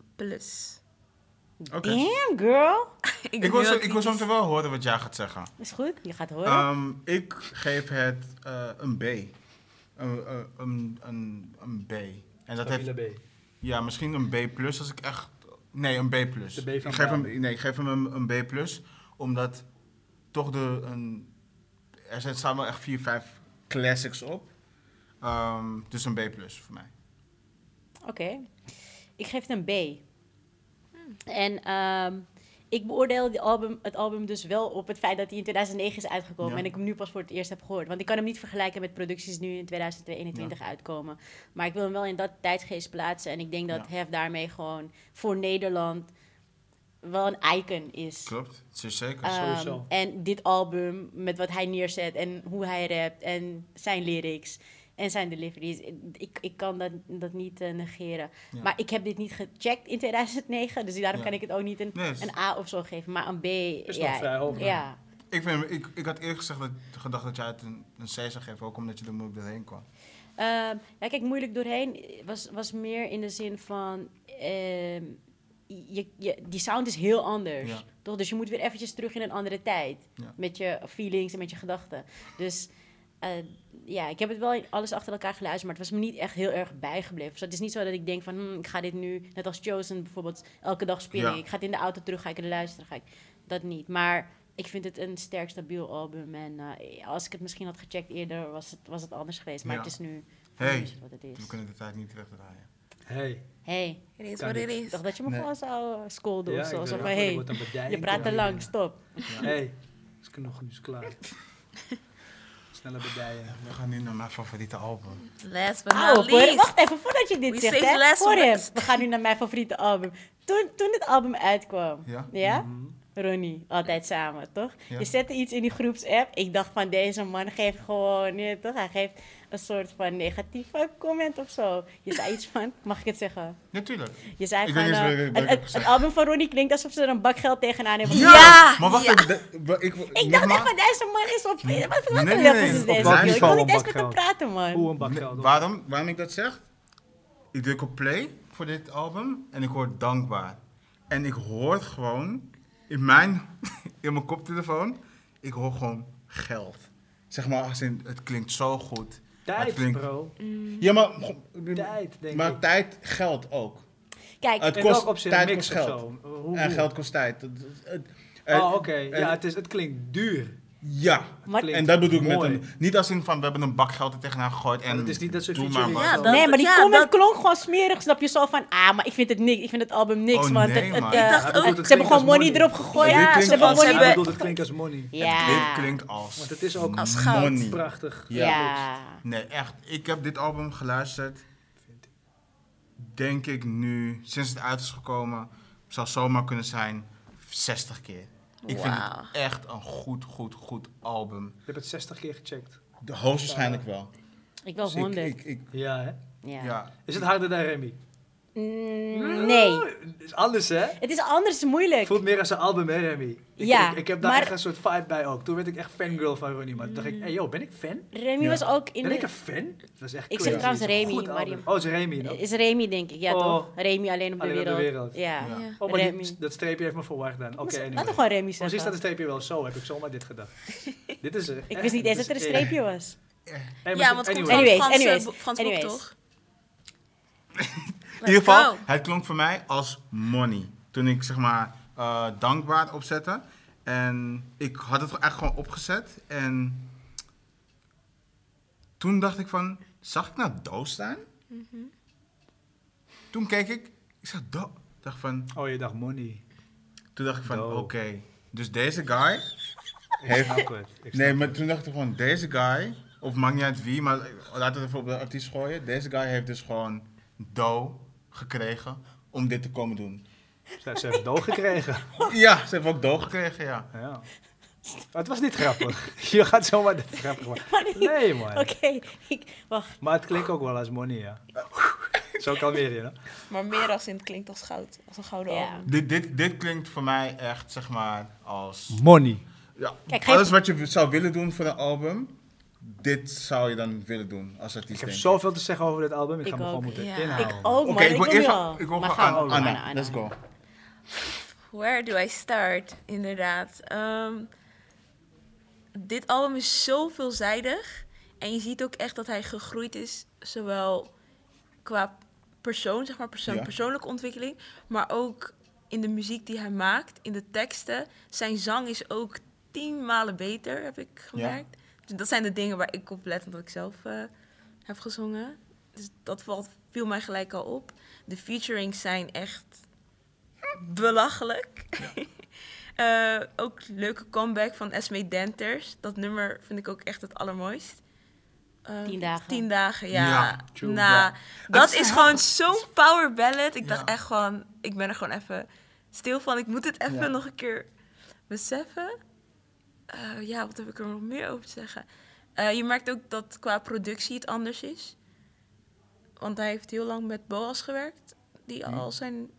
S2: Oké.
S3: Damn, girl.
S2: Ik wil, zo, ik wil zo meteen wel horen wat jij gaat zeggen.
S3: Is goed, je gaat het
S1: Ah.
S3: horen.
S2: Ehm, ik geef het eh, een B. Een, een- eh, een, een, een B. En dat heeft,
S1: Stabiele B.
S2: ja, misschien een B plus als ik echt... Nee, een B plus.
S1: De B van
S2: ik geef hem,
S1: Brabant.
S2: nee, ik geef hem een, een B plus, omdat toch de... Een, er zijn staan wel echt vier, vijf classics op. Ehm, dus een B plus voor mij.
S3: Oké. Ik geef het een B. En ehm, ik beoordeel die album, het album dus wel op het feit dat hij in 2009 is uitgekomen
S2: Ja.
S3: en ik hem nu pas voor het eerst heb gehoord. Want ik kan hem niet vergelijken met producties die nu in 2021 uitkomen. Maar ik wil hem wel in dat tijdsgeest plaatsen en ik denk dat Hef daarmee gewoon voor Nederland wel een icon is.
S2: Klopt, zeer zeker.
S3: Ehm,
S1: Sowieso.
S3: en dit album, met wat hij neerzet en hoe hij rapt en zijn lyrics en zijn deliveries. Ik, ik kan dat, dat niet eh, negeren.
S2: Ja.
S3: Maar ik heb dit niet gecheckt in 2009, dus daarom
S2: Ja.
S3: kan ik het ook niet een,
S2: Nee, het is-
S3: een A of zo geven. Maar een B,
S1: Is nog
S3: ja.
S1: vrij hoog. man.
S3: Ja,
S2: ik, vind, ik, ik had eerlijk gezegd dat, gedacht dat jij het een, een C zou geven, ook omdat je er moeilijk doorheen kwam.
S3: Ehm, ja, kijk, moeilijk doorheen was, was meer in de zin van... ehm, je, je, die sound is heel anders.
S2: Ja.
S3: Toch? Dus je moet weer eventjes terug in een andere tijd.
S2: Ja.
S3: Met je feelings en met je gedachten. Dus eh, ja, ik heb het wel in- alles achter elkaar geluisterd... maar het was me niet echt heel erg bijgebleven. Dus het is niet zo dat ik denk van... hmm, ik ga dit nu, net als Chosen bijvoorbeeld, elke dag spelen.
S2: Ja.
S3: Ik ga het in de auto terug, ga ik er luisteren. Ga ik dat niet. Maar ik vind het een sterk, stabiel album. En eh, als ik het misschien had gecheckt eerder, was het, was het anders geweest. Maar
S2: Ja.
S3: het is nu...
S2: Hey.
S3: Nu is het wat het
S2: We
S3: is.
S2: kunnen de tijd niet terugdraaien.
S1: Hey.
S3: Hey,
S4: Het is
S1: Kan
S4: wat
S1: niet.
S4: het
S3: ik
S4: is.
S3: dacht dat je me
S2: Nee.
S3: gewoon zou eh, scolden
S1: Ja,
S3: of zo.
S1: ik weet
S3: Zo van,
S1: het. Ik
S3: hey,
S1: word een bedijnt,
S3: je praat te
S1: hoor.
S3: lang, stop.
S1: Hey. Is ik nog eens klaar. Snelle bedijen.
S2: We gaan nu naar mijn favoriete album.
S4: Last but
S3: Hou
S4: not
S3: op hoor,
S4: least.
S3: wacht even voordat je dit
S4: We
S3: zegt,
S4: saved the
S3: hè.
S4: last
S3: Voor hem.
S4: words.
S3: We gaan nu naar mijn favoriete album. Toen, toen dit album uitkwam,
S2: Ja?
S1: Mhm.
S3: Ronnie, altijd samen, toch?
S2: Mm. Ja.
S3: Je zette iets in die groepsapp. Ik dacht van, deze man geeft gewoon, nee, toch? Hij geeft een soort van negatieve comment of zo. Je zei iets van, mag ik het zeggen?
S2: Natuurlijk.
S3: Je zei
S2: Ik
S3: van,
S2: weet niet
S3: eh,
S2: eens wat ik-
S3: het,
S2: wat ik
S3: het-
S2: heb
S3: het
S2: gezegd.
S3: album van Ronnie klinkt alsof ze er een bak geld tegenaan hebben.
S4: Ja!
S2: Maar wacht
S4: Ja.
S2: even. de- wa- ik,
S3: Ik dacht echt van deze man is op... Wat, wat
S2: Nee,
S3: een
S2: nee,
S3: levels
S2: nee,
S3: is
S2: op
S3: deze?
S1: mijn
S3: joh? Ik
S1: niveau
S3: kon niet eens
S1: op
S3: met hem
S1: bakgeld.
S3: praten, man.
S1: Hoe een bak
S2: Nee,
S1: geld.
S2: waarom, waarom ik dat zeg? Ik druk op play voor dit album en ik hoor dankbaar. En ik hoor gewoon in mijn, in mijn koptelefoon, ik hoor gewoon geld. Zeg maar, als in, het klinkt zo goed. Het
S1: Tijd,
S2: klinkt-
S1: bro.
S2: Ja, maar, goh,
S1: Tijd, denk
S2: maar
S1: ik.
S2: tijd geldt ook.
S3: Kijk,
S2: Het
S1: In
S2: kost
S1: welk opzicht?
S2: tijd,
S1: Mix
S2: kost
S1: of
S2: geld.
S1: zo? Hoe- hoe?
S2: En Eh, geld kost tijd. Het- het- het-
S1: Oh, oké.
S2: en-
S1: Ja, het, is, het klinkt duur.
S2: ja,
S3: maar,
S1: klinkt-
S2: En dat bedoel ik met
S1: Mooi.
S2: een... Niet als in van, we hebben een bak geld er tegenaan gegooid en...
S1: Want het is niet dat ze
S2: doe maar
S1: featuring-
S2: wat.
S1: Ja,
S4: dat-
S3: nee, maar die
S4: ja,
S3: comment
S4: dat-
S3: klonk gewoon smerig. Snap je zo van, ah, maar ik vind het niks. Ik vind het album niks,
S2: Oh,
S3: want
S2: nee,
S3: het, het,
S2: man.
S3: eh,
S4: Ik dacht
S1: Hij
S4: ook-
S1: bedoelt,
S3: ze
S1: het klinkt
S3: hebben gewoon money
S1: als
S3: erop gegooid.
S2: Ja, dit
S3: Ja,
S2: klinkt
S3: ze hebben
S2: als-
S3: money
S1: Hij
S4: Money
S1: bedoelt,
S3: erop
S1: het klinkt als money.
S3: Ja.
S2: Dit klinkt als...
S1: Want het is ook
S4: Als goud.
S2: money.
S1: prachtig.
S2: Ja.
S3: Ja.
S2: Nee, echt. Ik heb dit album geluisterd. Denk ik nu, sinds het uit is gekomen, zou zomaar kunnen zijn 60 keer. Ik vind
S4: Wauw.
S2: het echt een goed, goed, goed album.
S1: Ik heb het 60 keer gecheckt.
S2: De hoogstwaarschijnlijk wel.
S3: Ik wil
S2: Dus ik,
S3: 100.
S2: ik, ik,
S1: Ja, hè?
S3: Ja.
S2: ja.
S1: Is het harder dan Remy?
S3: Mm, nee.
S1: Het is anders, hè?
S3: Het is anders moeilijk.
S1: Het voelt meer als een album, hè, Remy? Ik,
S3: Ja,
S1: ik, ik heb daar
S3: maar-
S1: echt een soort vibe bij ook. Toen werd ik echt fangirl van Ronnie, maar toen dacht ik, hey, yo, ben ik fan?
S3: Remy
S2: Ja.
S3: was ook in
S1: Ben ik een
S3: de...
S1: fan? Dat is echt
S3: Ik
S1: crazy.
S3: zeg trouwens
S1: Het is een
S3: Remy,
S1: goed album.
S3: Mariam.
S1: Oh, het is Remy, no?
S3: Is Remy, denk ik. Ja,
S1: Oh.
S3: toch? Remy, alleen op de
S1: Alleen op
S3: wereld.
S1: de wereld.
S3: Ja.
S2: Ja.
S1: Oh, maar
S3: Remy.
S1: die, dat streepje heeft me verwacht dan. Oké,
S3: Laten we
S1: anyway.
S3: gewoon Remy
S1: Precies
S3: zeggen.
S1: staat een streepje wel zo, heb ik zomaar dit gedacht. dit is er.
S3: Ik wist niet eens dat er een streepje was.
S4: Ja, want het komt van
S3: Anyways,
S4: Frans, eh,
S3: anyways,
S4: bo- Frans Boek,
S3: anyways.
S4: toch?
S2: In ieder geval, het klonk voor mij als money. Toen ik zeg maar eh, dankbaar opzette. En ik had het echt gewoon opgezet. En toen dacht ik van, zag ik nou doos staan? Toen keek ik, ik zag dat. dacht van,
S1: Oh, je dacht money.
S2: toen dacht ik van,
S1: No.
S2: oké. Dus deze guy
S1: Ik
S2: heeft...
S1: snap het. Ik snap
S2: Nee, maar
S1: het.
S2: toen dacht ik gewoon, deze guy, of maakt niet uit wie, maar laten we het even op de artiest gooien. Deze guy heeft dus gewoon dough gekregen om dit te komen doen.
S1: Ze, ze heeft dood gekregen.
S2: Ja, ze heeft ook dough gekregen, ja.
S1: Ja. Maar het was niet grappig. Je gaat zomaar dit grappig maken. Nee, man.
S3: Oké, ik- wacht.
S1: Maar het klinkt ook wel als money, ja. Zo kalmeer je, hè?
S4: Maar meer als in het klinkt als goud. Als een
S2: Nou.
S4: gouden
S3: Ja.
S4: album.
S2: Dit, dit, dit klinkt voor mij echt, zeg maar, als...
S1: Money.
S2: Ja,
S3: Kijk, geef-
S2: alles wat je zou willen doen voor een album, dit zou je dan willen doen als artiest.
S1: Ik heb
S2: denk
S1: zoveel te zeggen over dit album. Ik,
S3: Ik
S1: ga me
S3: ook.
S1: gewoon moeten
S4: Ja.
S1: inhouden.
S3: Ik ook,
S2: Nou. Oké,
S3: Oh, man.
S2: ik wil
S3: wil je
S2: eerst
S3: al.
S2: aan, ik wil
S3: Maar
S2: gewoon
S3: ga
S2: aan,
S3: gewoon,
S2: Anna,
S3: Anna, Anna.
S2: Let's go.
S4: Where do I start? Inderdaad. Ehm, dit album is zo veelzijdig. En je ziet ook echt dat hij gegroeid is. Zowel qua persoon, zeg maar, persoon,
S2: Ja.
S4: persoonlijke ontwikkeling. Maar ook in de muziek die hij maakt, in de teksten. Zijn zang is ook tien malen beter, heb ik gemerkt. Dus dat zijn de dingen waar ik op let, omdat ik zelf eh, heb gezongen. Dus dat valt, viel mij gelijk al op. De featurings zijn echt belachelijk. Eh, ook leuke comeback van Esme Denters. Dat nummer vind ik ook echt het allermooist. Eh,
S3: Tien dagen.
S4: Tien dagen, ja.
S2: Ja, true,
S4: Nou,
S2: ja.
S4: dat
S2: is
S4: is gewoon zo'n power ballad. Ik
S2: Ja.
S4: dacht echt gewoon, ik ben er gewoon even stil van. Ik moet het even
S2: Ja.
S4: nog een keer beseffen. Eh, ja, wat heb ik er nog meer over te zeggen? Eh, je merkt ook dat qua productie het anders is. Want hij heeft heel lang met Boas gewerkt, die
S2: Mhm.
S4: al zijn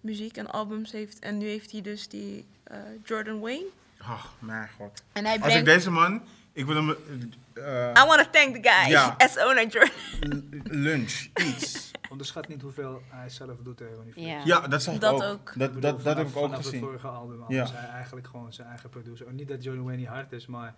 S4: muziek en albums heeft. En nu heeft hij dus die eh, Jordan Wayne.
S2: Ach, mijn god.
S4: En hij
S2: Als ik
S4: brengt...
S2: deze man, ik wil hem eh, eh,
S4: I want to thank the guy,
S2: Ja.
S4: S.O. naar Jordan.
S2: l- lunch, iets.
S1: Onderschat niet hoeveel hij zelf doet tegen die
S3: Ja.
S2: Ja, dat zag
S4: Dat
S2: ik ook.
S4: ook.
S1: Ik
S2: Dat,
S1: bedoel,
S2: dat, dat
S1: vanaf-
S2: heb ik ook
S1: vanaf het
S2: gezien.
S1: vorige album al
S2: Ja.
S1: is hij eigenlijk gewoon zijn eigen producer. En niet dat Johnny Wayne niet hard is, maar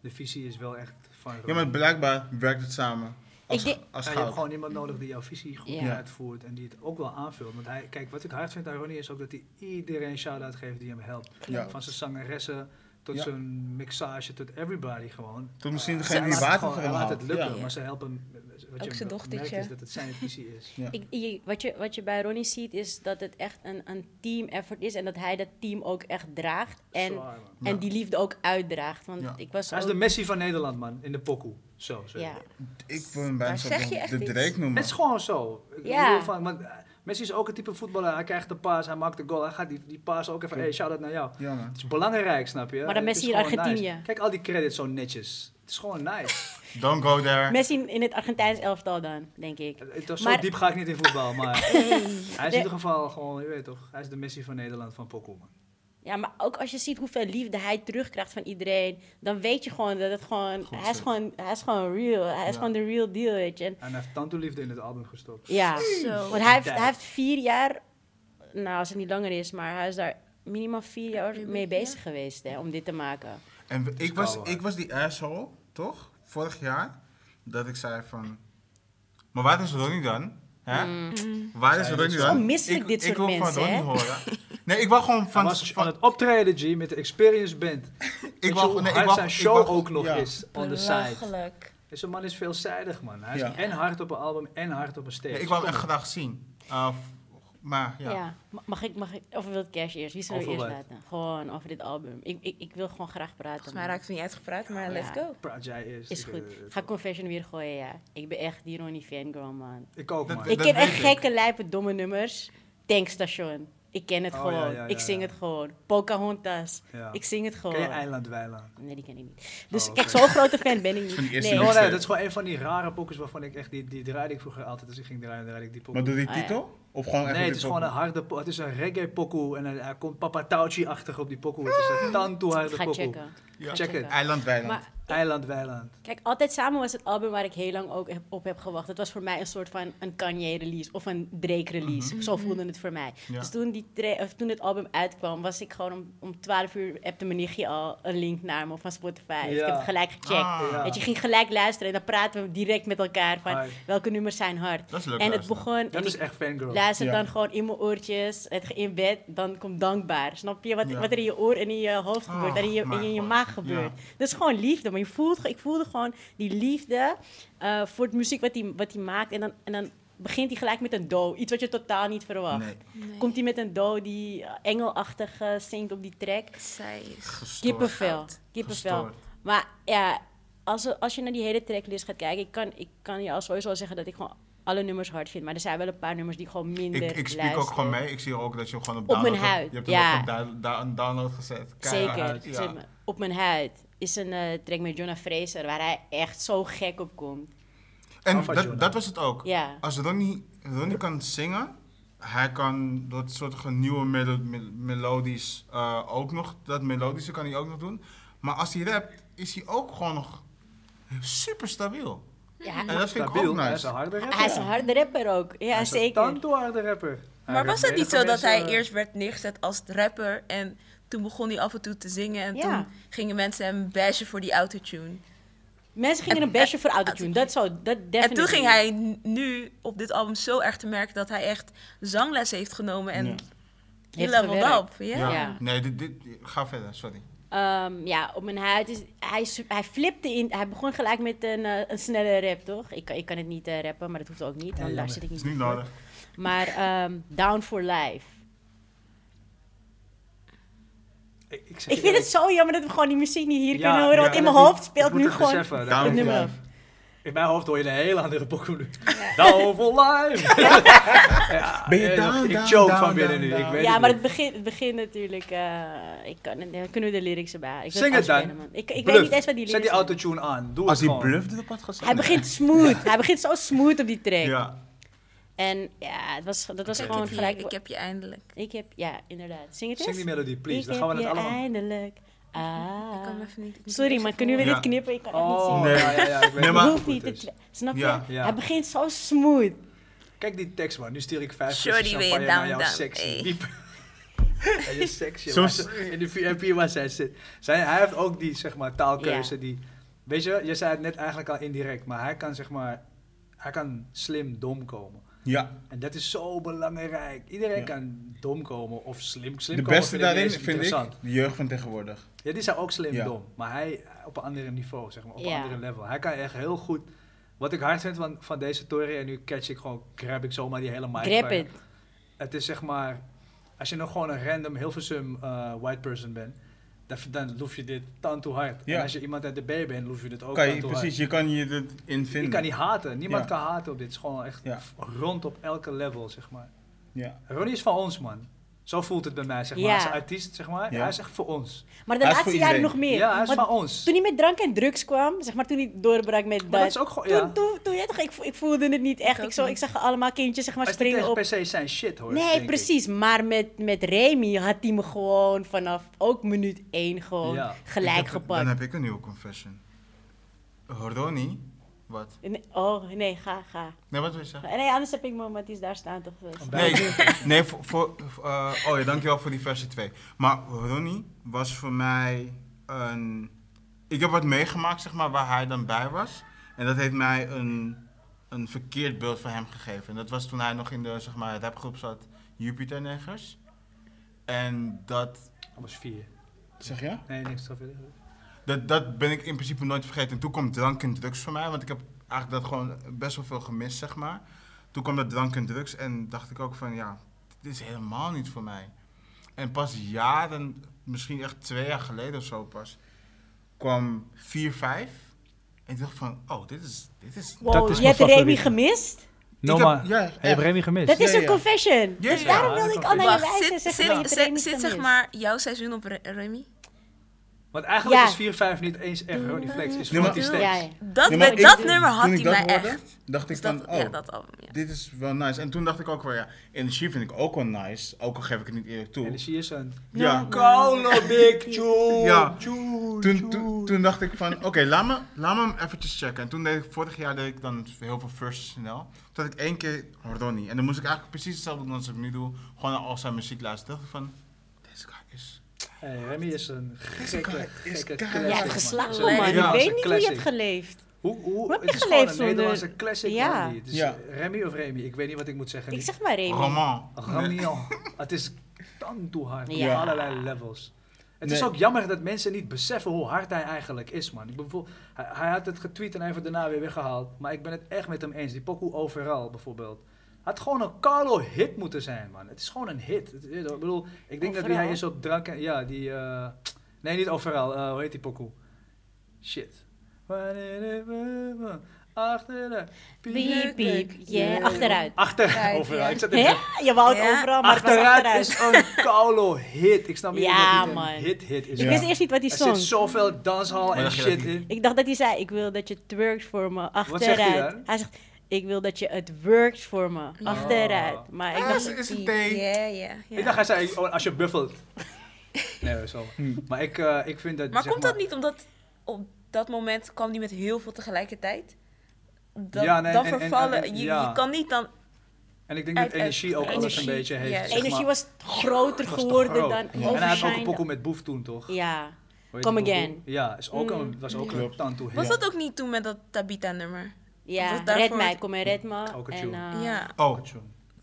S1: de visie is wel echt van...
S2: Ja, maar blijkbaar werkt het samen. Als,
S3: Ik denk-
S2: als
S1: Ja, je hebt
S2: goud.
S1: gewoon iemand nodig die jouw visie goed
S3: Ja.
S1: uitvoert en die het ook wel aanvult. Want hij, kijk, wat ik hard vind aan Ronnie is ook dat hij iedereen shout-out geeft die hem helpt.
S2: Ja.
S1: Van zijn zangeressen tot
S2: Oh. Ja.
S1: zijn mixage, tot everybody gewoon.
S2: Toen misschien
S1: Ze
S2: degene die
S1: laat het
S2: water
S1: gewoon-
S2: voor
S1: hij
S2: hem
S1: laat het
S2: haalt.
S1: lukken,
S2: Ja.
S1: maar ze helpen. Wat
S4: Ook
S1: je
S4: zijn dochtertje.
S1: merkt is dat het zijn visie is.
S2: Ja.
S3: Ik, je- wat, je, wat je bij Ronnie ziet is dat het echt een, een team effort is en dat hij dat team ook echt draagt en,
S1: Zwaar, man.
S3: en die liefde ook uitdraagt. Want
S2: Ja.
S3: ik was
S1: Hij is
S3: ook-
S1: de Messi van Nederland, man, in de pokoe. Zo, zo.
S3: ja.
S2: Ik wil hem bijna
S4: Daar zeg je
S2: zo
S4: echt
S2: de
S4: iets.
S2: Drake noemen.
S1: Het is gewoon zo. Ik
S3: Ja.
S1: bedoel van, want eh, Messi is ook een type voetballer. Hij krijgt de paas, hij maakt de goal. Hij gaat die, die paas ook even, hey, shout-out naar jou.
S2: Ja, man.
S1: Het is belangrijk, snap je?
S3: Maar dan
S1: Het is
S3: Messi in
S1: gewoon
S3: Argentinië.
S1: nice. Kijk al die credits zo netjes. Het is gewoon nice.
S2: Don't go there.
S3: Messi in het Argentijns elftal dan, denk ik.
S1: Het was Eh, zo
S3: Maar-
S1: diep ga ik niet in voetbal, maar hij is in
S3: De-
S1: ieder geval gewoon, je weet toch, hij is de Messi van Nederland van Pokémon.
S3: Ja, maar ook als je ziet hoeveel liefde hij terugkrijgt van iedereen, dan weet je gewoon dat het gewoon,
S2: Goed
S3: hij is
S2: zo.
S3: gewoon, hij is gewoon real. Hij is
S2: Ja.
S3: gewoon de real deal, weet je. En-
S1: En hij heeft tandeliefde in het album gestopt.
S3: ja,
S4: Zo.
S3: want hij heeft,
S1: Tijd.
S3: hij heeft vier jaar, nou als het niet langer is, maar hij is daar minimaal vier jaar mee bezig geweest hè, om dit te maken.
S2: En we- ik was,
S1: koude hard.
S2: ik was die asshole, toch? Vorig jaar. Dat ik zei van... Maar waar is Ronnie dan? Hè?
S1: Mm.
S2: Waar is
S1: Zei
S2: Ronnie
S1: dat
S2: dan?
S3: zo Mm-hmm. misselijk, dit soort
S2: Ik wil
S3: mensen,
S2: van Ronnie
S3: hè?
S2: horen. Nee, ik wou gewoon
S1: Hij
S2: van...
S1: was
S2: van-
S1: van het optreden, G, met de Experience Band.
S2: ik
S1: Ik
S2: wou,
S1: hoe
S2: nee, ik
S1: hard
S2: wou-
S1: zijn
S2: ik
S1: show
S2: wou-
S1: ook nog
S2: ja.
S1: is, on the side. Deze man is veelzijdig, man. Hij is
S2: Ja.
S1: en hard op een album en hard op een stage.
S2: Nee, ik wou hem
S1: Kom
S2: echt
S1: op.
S2: graag zien. Uh, maar ja.
S3: Ja. Ma- Mag ik, mag ik, of wil Cash eerst? Wie zullen we
S1: Over
S3: eerst
S1: wat?
S3: laten? Gewoon over dit album. Ik, ik, ik wil gewoon graag praten.
S4: Volgens mij
S3: man.
S4: raakt het niet uitgepraat, maar let's
S3: Ja.
S4: go.
S1: Praat jij eerst.
S3: Is
S1: Ik,
S3: goed.
S1: eh,
S3: Ga Confession weer gooien, ja. Ik ben echt die Ronnie fangirl, man.
S1: Ah, Ik ook,
S2: Dat-
S1: man.
S3: Ik
S2: dat
S3: ken
S2: weet
S3: echt
S2: ik.
S3: gekke lijpe domme nummers. Tankstation. Ik ken het
S1: Oh,
S3: gewoon.
S1: ja, ja,
S3: ik
S1: ja,
S3: zing
S1: ja.
S3: het gewoon. Pocahontas.
S1: Ja.
S3: Ik zing het gewoon.
S1: Ken je Eiland Weiland?
S3: Nee, die ken ik niet. Dus
S1: Oh,
S3: kijk,
S1: oké.
S3: zo'n grote fan ben ik
S2: Van die
S3: niet.
S2: eerste
S3: Nee.
S1: Oh
S2: liedje.
S1: nee, dat is gewoon een van die rare pokus waarvan ik echt, die, die draaide ik vroeger altijd. Als ik ging draaien, draaide ik die
S2: Maar
S1: pokus.
S2: door die
S3: Ah, ja.
S2: titel? Of gewoon Oh, echt
S1: Nee,
S2: door
S1: het
S2: die
S1: is gewoon een
S2: pokoe?
S1: harde pokoe. Het is een reggae pokoe en hij- hij komt Papa Tauchi-achtig op die pokoe. Het is een tantoe harde
S3: Ah, Ga
S1: pokoe.
S3: checken.
S2: Ja.
S1: Check it.
S2: Eiland Weiland.
S3: Maar
S1: Eiland Weiland.
S3: kijk, Altijd Samen was het album waar ik heel lang ook heb- op heb gewacht. Het was voor mij een soort van een Kanye-release of een Drake-release. Zo voelde het voor mij.
S2: Mhm. Ja.
S3: Dus toen, die tra- of toen het album uitkwam, was ik gewoon om, om 12 uur... appte mijn nichtje al een link naar me van Spotify. Dus ik
S1: Ja.
S3: heb het gelijk gecheckt.
S2: Ah,
S1: Ja.
S3: Weet je, ging gelijk luisteren en dan praten we direct met elkaar van
S1: Hard.
S3: welke nummers zijn hard.
S2: Dat is leuk
S3: en het
S2: luisteren.
S3: begon, en
S1: Dat is
S3: ik
S1: echt fangirl.
S3: luister
S2: Ja.
S3: dan gewoon in mijn oortjes, het ge- in bed, dan komt dankbaar. Snap je wat,
S2: Ja.
S3: wat er in je oor en in je hoofd
S2: Ah,
S3: gebeurt, en in je, en
S2: mijn
S3: in je
S2: God.
S3: maag gebeurt. Dat is gewoon liefde, maar je voelt, ge- ik voelde gewoon die liefde eh, voor het muziek wat hij wat die maakt. En dan, en dan begint hij gelijk met een do. Iets wat je totaal niet verwacht.
S2: Nee,
S7: Nee.
S3: Komt hij met een do die eh, engelachtig eh, zingt op die track.
S7: Zij is...
S2: gestoord.
S3: Kippenvel.
S7: Goud.
S3: Kippenvel.
S2: Gestoord.
S3: Maar ja, als, we- als je naar die hele tracklist gaat kijken, ik kan, ik kan je al sowieso al zeggen dat ik gewoon alle nummers hard vind. Maar er zijn wel een paar nummers die ik gewoon minder
S2: Ik, ik speak
S3: luister.
S2: ook gewoon mee. Ik zie ook dat je hem gewoon op
S3: Op mijn
S2: download hebt-
S3: huid,
S2: Je hebt
S3: ja.
S2: hem ook op down- down- download gezet. Keihard,
S3: Zeker.
S2: ja.
S3: Zet me- Op mijn huid is een eh, track met Jonah Fraser waar hij echt zo gek op komt.
S2: En
S1: Alpha
S2: dat,
S1: Jonah.
S2: dat was het ook.
S3: Ja.
S2: Als Ronnie, Ronnie kan zingen, hij kan dat soort van nieuwe melo mel- melodies eh, ook nog, dat melodische kan hij ook nog doen. Maar als hij rapt, is hij ook gewoon nog super stabiel.
S3: Ja,
S2: En dat vind ik
S1: Stabiel,
S2: ook
S1: hij is een
S2: nice.
S1: harde rapper.
S3: Hij is een harde rapper ook. Ja,
S1: Hij is een
S3: zeker.
S1: tandoharde rapper.
S2: Ah,
S1: Hij
S4: Maar was
S1: rapt
S4: het niet zo
S1: menige
S4: dat hij
S2: eh,
S1: mensen-
S4: eerst werd neergezet als rapper en toen begon hij af en toe te zingen en
S3: Ja.
S4: toen gingen mensen hem bashen voor die autotune.
S3: Mensen gingen een bashen voor autotune. Dat zou, dat
S4: En toen
S3: definitely.
S4: ging hij n- nu op dit album zo erg te merken dat hij echt zangles heeft genomen en
S2: Ja.
S4: he
S3: Heeft
S4: leveled
S3: gewerkt.
S4: up. Ja.
S3: Ja.
S2: Nee, dit, dit, ga verder, sorry.
S3: Ehm, ja, op mijn huid is... Hij, is- hij flipte in... Hij begon gelijk met een, eh, een snelle rap, toch? Ik, kan- ik kan het niet eh, rappen, maar dat hoeft ook niet. Want daar
S1: jammer.
S3: zit ik
S2: Is
S3: niet
S2: niet
S3: voor.
S2: nodig.
S3: Maar ehm, Down for Life.
S1: Ik, ik, zeg
S3: Ik
S1: je
S3: vind het
S1: eerlijk,
S3: zo jammer dat we gewoon die muziek niet hier
S1: Ja,
S3: kunnen horen.
S1: ja,
S3: want in mijn
S1: dat
S3: hoofd
S1: moet-
S3: speelt
S1: ik moet
S3: nu
S1: het
S3: gewoon
S1: beseffen,
S3: het
S1: daarom-
S3: nummer
S2: Ja.
S3: af.
S1: In mijn hoofd hoor je een hele andere pokoe nu. Down for life! Ja,
S2: Ben je
S1: eh,
S2: down,
S1: Ik
S2: down,
S1: choke
S2: down,
S1: van binnen
S2: down,
S1: nu, ik
S2: down?
S1: weet
S3: Ja,
S1: het
S3: maar
S1: niet.
S3: het begin, het begin natuurlijk... eh, ik kan, het- dan kunnen we de lyrics erbij. Ik wil
S1: Zing het dan.
S3: afspelen, man. Ik, ik weet
S1: Bluff.
S3: niet eens wat die lyrics
S1: Zet die
S3: zijn.
S1: autotune aan, doe
S2: Als
S1: het
S2: hij
S1: gewoon.
S2: bluft erop had gezet.
S3: Hij begint smooth. Hij begint zo smooth op die track.
S2: Ja.
S3: En ja, het was, dat was
S2: Kijk,
S3: gewoon
S4: Ik, heb
S3: gelijk...
S4: je, ik heb je eindelijk.
S3: Ik heb, ja, inderdaad. Zing het eens.
S1: Zing die melodie, please.
S3: Ik
S1: Dan gaan we
S3: heb
S1: het
S3: je
S1: allemaal...
S3: Eindelijk.
S7: Ik
S3: Ah.
S7: kan hem even niet...
S3: Sorry, maar kunnen we
S2: Ja.
S3: dit knippen? Ik kan het niet
S1: Oh,
S3: zien.
S2: Nee.
S1: ja, ja, ja, ik weet
S2: Nee,
S1: het
S2: maar-
S1: hoe
S3: Hoeft
S1: goed
S3: niet te
S1: het is.
S3: tra- Snap je?
S2: Ja,
S1: ja.
S3: Hij begint zo smooth.
S1: Kijk die tekst, man. Nu stuur ik vijf
S4: Shorty
S1: flessen
S4: weer
S1: champagne naar
S4: down,
S1: jouw
S4: down,
S1: sexy
S4: ey.
S1: diep. En je sexy.
S2: Soms-
S1: Soms... In de VIP waar zij zit. Zij, hij heeft ook die, zeg maar, taalkeuze die... Weet je, je zei het net eigenlijk al indirect, maar hij kan, zeg maar... Hij kan slim dom komen.
S2: Ja,
S1: En dat is zo belangrijk. Iedereen
S2: Ja.
S1: kan dom komen of slim. Slim
S2: de
S1: komen
S2: beste
S1: vind ik niet
S2: daarin
S1: eens
S2: vind ik
S1: interessant.
S2: de jeugd van tegenwoordig.
S1: Ja, die zijn ook slim
S2: Ja.
S1: dom. Maar hij op een ander niveau, zeg maar. Op
S3: Ja.
S1: een ander level. Hij kan echt heel goed... Wat ik hard vind van, van deze toren... En nu catch ik gewoon... Grab ik zomaar die hele mic.
S3: Grab
S1: waar-
S3: it.
S1: Het is zeg maar... Als je nog gewoon een random Hilversum eh, white person bent... Dan, dan loef je dit tant toe hard.
S2: Ja.
S1: En als je iemand uit de B bent... Loef je dit ook
S2: Kan
S1: tant
S2: je,
S1: toe
S2: precies,
S1: hard.
S2: je kan je erin
S1: Je
S2: vinden.
S1: kan niet haten. Niemand
S2: Ja.
S1: kan haten op dit. Het is gewoon echt
S2: Ja.
S1: rond op elke level, zeg maar.
S2: Ja.
S1: Ronnie is van ons, man. Zo voelt het bij mij, zeg maar.
S3: Ja.
S1: Als artiest, zeg maar.
S2: Ja.
S1: Hij is echt voor ons.
S3: Maar de
S2: Hij is
S3: laatste
S2: voor
S3: jaren nog
S2: iedereen.
S3: meer.
S1: Ja, hij is
S3: Want
S1: van ons.
S3: toen hij met drank en drugs kwam, zeg maar toen hij doorbrak met
S1: Maar dat
S3: dat.
S1: is ook gewoon...
S3: Toen,
S1: Ja.
S3: toen, toen, ja, toch, ik, vo- ik voelde het niet echt.
S4: ook
S3: Ik, zo, ik
S4: niet.
S3: zag allemaal kindjes zeg maar,
S1: Maar springen
S3: springen
S1: niet
S3: op.
S1: per se zijn shit hoor. denk
S3: Nee,
S1: ik.
S3: precies. Maar met, met Remy had hij me gewoon vanaf ook minuut één gewoon
S1: Ja.
S3: gelijk
S2: Ik heb- Dan
S3: gepakt.
S2: heb ik een nieuwe confession. Ronnie, wat?
S3: Nee, Oh, nee, ga, ga.
S2: Nee, wat wil je zeggen?
S3: Nee, anders heb ik mijn Matties daar staan toch. Dus.
S2: Nee, nee voor, voor, eh, oh ja, dankjewel voor die versie 2. Maar Ronnie was voor mij een... Ik heb wat meegemaakt, zeg maar, waar hij dan bij was. En dat heeft mij een, een verkeerd beeld van hem gegeven. En dat was toen hij nog in de, zeg maar, rapgroep zat, Jupiter Negers. En dat...
S1: Anders vier.
S2: Zeg je?
S1: Nee, niks te verder.
S2: Dat, dat ben ik in principe nooit vergeten. En toen kwam drank en drugs voor mij, want ik heb eigenlijk dat gewoon best wel veel gemist, zeg maar. Toen kwam dat drank en drugs en dacht ik ook van, ja, dit is helemaal niet voor mij. En pas jaren, misschien echt twee jaar geleden of zo pas, kwam 4, 5. En ik dacht van, oh, dit is... Dit is
S3: Wow,
S8: Dat is
S3: je
S8: mijn
S3: hebt Remy
S8: favoriet.
S3: gemist?
S2: Ik heb-
S1: Noma,
S2: ja,
S1: heb
S2: echt.
S1: Remy gemist?
S3: Dat is
S2: Ja,
S3: een
S2: ja.
S3: confession.
S2: Ja,
S3: dus
S2: ja,
S3: daarom
S1: ja,
S3: wilde
S1: dat
S3: ik
S1: kan
S3: al naar je
S4: Wacht,
S3: wijzen
S4: zit,
S3: zeg
S4: zit,
S3: maar, je hebt
S4: zit-
S3: Remy
S4: zit
S3: gemist.
S4: zeg maar jouw seizoen op Re- Remy?
S1: Want eigenlijk
S3: Ja.
S1: is 4, 5 niet eens echt Ronnie Flex. Is
S2: Nee, maar-
S1: Fronty Steps.
S3: Ja, ja.
S4: Dat,
S2: Nee,
S4: ben-
S2: maar
S4: dat
S2: ik-
S4: nummer had
S2: toen
S4: hij
S2: ik dat
S4: mij
S2: hoorde,
S4: echt.
S2: Dacht ik
S4: Dus dat,
S2: van, oh,
S4: ja, dat album. Ja.
S2: dit is wel nice. En toen dacht ik ook wel, ja, energie vind ik ook wel nice. Ook al geef ik het niet eerlijk toe.
S1: En zie je zo'n...
S2: Ja.
S1: Kaulo Big Tjoe.
S2: Ja.
S1: tjoe,
S2: toen,
S1: tjoe.
S2: toen, toen dacht ik van, oké, laat, me, laat me hem eventjes checken. En toen deed ik, vorig jaar deed ik dan heel veel first snel. Toen had ik één keer Ronnie. En dan moest ik eigenlijk precies hetzelfde doen als ik nu doe. Gewoon naar al zijn muziek luisteren. Toen dacht ik van, deze guy is...
S1: Hey, Remy is een gekke, gekke classic,
S2: keihard.
S3: Je
S2: Ja,
S3: hebt
S1: man.
S3: geslapen,
S1: Zo'n-
S3: man.
S2: Ja,
S3: Ik
S1: zo'n
S3: weet niet hoe je
S1: classic.
S3: hebt geleefd.
S1: Hoe, hoe,
S3: heb
S1: het
S3: je
S1: is gewoon
S3: geleefd
S1: een Nederlandse
S3: zonder-
S1: classic,
S3: Ja.
S1: man. die- Het is
S2: Ja.
S1: Remy of Remy? Ik weet niet wat ik moet zeggen.
S3: Ik zeg maar Remy.
S2: Roman.
S1: Ramion. Het is tantoe hard.
S3: Ja.
S1: Op allerlei levels. Het
S2: Nee.
S1: is ook jammer dat mensen niet beseffen hoe hard hij eigenlijk is, man. Ik bedoel, hij, hij had het getweet en even daarna weer weggehaald. Maar ik ben het echt met hem eens. Die pokoe overal, bijvoorbeeld. Had gewoon een Carlo-hit moeten zijn, man. Het is gewoon een hit. Het- ik bedoel, ik denk dat die,
S3: Overal?
S1: hij is op drank... en- Ja, die... eh, nee, niet overal. Eh, hoe heet die pokoe? Shit. Achteruit.
S3: Piep, piep. Yeah, achteruit.
S1: Achter.
S4: Achteruit,
S1: Overal.
S4: ja.
S1: Ik zat
S3: Hè?
S1: even...
S3: Je wou het
S4: Ja.
S3: overal, maar het was
S1: Achteruit
S3: achteruit.
S1: is een Carlo hit. Ik snap niet
S3: Ja,
S1: dat dit een
S3: man.
S1: hit hit is.
S2: Ja.
S3: Ik wist eerst niet wat hij
S1: Er zit
S3: zong.
S1: zoveel danshal
S2: Maar
S1: en
S2: dacht je dat
S1: shit
S2: die-
S1: in.
S3: Ik dacht dat hij zei, ik wil dat je twerkt voor me. Achteruit.
S1: zegt hij dan?
S3: zegt, ik wil dat je het workt voor me. Achteruit. Maar ik
S2: Ah,
S3: dacht,
S2: ze is een
S4: Die-
S2: thee.
S4: Ja, ja, ja.
S1: Ik dacht, hij zei, oh, als je buffelt. Nee, dat is wel. Maar ik, eh, ik vind dat...
S4: Maar
S1: zeg
S4: komt dat niet omdat op dat moment kwam die met heel veel tegelijkertijd? Dan,
S1: Ja, nee,
S4: dan
S1: en- en-
S4: vervallen.
S1: en-
S4: je,
S1: ja.
S4: je kan niet dan.
S1: En ik denk dat
S4: Uit- uit-
S1: energie ook alles een
S4: energie,
S1: beetje heeft.
S4: juist.
S1: zeg maar.
S3: energie was groter
S1: Was toch
S3: geworden
S1: groot.
S3: dan
S1: En hij had ook een
S3: overshine.
S1: pokoe met Boef toen, toch?
S3: Ja.
S1: Hoe heet
S3: Come
S1: die
S3: Again.
S1: pokoe? Ja, is ook een, was ook een
S2: Klopt.
S1: tantoe hit.
S4: Was dat ook niet toen met dat Tabita-nummer?
S3: Ja,
S4: Dat daarvoor-
S3: red mij, kom en red me.
S1: Ook een
S3: en,
S1: tune.
S3: eh,
S4: Ja,
S2: Oh,
S4: wat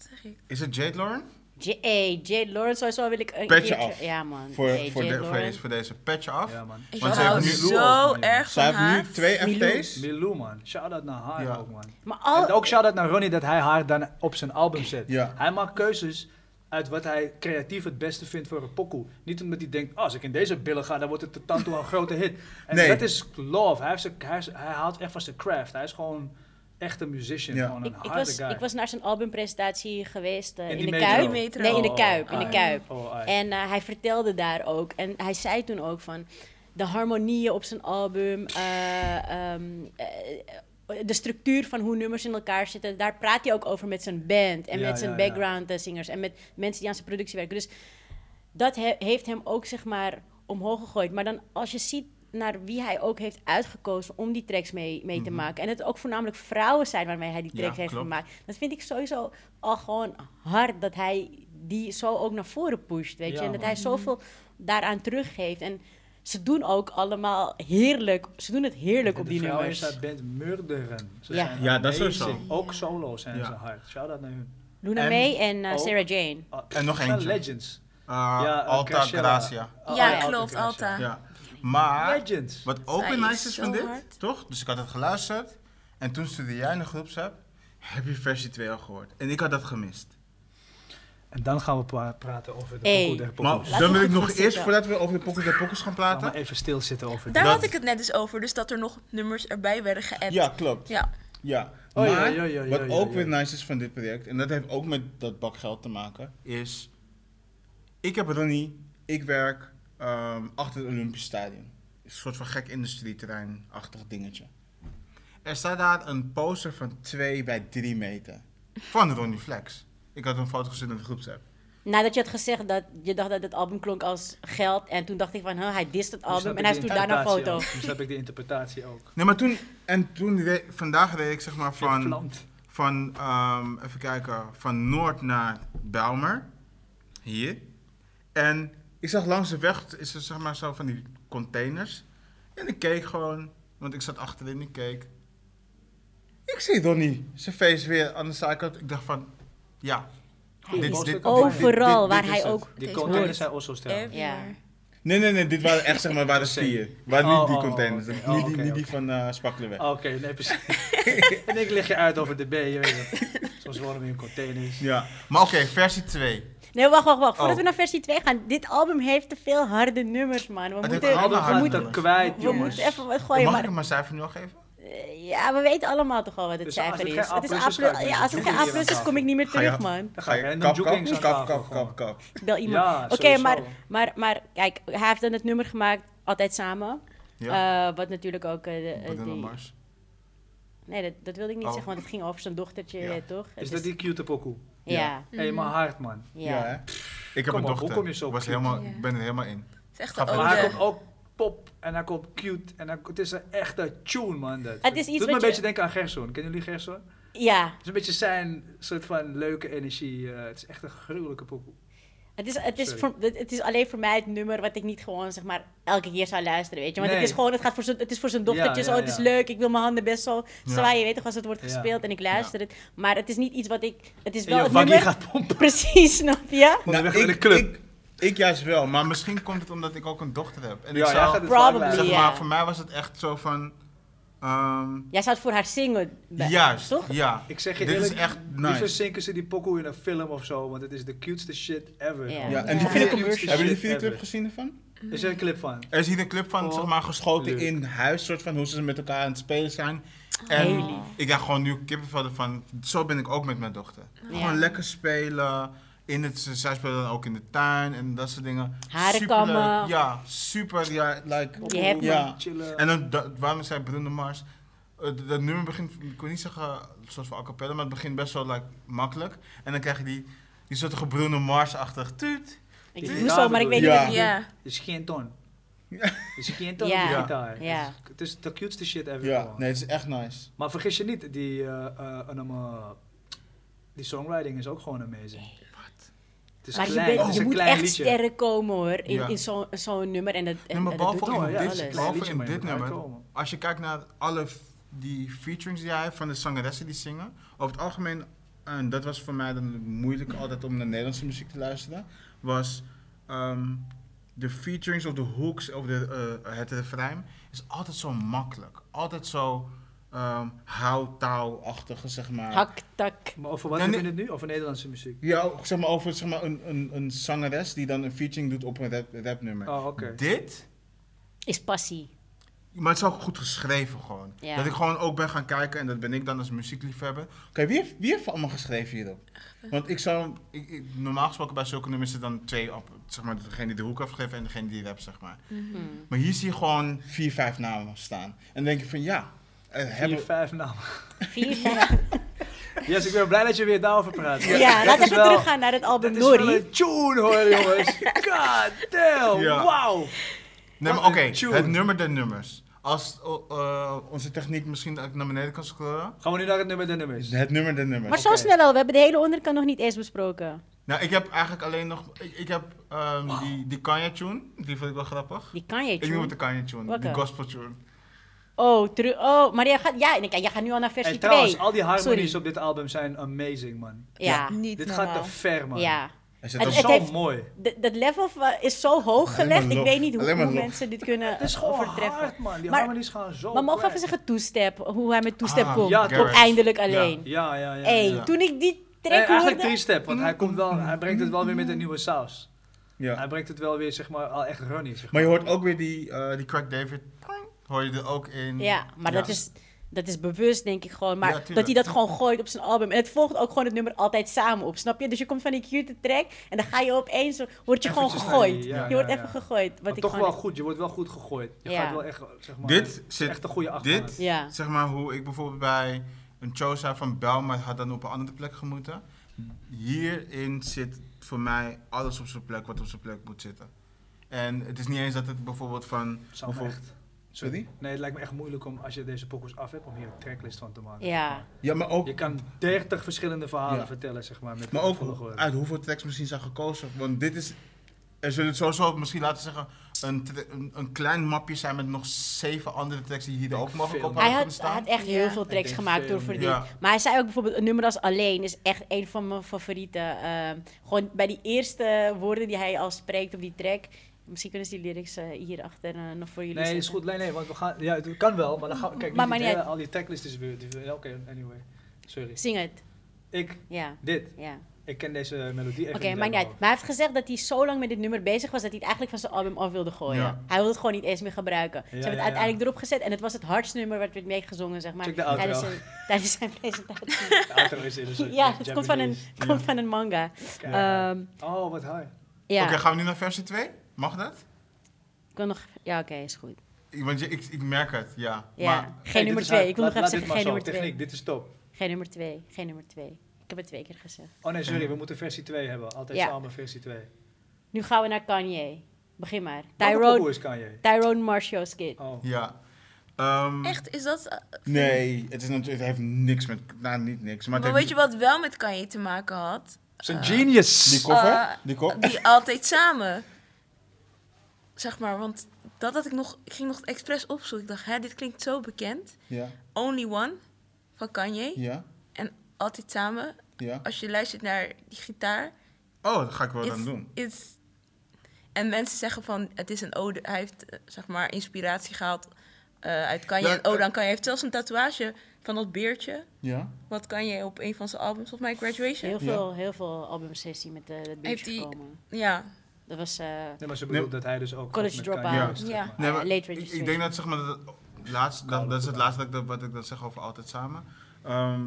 S4: zeg ik?
S2: is het Jade Lauren?
S3: J- hey, Jade Lawrence, sowieso wil ik een
S2: Pet
S3: keertje-
S2: je af.
S3: Ja, man.
S2: Voor,
S3: Hey,
S2: voor,
S3: Jade
S2: de, voor,
S3: Lawrence.
S2: deze, voor deze patch af.
S1: Ja, man.
S4: Ik
S2: Want ze
S4: hou
S2: heeft
S1: nu-
S4: zo
S1: Milou.
S4: erg
S2: Ze
S4: van
S2: heeft
S4: haar.
S2: nu twee FT's.
S1: Milou, man. Shout-out naar haar
S2: Ja.
S1: ook, man.
S3: Maar al,
S1: En ook shout-out naar Ronnie dat hij haar dan op zijn album zet.
S2: Ja.
S1: Hij maakt keuzes uit wat hij creatief het beste vindt voor een pokoe. Niet omdat hij denkt, "Ah, als ik in deze billen ga, dan wordt het de tanto een grote hit. En
S2: Nee.
S1: dat is love. Hij, heeft zijn, hij, is- hij houdt echt van zijn craft. Hij is gewoon echt een musician.
S2: Ja.
S1: Gewoon een
S3: ik, ik,
S1: harde
S3: was,
S1: guy.
S3: ik was naar zijn albumpresentatie geweest eh,
S1: In
S3: in,
S1: die
S3: de
S1: metro.
S3: Kuip.
S1: In
S4: die metro.
S3: Nee, in de
S1: Oh,
S3: Kuip. in
S1: ai.
S3: de Kuip.
S1: Oh, ai.
S3: En eh, hij vertelde daar ook. En hij zei toen ook van de harmonieën op zijn album. eh, ehm, eh, de structuur van hoe nummers in elkaar zitten. Daar praat hij ook over met zijn band. En
S1: Ja,
S3: met zijn
S1: ja, ja.
S3: background eh, zingers. En met mensen die aan zijn productie werken. Dus dat he- heeft hem ook zeg maar omhoog gegooid. Maar dan als je ziet naar wie hij ook heeft uitgekozen om die tracks mee, mee
S1: Mhm.
S3: te maken. En dat het ook voornamelijk vrouwen zijn waarmee hij die
S2: Ja,
S3: tracks heeft
S2: klopt.
S3: gemaakt. Dat vind ik sowieso al gewoon hard dat hij die zo ook naar voren pusht, weet je.
S1: Ja,
S3: en dat
S1: man.
S3: hij zoveel daaraan teruggeeft. En ze doen ook allemaal heerlijk, ze doen het heerlijk
S1: En
S3: op
S1: de
S3: die
S1: vrouwen
S3: nummers.
S1: in zijn band murderen. Ze
S3: Ja.
S1: zijn
S2: Ja, dat is
S1: amazing.
S2: sowieso.
S1: Ook solo's zijn
S2: Ja.
S1: ze hard. Shout-out naar hun.
S3: Luna
S2: En
S3: May en eh,
S1: ook-
S3: Sarah Jane.
S1: Ah,
S2: En nog
S1: ze zijn
S2: eentje.
S1: Legends.
S2: Eh,
S1: Ja, eh,
S2: Alta
S1: Graciela.
S2: Gracia.
S1: Ah,
S4: Ja,
S1: Alta
S4: klopt,
S1: Gracia.
S4: Alta.
S2: Ja. Maar
S1: Legends.
S2: Wat ook
S4: Zij
S2: weer
S4: is
S2: nice is van
S4: zo
S2: dit,
S4: hard.
S2: toch? Dus ik had het geluisterd en toen stuurde jij in de groepsapp, heb je versie 2 al gehoord? En ik had dat gemist.
S1: En dan gaan we pra- praten over de
S3: Hey.
S1: pokoe der pokoes.
S2: Maar
S3: Laat
S2: dan
S3: me
S2: wil ik
S3: goed
S2: nog
S3: gaan
S2: eerst,
S3: zitten.
S2: voordat we over de pokkers en pokkers gaan
S1: Laat maar
S2: praten.
S1: even stilzitten over
S4: Daar
S2: Dat-
S4: had ik het net eens over, dus dat er nog nummers erbij werden geappt.
S2: Ja, klopt.
S4: Ja.
S2: Ja.
S1: Oh, ja,
S2: maar
S1: ja, ja, ja,
S2: wat
S1: ja,
S2: ook
S1: ja.
S2: weer nice is van dit project, en dat heeft ook met dat bak geld te maken, is ik heb Ronnie, ik werk ehm, achter het Olympisch Stadion. Een soort van gek industrieterrein-achtig dingetje. Er staat daar een poster van 2 bij 3 meter. Van Ronnie Flex. Ik had een foto gezien in de groepsapp.
S3: Nadat je had gezegd dat je dacht dat het album klonk als geld. En toen dacht ik van, huh, hij dist het
S1: Nu snap
S3: album.
S1: ik
S3: En hij
S1: die
S3: stuurt daarna een
S1: interpretatie
S3: foto.
S1: ook. Nu snap ik de interpretatie ook.
S2: Nee, maar toen, en toen, re- vandaag reed ik zeg maar van...
S1: Vervlamd.
S2: Van, ehm, even kijken, van Noord naar Bijlmer. Hier. En ik zag langs de weg, is er zeg maar zo van die containers. En ik keek gewoon, want ik zat achterin, ik keek. Ik zie Donnie zijn feest weer aan de zijkant. Ik dacht van, ja.
S3: Hij
S1: Dit-
S3: is
S1: dit- dit-
S3: overal
S2: dit-
S3: waar
S2: dit is
S3: hij
S2: het.
S3: ook... Ehm.
S1: Die
S4: Deze
S1: containers
S4: hoort.
S1: zijn Oslo stijl.
S4: everywhere.
S2: Nee, nee, nee, dit waren echt zeg maar, waren
S1: Container.
S2: vier. Waren
S1: Oh,
S2: niet die
S1: oh, oh,
S2: containers,
S1: oké.
S2: niet,
S1: Oh,
S2: die,
S1: oké,
S2: niet
S1: oké. Oh.
S2: die van eh Spakkelweg.
S1: Oké, nee, precies. en ik leg je uit over de B, je weet het. Soms wonen we in containers.
S2: Ja, maar oké, versie 2.
S3: Nee, wacht, wacht, wacht. Voordat
S2: Oh.
S3: we naar versie 2 gaan. Dit album heeft te veel harde nummers, man. We
S2: Het heeft
S3: moeten,
S2: allemaal
S3: we
S2: harde
S3: moeten,
S1: dat kwijt,
S3: we
S1: jongens.
S3: moeten even wat gooien.
S2: Mag ik
S3: Maar,
S2: hem maar cijfer nu al geven?
S3: eh, ja, we weten allemaal toch al wat het
S1: Dus als
S3: cijfer
S1: het
S3: is.
S1: geen A+
S3: Het is
S1: is,
S3: A+.
S1: ga ik niet
S3: ja, als het geen
S1: doen.
S3: A plus is, kom ik niet meer
S2: Ga je-
S3: terug, man.
S1: Dan ga je random
S2: kap,
S1: jukings aan
S2: kap, kap,
S1: tafel
S2: kap,
S1: gewoon.
S2: kap, kap.
S3: Ik bel iemand.
S1: Ja,
S3: Oké,
S1: sowieso.
S3: maar, maar, maar kijk, hij heeft dan het nummer gemaakt, altijd samen. Eh, wat natuurlijk ook... eh, de, eh,
S2: Bruno
S3: die-
S2: Mars.
S3: Nee, dat, dat wilde ik niet
S2: Oh.
S3: zeggen, want het ging over zijn dochtertje,
S2: Ja.
S3: eh, toch? Het
S1: Is dat die cute pokoe?
S3: Ja,
S1: Hé, hey, maar hard, man.
S3: ja.
S2: Ja, hè? Ik heb
S1: Kom
S2: een
S1: op, hoe
S2: dochter.
S1: kom je zo
S2: was
S1: cute?
S2: helemaal,
S4: Ja.
S2: Ik ben er helemaal in.
S4: Het is echt
S2: Ga
S4: de
S3: Oh,
S2: verder.
S1: Maar hij
S4: ode.
S1: komt ook pop en hij komt cute. En hij, het is een echte tune, man. Dat.
S3: Het is iets
S1: doet me
S3: wat
S1: een
S3: je-
S1: beetje denken aan Gerson. Kennen jullie Gerson? Het
S3: ja.
S1: is een beetje zijn soort van leuke energie. eh, het is echt een gruwelijke pokoe.
S3: Het is, het, is
S1: Sorry.
S3: voor, het het is alleen voor mij het nummer wat ik niet gewoon zeg maar elke keer zou luisteren, weet je. Want het
S1: Nee.
S3: is gewoon, het, gaat voor zijn- het is voor zijn dochtertje
S1: Ja,
S3: zo,
S1: ja,
S3: het is
S1: ja.
S3: leuk, ik wil mijn handen best zo
S2: Ja.
S3: zwaaien, weet toch, als het wordt
S1: Ja.
S3: gespeeld en ik luister het. Maar het is niet iets wat ik, het is
S1: En
S3: wel
S1: je
S3: het
S1: waggie
S3: nummer,
S1: gaat pompen.
S3: precies, snap je?
S1: Want dan
S2: Nou,
S1: weg naar de club.
S2: Ik, Ik juist wel, maar misschien komt het omdat ik ook een dochter heb. En
S1: Ja,
S2: ik
S1: jij
S2: zou,
S1: gaat het
S3: Probably.
S1: voorlezen.
S2: zeg
S3: Ja.
S2: maar, voor mij was het echt zo van... ehm,
S3: Jij zou het voor haar zingen. bij-
S2: juist,
S3: Toch?
S2: ja.
S1: Ik zeg je
S2: Dit
S1: eerlijk,
S2: is echt
S1: liever
S2: nice.
S1: zinken ze die pokoe in een film of zo, want het is de cutest shit ever.
S3: Ja.
S2: Ja,
S1: Ja.
S2: en die
S3: Ja.
S2: videoclip,
S1: Commercial
S2: hebben
S1: shit
S2: jullie die videoclip
S1: ever.
S2: gezien ervan?
S1: Is er een clip van?
S2: Er is hier een clip van,
S1: Oh,
S2: zeg maar, geschoten
S1: leuk.
S2: in huis, soort van hoe ze met elkaar aan het spelen zijn. En
S3: Heel lief.
S2: ik dacht gewoon nu kippenvel ervan, zo ben ik ook met mijn dochter.
S3: Ja.
S2: Gewoon lekker spelen, in het, ze- zij spelen dan ook in de tuin en dat soort dingen.
S3: Haren
S2: Superleuk,
S3: kammen.
S2: Ja, super, ja, like...
S3: Je hebt me.
S2: ja.
S1: Chillen.
S2: En dan, da- waarom zei Bruno Mars, eh, dat- dat nummer begint, ik wil niet zeggen een soort van a cappella, maar het begint best wel like, makkelijk. En dan krijg je die, die soort Bruno Mars-achtig tuut.
S3: Ik
S1: Die
S3: doe
S1: gitaar
S3: zo, maar ik weet niet
S2: bedoel
S3: wat
S2: je?
S3: ik
S4: Ja.
S1: is geen toon.
S2: Ja.
S1: is geen toon
S3: Ja.
S1: op die gitaar.
S3: Ja.
S1: Het is- Het is de cutest shit ever.
S2: Ja,
S1: gewoon.
S2: nee, het is echt nice.
S1: Maar vergis je niet, die, eh, eh, een, eh, die songwriting is ook gewoon amazing. Het is
S3: Maar
S1: klein,
S3: je, bent-
S1: het is
S3: je
S1: een
S3: moet
S1: klein
S3: echt
S1: liedje.
S3: sterren komen hoor, in,
S2: Ja.
S3: in zo'n zo'n nummer. En dat, en,
S2: Nee, maar
S3: en dat doet
S2: behalve
S1: Oh,
S2: in
S1: ja,
S2: dit,
S1: het is een klein
S2: behalve
S1: liedje,
S2: in
S1: maar je
S2: dit
S1: moet
S2: nummer,
S1: uitkomen.
S2: als je kijkt naar alle f- die featurings die hij heeft van de zangeressen die zingen, over het algemeen, en dat was voor mij dan moeilijk altijd om naar Nederlandse muziek te luisteren, was ehm, de featurings of de hooks of de, eh, het refrein is altijd zo makkelijk. Altijd zo ehm houtouw-achtige, zeg maar.
S3: Hak, tak.
S1: Maar over wat
S2: Ja,
S1: heb je
S2: nee.
S1: het nu? Over Nederlandse muziek?
S2: ja, ook, zeg maar over zeg maar, een, een, een zangeres die dan een featuring doet op een rap, rapnummer.
S1: Oh, oké.
S2: Dit
S3: Is passie.
S2: Maar het is ook goed geschreven gewoon.
S3: Ja.
S2: Dat ik gewoon ook ben gaan kijken en dat ben ik dan als muziekliefhebber. Oké, wie, heeft, wie heeft allemaal geschreven hierop? Want ik zou, ik, ik- normaal gesproken bij zulke nummers zitten dan twee op, zeg maar, degene die de hoek afgeeft en degene die rap, zeg maar.
S3: Mhm.
S2: Maar hier zie je gewoon vier, vijf namen staan. En dan denk je van ja, eh,
S1: Vier,
S2: hebben,
S1: vijf namen.
S3: Vier, vijf.
S1: Yes, ik ben blij dat je weer daarover praat.
S3: Ja,
S1: Dat
S3: laten we
S1: is
S3: even
S1: wel-
S3: teruggaan naar het
S1: Dat
S3: album
S1: is wel
S3: Nori.
S1: een tune hoor, jongens. God damn,
S2: Ja.
S1: wauw.
S2: Nee, maar
S1: Wat
S2: oké,
S1: een tune.
S2: het nummer der nummers. Als oh, eh, onze techniek misschien naar beneden kan scrollen. Dus
S1: Gaan we nu naar het nummer de nummers?
S2: Het nummer der nummers.
S3: Maar zo snel al, we hebben de hele onderkant nog niet eens besproken.
S2: Nou, ik heb eigenlijk alleen nog, ik, ik heb ehm, die, die Kanye-tune, die vond ik wel grappig.
S3: Die kan je
S2: Ik noem het
S3: tune.
S2: de Kanye tune,
S3: Welke?
S2: de gospel tune.
S3: Oh, teru- oh, maar jij gaat, ja, en ik- jij gaat nu al naar versie
S1: En trouwens,
S3: 2.
S1: al die harmonies
S3: Sorry.
S1: op dit album zijn amazing, man.
S3: Ja,
S4: Niet
S1: Dit
S4: normaal.
S1: gaat te ver, man.
S3: ja.
S2: Hij zit
S1: Het
S3: Het-
S2: op-
S1: is zo
S3: heeft-
S1: mooi.
S3: D- dat level va- is zo hoog
S2: Alleen
S3: gelegd,
S2: maar
S3: ik
S2: lof.
S3: weet niet hoe,
S2: Alleen maar
S3: hoe
S2: lof.
S3: mensen dit kunnen
S1: Het is gewoon
S3: overtreffen.
S1: hard, man. Die
S3: Maar-
S1: harmonies gaan zo
S3: maar mogen we
S1: ver.
S3: even zeggen two-step, hoe hij met two-step
S2: Ah,
S3: komt.
S1: ja,
S3: komt
S2: Garrett.
S3: eindelijk
S2: Ja.
S3: alleen.
S1: Ja, ja, ja.
S3: Hey,
S2: ja.
S3: toen ik die
S1: Eh,
S3: track
S1: eigenlijk
S3: hoorde...
S1: drie step, want hij, komt wel, hij brengt het wel weer met een nieuwe saus. Hij
S2: ja.
S1: brengt het wel weer, zeg maar, al echt runny. Zeg
S2: Maar je hoort ook weer die, eh die Craig David, hoor je er ook in.
S3: Ja, maar Dat, is, dat is bewust, denk ik gewoon. Maar
S2: Ja,
S3: dat
S2: tuurlijk.
S3: hij dat gewoon gooit op zijn album. En het volgt ook gewoon het nummer altijd samen op, snap je? Dus je komt van die cute track en dan ga je opeens... Word je gewoon
S1: Eventjes naar
S3: gegooid.
S1: die- ja,
S3: je wordt
S1: ja,
S3: even
S1: ja.
S3: gegooid. Wat
S1: maar
S3: ik
S1: toch
S3: gewoon...
S1: wel goed, je wordt wel goed gegooid. Je
S3: Ja.
S1: gaat wel echt, zeg maar,
S2: Dit zit-
S1: echt een goede achternaam.
S2: Dit,
S3: Ja.
S2: zeg maar hoe ik bijvoorbeeld bij een Chosa van Belma had dan op een andere plek gemoeten. Hierin zit voor mij alles op zijn plek wat op zijn plek moet zitten. En het is niet eens dat het bijvoorbeeld van...
S1: Zou me
S2: bijvoorbeeld-
S1: echt,
S2: Sorry?
S1: nee, het lijkt me echt moeilijk om, als je deze pokus af hebt, om hier een tracklist van te maken.
S3: Ja,
S2: Ja, maar ook,
S1: Je kan 30 verschillende verhalen
S2: Ja.
S1: vertellen, zeg maar. Met
S2: maar
S1: de
S2: ook
S1: volgorde.
S2: uit hoeveel tracks misschien zijn gekozen. Want dit is, er zullen het sowieso misschien laten zeggen, een, tra- een, een klein mapje zijn met nog zeven andere tracks die hier
S1: denk
S2: ook mogen
S1: veel
S2: op
S1: meer.
S3: hij
S2: hadden
S3: had,
S2: kunnen
S3: hij
S2: staan.
S3: had echt
S4: Ja.
S3: heel veel
S1: Ik
S3: tracks
S1: denk
S3: gemaakt
S1: veel
S3: door Verdien.
S2: meer. Ja.
S3: Maar hij zei ook bijvoorbeeld een nummer als Alleen is echt een van mijn favorieten. Ehm, gewoon bij die eerste woorden die hij al spreekt op die track. Misschien kunnen ze die lyrics eh, hierachter eh, nog voor jullie
S1: Nee, is
S3: zetten.
S1: goed. Nee, nee, want we gaan... Ja, het kan wel, maar dan gaan we... Kijk,
S3: Maar
S1: nu die
S3: maakt niet
S1: hele- al die tracklist is weer... die- ja, Oké, anyway. Sorry.
S3: Zing het.
S1: Ik,
S3: Ja,
S1: dit.
S3: ja.
S1: Ik ken deze melodie even
S3: Oké, maakt niet uit. Maar hij heeft gezegd dat hij zo lang met dit nummer bezig was dat hij het eigenlijk van zijn album af wilde gooien.
S2: Ja.
S3: Hij wilde het gewoon niet eens meer gebruiken. Ze
S1: Ja,
S3: hebben het
S1: ja, ja.
S3: uiteindelijk erop gezet en het was het hardste nummer wat werd meegezongen, zeg maar.
S1: Check de outro.
S3: Tijdens zijn, tijdens zijn presentatie.
S1: De outro is in een soort
S3: ja, het komt van, een,
S1: Japanese.
S3: komt van een manga.
S1: Kijk.
S3: Ehm,
S1: Oh, wat high.
S3: ja,
S2: Oké, gaan we nu naar versie 2? Mag dat?
S3: ik wil nog... Ja, oké, is goed.
S2: Ik- Want je, ik, ik merk het, ja.
S3: Ja,
S2: Maar
S3: geen
S1: Hey, dit
S3: nummer
S1: is
S3: twee.
S1: high.
S3: Ik wil
S1: Laat-
S3: nog even
S1: laat dit
S3: zeggen,
S1: maar zo.
S3: geen nummer twee.
S1: Techniek, dit is top.
S3: Geen nummer twee, geen nummer twee. Ik heb het twee keer gezegd.
S1: Oh nee, sorry, we moeten versie 2 hebben. Altijd
S3: Ja.
S1: samen versie 2.
S3: Nu gaan we naar Kanye. Begin maar.
S1: Hoe
S3: Tyrone,
S1: is Kanye?
S3: Tyrone Marshall's kid.
S1: Oh.
S2: ja. Ehm,
S4: Echt, is dat... eh,
S2: Nee, het, is natuurlijk, het heeft niks met... Nou, niet niks. Maar,
S4: Maar,
S2: het
S4: weet
S2: heeft-
S4: je wat wel met Kanye te maken had?
S1: Zijn genius!
S2: Die koffer?
S4: Eh,
S2: die kop?
S4: Die altijd samen. Zeg maar, want dat had ik nog... Ik ging nog het expres opzoeken. Ik dacht, hè, dit klinkt zo bekend.
S2: Ja,
S4: Only One van Kanye.
S2: ja,
S4: En altijd samen.
S2: ja.
S4: Als je luistert naar die gitaar...
S2: Oh, dat ga ik wel
S4: is
S2: dan doen.
S4: is En mensen zeggen van, het is een ode. Hij heeft, eh, zeg maar, inspiratie gehaald eh, uit Kanye.
S2: Ja,
S4: en Oda
S2: eh,
S4: aan Kanye Hij heeft zelfs een tatoeage van dat beertje.
S2: Ja.
S4: Wat Kanye op een van zijn albums, of My Graduation.
S3: Heel veel, heel veel albumsessie met eh dat
S4: Heeft
S3: beatje
S4: die-
S3: gekomen.
S4: Ja.
S3: Dat was... eh,
S1: Nee, maar ze bedoelt
S2: Nee.
S1: dat hij dus ook...
S3: College
S1: met
S3: dropout.
S1: Kanye West,
S4: Ja.
S1: zeg
S4: Ja.
S1: maar.
S2: Nee, maar
S3: Eh, late
S2: ik, ik denk dat zeg maar dat, het laatst, dat, dat is het laatste dat ik, dat- wat ik dat zeg over altijd samen. Ehm,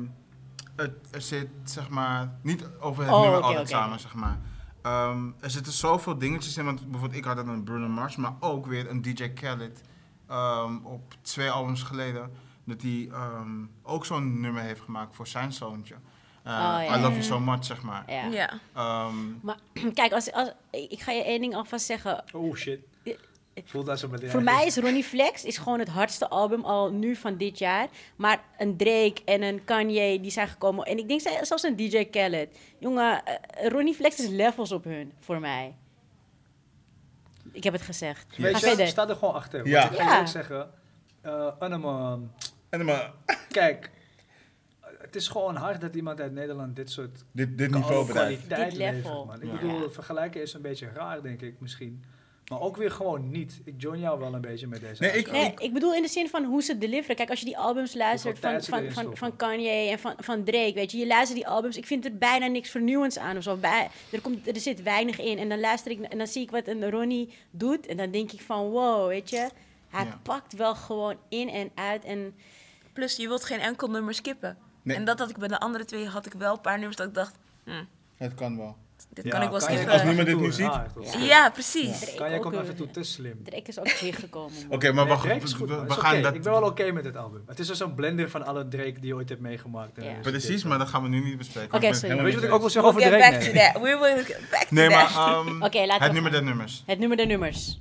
S2: het, er zit zeg maar niet over het
S3: Oh,
S2: nummer
S3: oké,
S2: altijd
S3: oké.
S2: samen zeg maar. Ehm, er zitten zoveel dingetjes in, want bijvoorbeeld ik had dan een Bruno Mars, maar ook weer een DJ Khaled ehm, op twee albums geleden dat hij ehm, ook zo'n nummer heeft gemaakt voor zijn zoontje. Eh,
S3: Oh, ja.
S2: I love you so much zeg maar.
S3: ja.
S4: Ja.
S2: Ehm,
S3: Kijk, als, als, ik ga je één ding alvast zeggen.
S1: Oh shit.
S3: Ja.
S1: Voel dat zo meteen.
S3: Voor mij is Ronnie Flex is gewoon het hardste album al nu van dit jaar. Maar een Drake en een Kanye die zijn gekomen. En ik denk zij- zelfs een DJ Khaled. Jongen, eh, Ronnie Flex is levels op hun, voor mij. Ik heb het gezegd.
S1: Weet
S3: Ga
S1: je,
S3: verder.
S1: ik sta er gewoon achter. Want
S2: Ja.
S1: Ik ga
S3: Ja.
S1: eerlijk zeggen, eh Anneman,
S2: en dan maar
S1: kijk, het is gewoon hard dat iemand uit Nederland dit soort
S2: dit, dit niveau bereikt.
S1: kwaliteit
S3: Dit
S1: levert.
S3: level.
S1: Man.
S2: Ja.
S1: Ik bedoel, vergelijken is een beetje raar, denk ik, misschien. Maar ook weer gewoon niet. Ik join jou wel een beetje met deze
S2: Nee, ik-
S1: uitspraak.
S3: Nee, ik bedoel in de zin van hoe ze deliveren. Kijk, als je die albums luistert
S1: Hoeveel
S3: van,
S1: tijd ze
S3: van,
S1: erin
S3: van,
S1: stoppen.
S3: van Kanye en van, van Drake, weet je. Je luistert die albums, ik vind er bijna niks vernieuwends aan of zo. Bij, er, komt, er zit weinig in. En dan luister ik na- en dan zie ik wat een Ronnie doet. En dan denk ik van, wow, weet je. Hij
S2: Ja.
S3: pakt wel gewoon in en uit. En
S4: Plus, je wilt geen enkel nummer skippen.
S2: Nee.
S4: En dat had ik bij de andere twee, had ik wel een paar nummers dat ik dacht, hmm,
S2: Het kan wel.
S4: dit
S1: Ja,
S4: kan ik wel
S1: je
S4: skippen.
S2: Als
S1: even
S2: niemand dit
S1: toe,
S2: nu ziet.
S1: raar, toch?
S4: Ja, precies.
S3: Drake
S1: Kan jij
S3: ook,
S1: komt
S3: eh,
S1: even toe, te slim.
S3: Drake is ook teruggekomen.
S2: Oké, maar
S1: Nee,
S2: wacht.
S1: Drake is goed,
S2: we,
S1: man.
S2: we
S1: Is
S2: gaan
S1: oké.
S2: dat
S1: Ik ben wel oké met dit album. Het is dus een blender van alle Drake die je ooit hebt meegemaakt. Eh, En
S3: Ja.
S1: dan is het
S2: Precies,
S1: dit.
S2: maar dat gaan we nu niet bespreken.
S3: Oké,
S2: Ik ben
S3: sorry.
S2: helemaal
S1: Weet je wat
S2: niet
S1: ik ook wil
S2: eens.
S1: zeggen over
S4: We'll
S1: Drake? Nee.
S4: get back to that. We will get back to
S2: Nee, maar
S4: that.
S2: ehm,
S3: Oké, laten
S2: het
S3: we gaan.
S2: nummer der nummers.
S3: Het nummer der nummers.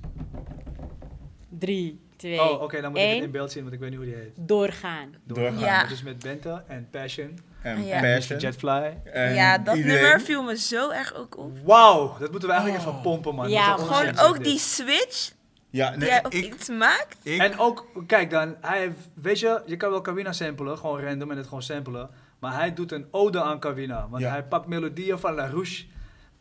S3: Drie, twee,
S1: Oh, oké, dan moet ik het
S3: één.
S1: in beeld zien, want ik weet niet hoe die heet.
S3: doorgaan.
S2: Doorgaan.
S4: Ja.
S1: Dus met Bente en Passion
S2: En
S4: Ja.
S1: en
S2: Passion.
S1: Jetfly.
S2: en
S4: ja, dat
S2: eh,
S1: Ehm,
S2: iedereen.
S4: nummer viel me zo erg ook op.
S1: Wauw, dat moeten we eigenlijk even pompen, man.
S3: Ja,
S1: Wat een
S3: man.
S4: Gewoon
S1: onzin is
S4: ook
S1: dit.
S4: die switch
S2: Ja,
S4: die
S2: Oh, nee,
S4: jij op
S2: ik,
S4: iets maakt.
S2: ik,
S1: En ook, kijk dan, hij heeft, weet je, je kan wel Kawina samplen, gewoon random en het gewoon samplen. Maar hij doet een ode aan Kawina, want
S2: Ja.
S1: hij pakt melodieën van La Rouche.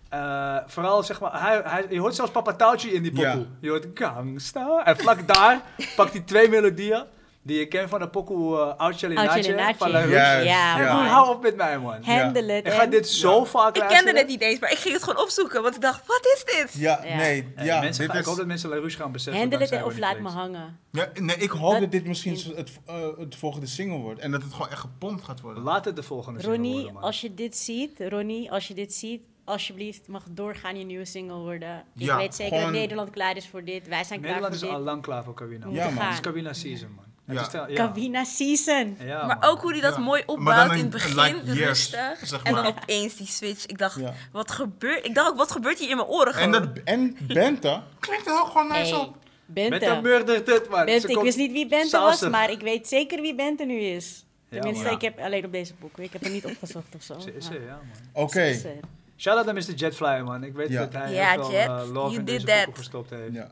S1: Eh, vooral zeg maar, hij, hij, je hoort zelfs Papa Touchy in die
S2: Ja.
S1: pokoe. Je hoort gangsta. En vlak daar pakt hij twee melodieën die je kent van de pokoe eh Oud
S3: Oudje
S1: Chalinaatje van La
S3: Naatje.
S1: Rouche.
S2: Ja,
S3: Ja,
S2: Juist,
S1: En
S2: ja.
S1: toen,
S3: man.
S1: hou op met mij man.
S3: Handle it.
S1: Ik ga
S3: en-
S1: dit zo vaak
S4: Ik
S1: luisteren.
S4: kende het niet eens, maar ik ging het gewoon opzoeken. Want ik dacht, wat is dit?
S2: ja,
S3: Ja.
S2: nee,
S1: Eh,
S2: ja,
S1: mensen
S2: dit
S1: gaan, Ik hoop
S2: is...
S1: dat mensen La Rouche gaan beseffen.
S3: Handle it
S1: dankzij
S3: of
S1: Ronnie
S3: laat me
S1: Flex.
S3: hangen.
S2: Ja, nee, ik hoop
S3: Dat-
S2: dat dit misschien zo- het, eh, het volgende single wordt. En dat het gewoon echt gepompt gaat worden.
S1: Laat het de volgende single
S3: Ronnie,
S1: worden, man.
S3: als je dit ziet, Ronnie, als je dit ziet, alsjeblieft mag doorgaan je nieuwe single worden. Ik
S2: Ja,
S3: weet zeker
S2: gewoon-
S3: dat Nederland klaar is voor dit. Wij zijn
S1: Nederland
S3: klaar
S1: is
S3: voor
S1: al
S3: dit.
S1: lang klaar voor Kawina.
S3: We
S2: Ja,
S3: moeten
S2: man.
S1: Het is
S3: gaan.
S1: Kawina season, man. Het
S2: Ja.
S1: is tel-
S3: Kawina season.
S1: Ja,
S4: maar
S1: man.
S4: ook hoe hij dat
S2: Ja.
S4: mooi
S2: Maar
S4: opbouwt
S2: dan
S4: in het
S2: een-
S4: begin,
S2: like years,
S4: rustig.
S2: zeg
S4: En dan
S2: maar.
S4: opeens die switch. Ik dacht,
S2: Ja.
S4: wat gebeurt... Ik dacht ook, wat gebeurt hier in mijn oren
S2: En,
S4: gewoon?
S2: dat, en Bente klinkt er ook gewoon nice
S3: Hey,
S2: op.
S1: Met een
S3: Bente.
S1: murder dit, man.
S3: Bente,
S1: Ze
S3: ik
S1: komt
S3: wist niet wie Bente was,
S1: sausig.
S3: maar ik weet zeker wie Bente nu is. Tenminste,
S1: man.
S3: ik heb alleen op deze boek. Ik heb hem niet opgezocht of zo.
S1: Ze is
S3: maar
S1: er, ja, man.
S2: Oké,
S3: ze is er.
S1: Shout-out naar Mr. Jetfly, man. Ik weet
S2: Ja.
S1: dat hij
S4: Ja,
S1: heel veel
S4: Jet,
S1: eh, love
S4: you
S1: in
S4: did
S1: deze
S4: that.
S1: pokoe gestopt heeft.
S2: ja.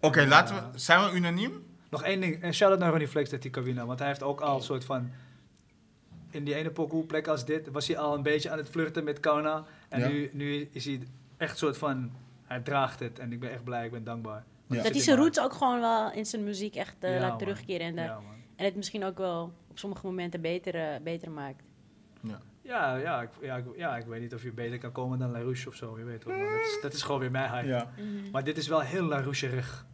S2: Oké, laten we... Zijn we unaniem?
S1: Nog één ding. En shout-out naar Ronnie Flex, dat die Kawina. Want hij heeft ook al een soort van... In die ene pokoe, plek als dit, was hij al een beetje aan het flirten met Kauna. En
S2: Ja.
S1: nu, nu is hij echt een soort van... Hij draagt het en ik ben echt blij, ik ben dankbaar. Want het
S2: Dat
S1: zit
S3: Dat hij
S1: in
S3: zijn
S1: haar.
S3: roots ook gewoon wel in zijn muziek echt eh,
S1: Ja,
S3: laat
S1: man.
S3: terugkeren. En, de-
S1: Ja, man.
S3: en het misschien ook wel op sommige momenten beter, eh, beter maakt.
S1: Ja, ja, ik, ja, ik, ja, ik weet niet of je beter kan komen dan LaRouche of zo. Je weet toch, man. Dat is, dat is gewoon weer mijn hype.
S2: Ja.
S1: Maar dit is wel heel LaRouche-erig.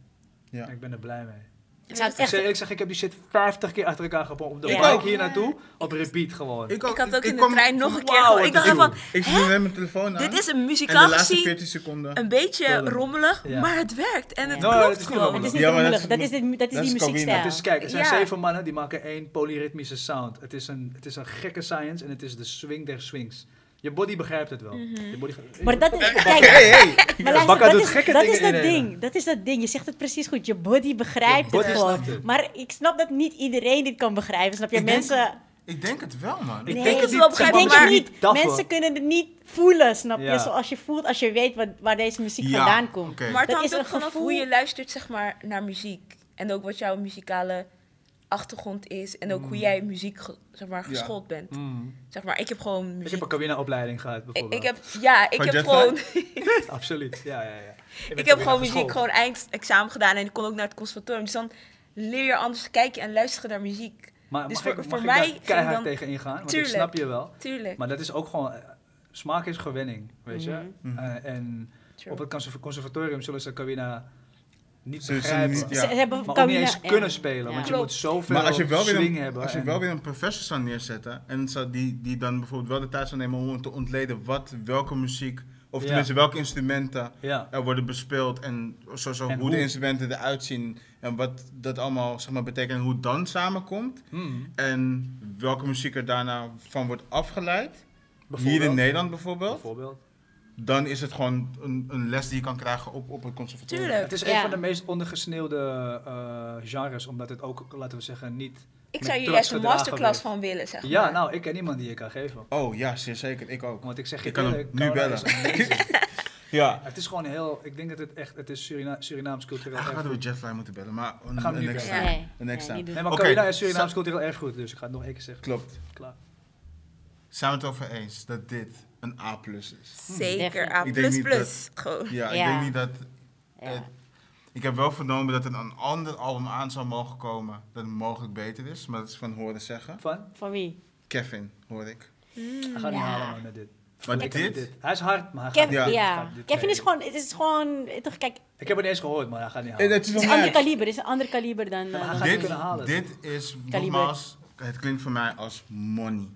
S2: Ja.
S1: Ik ben er blij mee.
S3: Ik zou het
S1: Ik
S3: echt
S1: zeg, ik zeg, ik heb die shit 50 keer achter elkaar gepompt. Op de
S3: Ja.
S1: bike hier naartoe, op repeat gewoon.
S4: Ik had ook in de
S2: kwam-
S4: trein nog een keer...
S1: wauw,
S4: gewoon-
S1: wat
S4: Ik dacht
S1: een
S4: van,
S2: Ik zit nu met mijn telefoon aan.
S4: dit is een
S2: En de
S4: muzikaal
S2: laatste
S4: gezien
S2: 40 seconden...
S4: een beetje
S2: Rollend.
S4: rommelig,
S1: Ja.
S4: maar het werkt. En het
S1: Ja. Nou, het
S4: klopt
S1: is niet
S4: gewoon.
S3: Het
S1: rommelig.
S3: is niet
S2: Ja, maar
S3: rommelig.
S2: dat
S3: Dat
S2: is-
S3: is, dit- dat is
S2: dat is
S3: die
S2: Kawina.
S3: muziekstijl.
S1: Dus kijk, er zijn
S4: Ja.
S1: zeven mannen die maken één polyritmische sound. Het is, een, het is een gekke science en het is de swing der swings. Je body begrijpt het wel. Je body ge-
S3: Mhm. Maar dat is... Kijk, maar luister,
S1: Bakka
S3: dat,
S1: doet
S3: is,
S1: gekke
S3: dat
S1: dingen
S3: is dat
S1: ineens.
S3: ding. Dat is dat ding. Je zegt het precies goed. Je body begrijpt
S1: Je body
S3: het gewoon.
S1: snapt het.
S3: Maar ik snap dat niet iedereen dit kan begrijpen. Snap je?
S2: Ik denk-
S3: mensen...
S2: Ik denk het wel, man.
S1: Ik
S3: Nee,
S1: denk het
S4: ze
S1: niet.
S4: wel
S1: zeg
S3: Ik
S1: maar, mensen
S3: denk het
S4: maar-
S1: zijn
S3: niet.
S1: niet dapper.
S3: Mensen kunnen het niet voelen, snap je?
S1: Ja.
S3: Zoals je voelt als je weet wat, waar deze muziek
S2: Ja,
S3: vandaan komt.
S2: oké.
S4: Maar het
S3: Dat
S4: hangt
S3: is
S4: ook
S3: een
S4: vanaf
S3: gevoel.
S4: hoe je luistert zeg maar, naar muziek. En ook wat jouw muzikale achtergrond is. En ook hoe jij muziek ge- zeg maar,
S2: Ja.
S4: geschoold bent.
S1: Mm.
S4: Zeg maar, ik heb gewoon
S1: Ik
S4: muziek.
S1: heb een kabinenopleiding gehad
S4: Ik,
S1: bijvoorbeeld.
S4: ik heb, ja, ik
S2: Van
S4: heb
S2: Jet
S4: gewoon.
S1: Absoluut, ja, ja, ja.
S4: ik heb gewoon muziek, gewoon eindexamen gedaan en ik kon ook naar het conservatorium. Dus dan leer je anders kijken en luisteren naar muziek.
S1: Maar
S4: Dus
S1: mag
S4: voor-
S1: ik, mag
S4: voor
S1: ik
S4: mij
S1: daar
S4: ging
S1: keihard
S4: dan-
S1: tegen ingaan? Want
S4: Tuurlijk.
S1: ik snap je wel.
S4: Tuurlijk.
S1: Maar dat is ook gewoon... eh, Smaak is gewenning, weet je. Eh, en
S4: Mhm. True.
S1: op het conserv- conservatorium zullen ze Kawina niet
S2: Zullen ze
S1: begrijpen.
S2: niet- ja.
S3: Ze hebben
S1: Maar ook niet
S3: Carolina
S1: eens
S3: en-
S1: kunnen spelen.
S3: Ja.
S1: Want je
S4: Klopt.
S1: moet zoveel
S2: Maar als je wel weer
S1: swing
S2: een,
S1: hebben.
S2: als je
S1: en-
S2: wel weer een professor zou neerzetten en zou die, die dan bijvoorbeeld wel de tijd zou nemen om te ontleden wat, welke muziek, of
S1: Ja.
S2: tenminste welke instrumenten
S1: Ja.
S2: er worden bespeeld en sowieso
S1: En
S2: hoe, de
S1: hoe.
S2: instrumenten eruit zien en wat dat allemaal zeg maar, betekent en hoe het dan samenkomt
S1: Hmm.
S2: en welke muziek er daarna van wordt afgeleid, hier in
S1: Bijvoorbeeld.
S2: Nederland bijvoorbeeld,
S1: Bijvoorbeeld.
S2: dan is het gewoon een, een les die je kan krijgen op, op het conservatorium.
S4: Tuurlijk.
S1: Het is
S3: Ja.
S1: een van de meest ondergesneeuwde eh, genres, omdat het ook, laten we zeggen, niet...
S4: Ik
S1: met
S4: zou hier
S1: trots
S4: juist een
S1: gedragen
S4: masterclass
S1: werd.
S4: van willen, zeg maar.
S1: Ja, nou, ik ken niemand die je kan geven.
S2: Oh ja, zeer zeker, ik ook.
S1: Want ik zeg je
S2: Ik kan hem
S1: eerlijk,
S2: nu
S1: Carola is
S2: bellen.
S1: amazing.
S2: Ja.
S1: het is gewoon heel... Ik denk dat het echt... Het is Surina Surinaams cultureel
S2: Eigenlijk hadden
S1: erfgoed.
S2: we Jetfly moeten bellen, maar
S1: We gaan hem nu
S2: next
S1: bellen.
S2: time.
S3: Nee,
S2: The
S3: nee,
S2: next time.
S3: niet doen.
S1: Nee, maar
S2: Oké,
S1: Carolina is
S2: sa-
S1: Surinaams cultureel erfgoed, dus ik ga het nog één keer zeggen.
S2: Klopt.
S1: Klaar.
S2: Zijn we het over eens dat dit een A is?
S4: Zeker,
S1: mm.
S3: Definitely.
S4: A++.
S2: Ik denk niet dat-
S4: Gewoon.
S2: Ja,
S3: Ja.
S2: ik denk niet dat...
S3: Ja.
S2: eh, ik heb wel vernomen dat er een ander album aan zou mogen komen dat mogelijk beter is. Maar dat is van horen zeggen.
S1: Van?
S3: Van wie?
S2: Kevin, hoor ik.
S1: Hij gaat niet
S3: Mm, Ja.
S1: halen man, met dit.
S2: Maar
S1: Ik
S2: dit?
S1: vind Hij is hard, maar hij gaat
S3: Kevin,
S1: niet-
S3: ja.
S2: Ja.
S1: gaat dit
S3: Kevin
S1: mee.
S3: is gewoon, het is gewoon, eh, toch, kijk, het
S1: Ik heb het niet eens gehoord, maar hij gaat niet
S2: Eh,
S1: halen.
S2: dat is
S3: is
S2: wel
S3: een ander
S2: merk.
S3: kaliber, het is een ander kaliber dan...
S1: maar
S3: eh,
S1: hij
S3: dan-
S1: gaat het
S2: dit,
S1: kunnen halen.
S2: dit is
S3: Kaliber.
S2: nogmaals, het klinkt voor mij als money.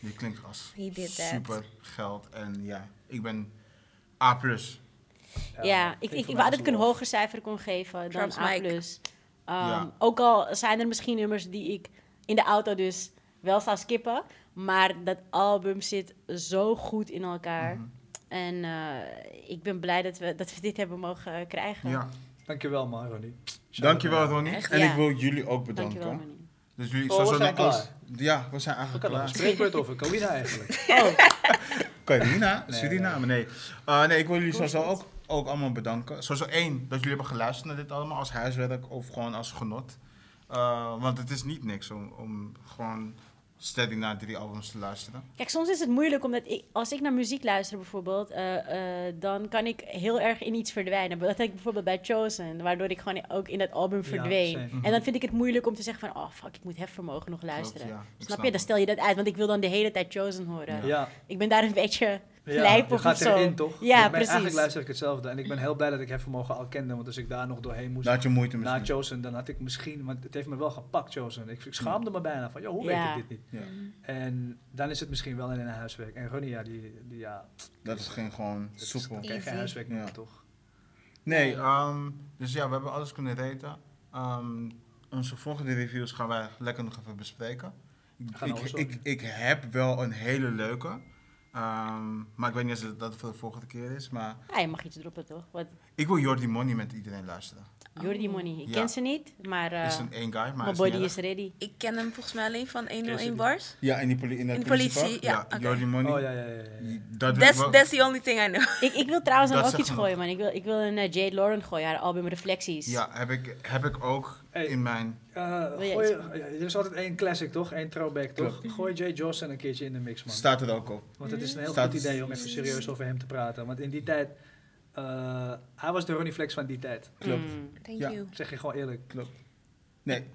S2: Dit klinkt als
S4: He did that.
S2: super geld. En ja, ik ben A+.
S3: Ja, ik,
S1: voor
S3: ik, ik
S1: mij
S3: wou
S1: is
S3: dat ik een
S1: love.
S3: hoger cijfer kon geven dan
S4: Traps
S3: A+.
S4: Mike.
S3: Ehm,
S2: Ja.
S3: Ook al zijn er misschien nummers die ik in de auto dus wel zou skippen. Maar dat album zit zo goed in elkaar. En eh, ik ben blij dat we, dat we dit hebben mogen eh, krijgen.
S2: Ja.
S1: Dankjewel man, Ronnie.
S2: Dankjewel Ronnie.
S4: Echt,
S2: En
S3: ja.
S2: ik wil jullie ook bedanken.
S3: Dankjewel, Manny.
S2: Dus jullie
S1: Oh,
S2: zo
S1: we
S2: zo
S1: zijn
S2: naar ons-
S1: klaar.
S2: Ja, we zijn
S1: Ik
S2: eigenlijk
S1: had nog
S2: klaar.
S1: een spreekwoord over Carolina eigenlijk.
S2: Carina,
S1: Nee,
S2: Suriname, nee. Eh, nee, ik wil jullie sowieso ook, ook allemaal bedanken. Sowieso één, dat jullie hebben geluisterd naar dit allemaal als huiswerk of gewoon als genot. Eh, want het is niet niks om, om gewoon steady naar drie albums te luisteren.
S3: Kijk, soms is het moeilijk omdat ik, als ik naar muziek luister bijvoorbeeld, eh, eh, dan kan ik heel erg in iets verdwijnen. Dat had ik bijvoorbeeld bij Chosen, waardoor ik gewoon ook in dat album
S1: Ja,
S3: verdween.
S1: same.
S3: en dan vind ik het moeilijk om te zeggen van, oh fuck, ik moet hefvermogen nog luisteren.
S2: Klopt, ja. Ik
S3: Snap
S2: snap
S3: je? Dan
S2: het.
S3: stel je dat uit, want ik wil dan de hele tijd Chosen horen.
S1: Ja.
S3: Ik ben daar een beetje
S1: Ja,
S3: lijp
S1: je
S3: op of
S1: gaat
S3: zo.
S1: erin, toch?
S3: Ja,
S1: ik ben, Eigenlijk
S3: precies.
S1: luister ik hetzelfde. En ik ben heel blij dat ik Hefvermogen al kende. Want als ik daar nog doorheen moest
S2: Daar had je moeite
S1: na
S2: mee.
S1: Chosen, dan had ik misschien... Want het heeft me wel gepakt, Chosen. Ik, ik schaamde me bijna van, joh, hoe
S3: Ja.
S1: weet ik dit niet?
S2: Ja,
S4: Mm.
S1: En dan is het misschien wel in een huiswerk. En Ronnie, ja, die, die ja,
S2: dat is geen gewoon
S1: dat is
S2: soepel.
S1: dan krijg je
S4: Easy.
S1: huiswerk noemen,
S2: Ja.
S1: toch?
S2: Nee, ehm, dus ja, we hebben alles kunnen reten. Ehm, onze volgende reviews gaan wij lekker nog even bespreken. Ik,
S1: gaan
S2: ik,
S1: alles
S2: ik,
S1: op.
S2: ik heb wel een hele leuke. ehm, maar ik weet niet of dat- dat voor de volgende keer is. Maar
S3: Ah, je mag iets droppen toch? Wat,
S2: ik wil Jordi Money met iedereen luisteren.
S3: Jordi Money. Ik
S2: Ja.
S3: ken ze niet, maar eh,
S2: is een één guy, maar
S3: mijn
S2: is
S3: body
S2: niet
S3: is
S2: erg.
S3: ready.
S4: Ik ken hem volgens mij alleen van
S1: Ken ze
S4: 101
S1: niet.
S4: Bars.
S2: Ja, in, die poli- in, het
S4: de politie,
S2: politiepak.
S4: ja, oké.
S2: Jordi Money.
S1: Oh, ja, ja, ja. ja. ja.
S2: Dat wil ik
S4: That's,
S2: wel-
S4: that's the only thing I know.
S3: Ik, ik wil trouwens
S2: Dat
S3: dan ook
S2: zegt
S3: iets
S2: genoeg.
S3: gooien, man. Ik wil, ik wil een eh, Jade Lauren gooien, haar album Reflecties.
S2: ja, heb ik, heb ik ook
S1: Hey.
S2: in mijn...
S1: Eh,
S3: Wil jij
S1: gooi,
S3: iets
S1: er is altijd één classic, toch? Eén throwback, toch? Gooi Jay Johnson een keertje in de mix, man.
S2: Staat het ook op.
S1: Want het is een heel
S2: Staat-
S1: goed idee om even serieus over hem te praten. Want in die tijd, eh, hij was de Ronnie Flex van die tijd.
S2: Klopt.
S3: Mm.
S4: Thank
S2: Ja.
S4: you.
S1: Ik zeg je gewoon eerlijk.
S2: Nee,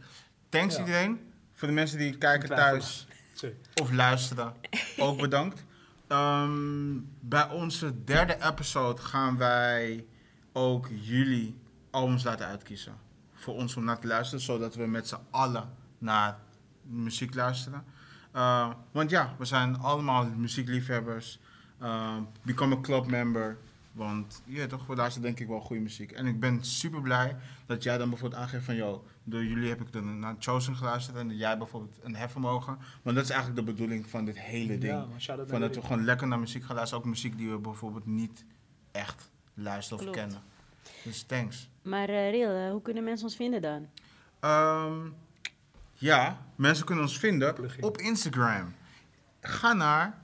S2: thanks
S1: Ja.
S2: iedereen. Voor de mensen die kijken
S1: Twijfel.
S2: thuis.
S1: Sorry.
S2: of luisteren. Ook bedankt. Ehm, bij onze derde episode gaan wij ook jullie albums laten uitkiezen. Voor ons om naar te luisteren, zodat we met z'n allen naar muziek luisteren. Eh, want ja, we zijn allemaal muziekliefhebbers. Eh, become a club member. Want ja, toch, we luisteren denk ik wel goede muziek. En ik ben super blij dat jij dan bijvoorbeeld aangeeft van... ...joh, door jullie heb ik dan naar Chosen geluisterd en jij bijvoorbeeld een hefvermogen. Want dat is eigenlijk de bedoeling van dit hele ding.
S1: Ja, maar shout-out
S2: van
S1: naar
S2: dat we
S1: jullie.
S2: gewoon lekker naar muziek gaan luisteren. Ook muziek die we bijvoorbeeld niet echt luisteren of
S3: Klopt.
S2: kennen. Dus thanks.
S3: Maar eh Riel, eh, hoe kunnen mensen ons vinden dan?
S2: Ehm, ja, mensen kunnen ons vinden
S1: Plugin.
S2: op Instagram. Ga naar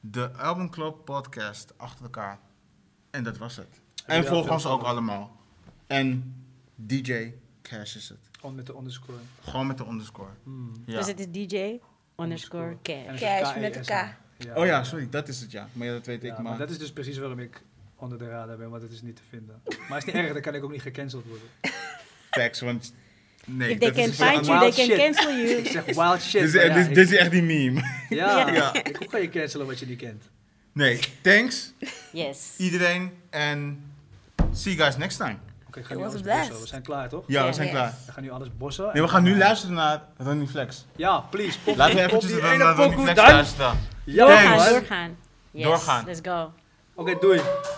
S2: de Album Club podcast achter elkaar. En dat was het.
S1: je
S2: En
S1: wel
S2: volg
S1: veel
S2: ons ook
S1: gevonden?
S2: allemaal. En DJ Cash is het.
S1: On met de underscore.
S2: Gewoon met de underscore.
S1: Hmm.
S2: Ja.
S3: Dus het is DJ underscore Cash.
S1: En het is
S4: Cash met
S1: K-E-S-S.
S4: een K.
S2: Oh ja, sorry, Oh dat is het ja. Maar ja, dat weet
S1: Ja,
S2: ik
S1: maar
S2: maar.
S1: dat is dus precies waarom ik onder de radar ben, want het is niet te vinden. Maar is niet erg, dan kan ik ook niet gecanceld worden.
S2: Facts, want... Nee,
S6: If they
S2: dat
S6: can
S2: is dus wel-
S6: find you,
S1: wild
S6: they can
S1: shit.
S6: cancel you.
S1: Ik zeg wild shit.
S2: Dit is,
S1: maar ja,
S2: dit,
S1: ik-
S2: is- dit is echt die meme.
S1: ja,
S2: Ja.
S1: ik hoe kan je cancelen wat je niet kent.
S2: Nee, thanks
S6: Yes.
S2: iedereen en see you guys next time.
S1: Oké, ik ga nu
S9: was
S1: alles
S9: a blast.
S1: bossen. We zijn klaar, toch?
S2: Ja, we
S6: Yes.
S2: zijn klaar.
S1: We gaan nu alles bossen. eh,
S2: Nee, we gaan nu luisteren naar Ronnie Flex.
S1: Ja, please. Pop,
S2: Laten we
S1: pop
S2: eventjes
S1: die
S2: naar
S1: ene
S2: naar Ronnie
S1: pokoe
S2: Flex
S1: dan.
S2: luisteren.
S1: Ja,
S2: Thanks.
S6: Doorgaan,
S1: man. Oké,
S6: doorgaan. Yes,
S2: Doorgaan.
S6: let's go.
S1: doei.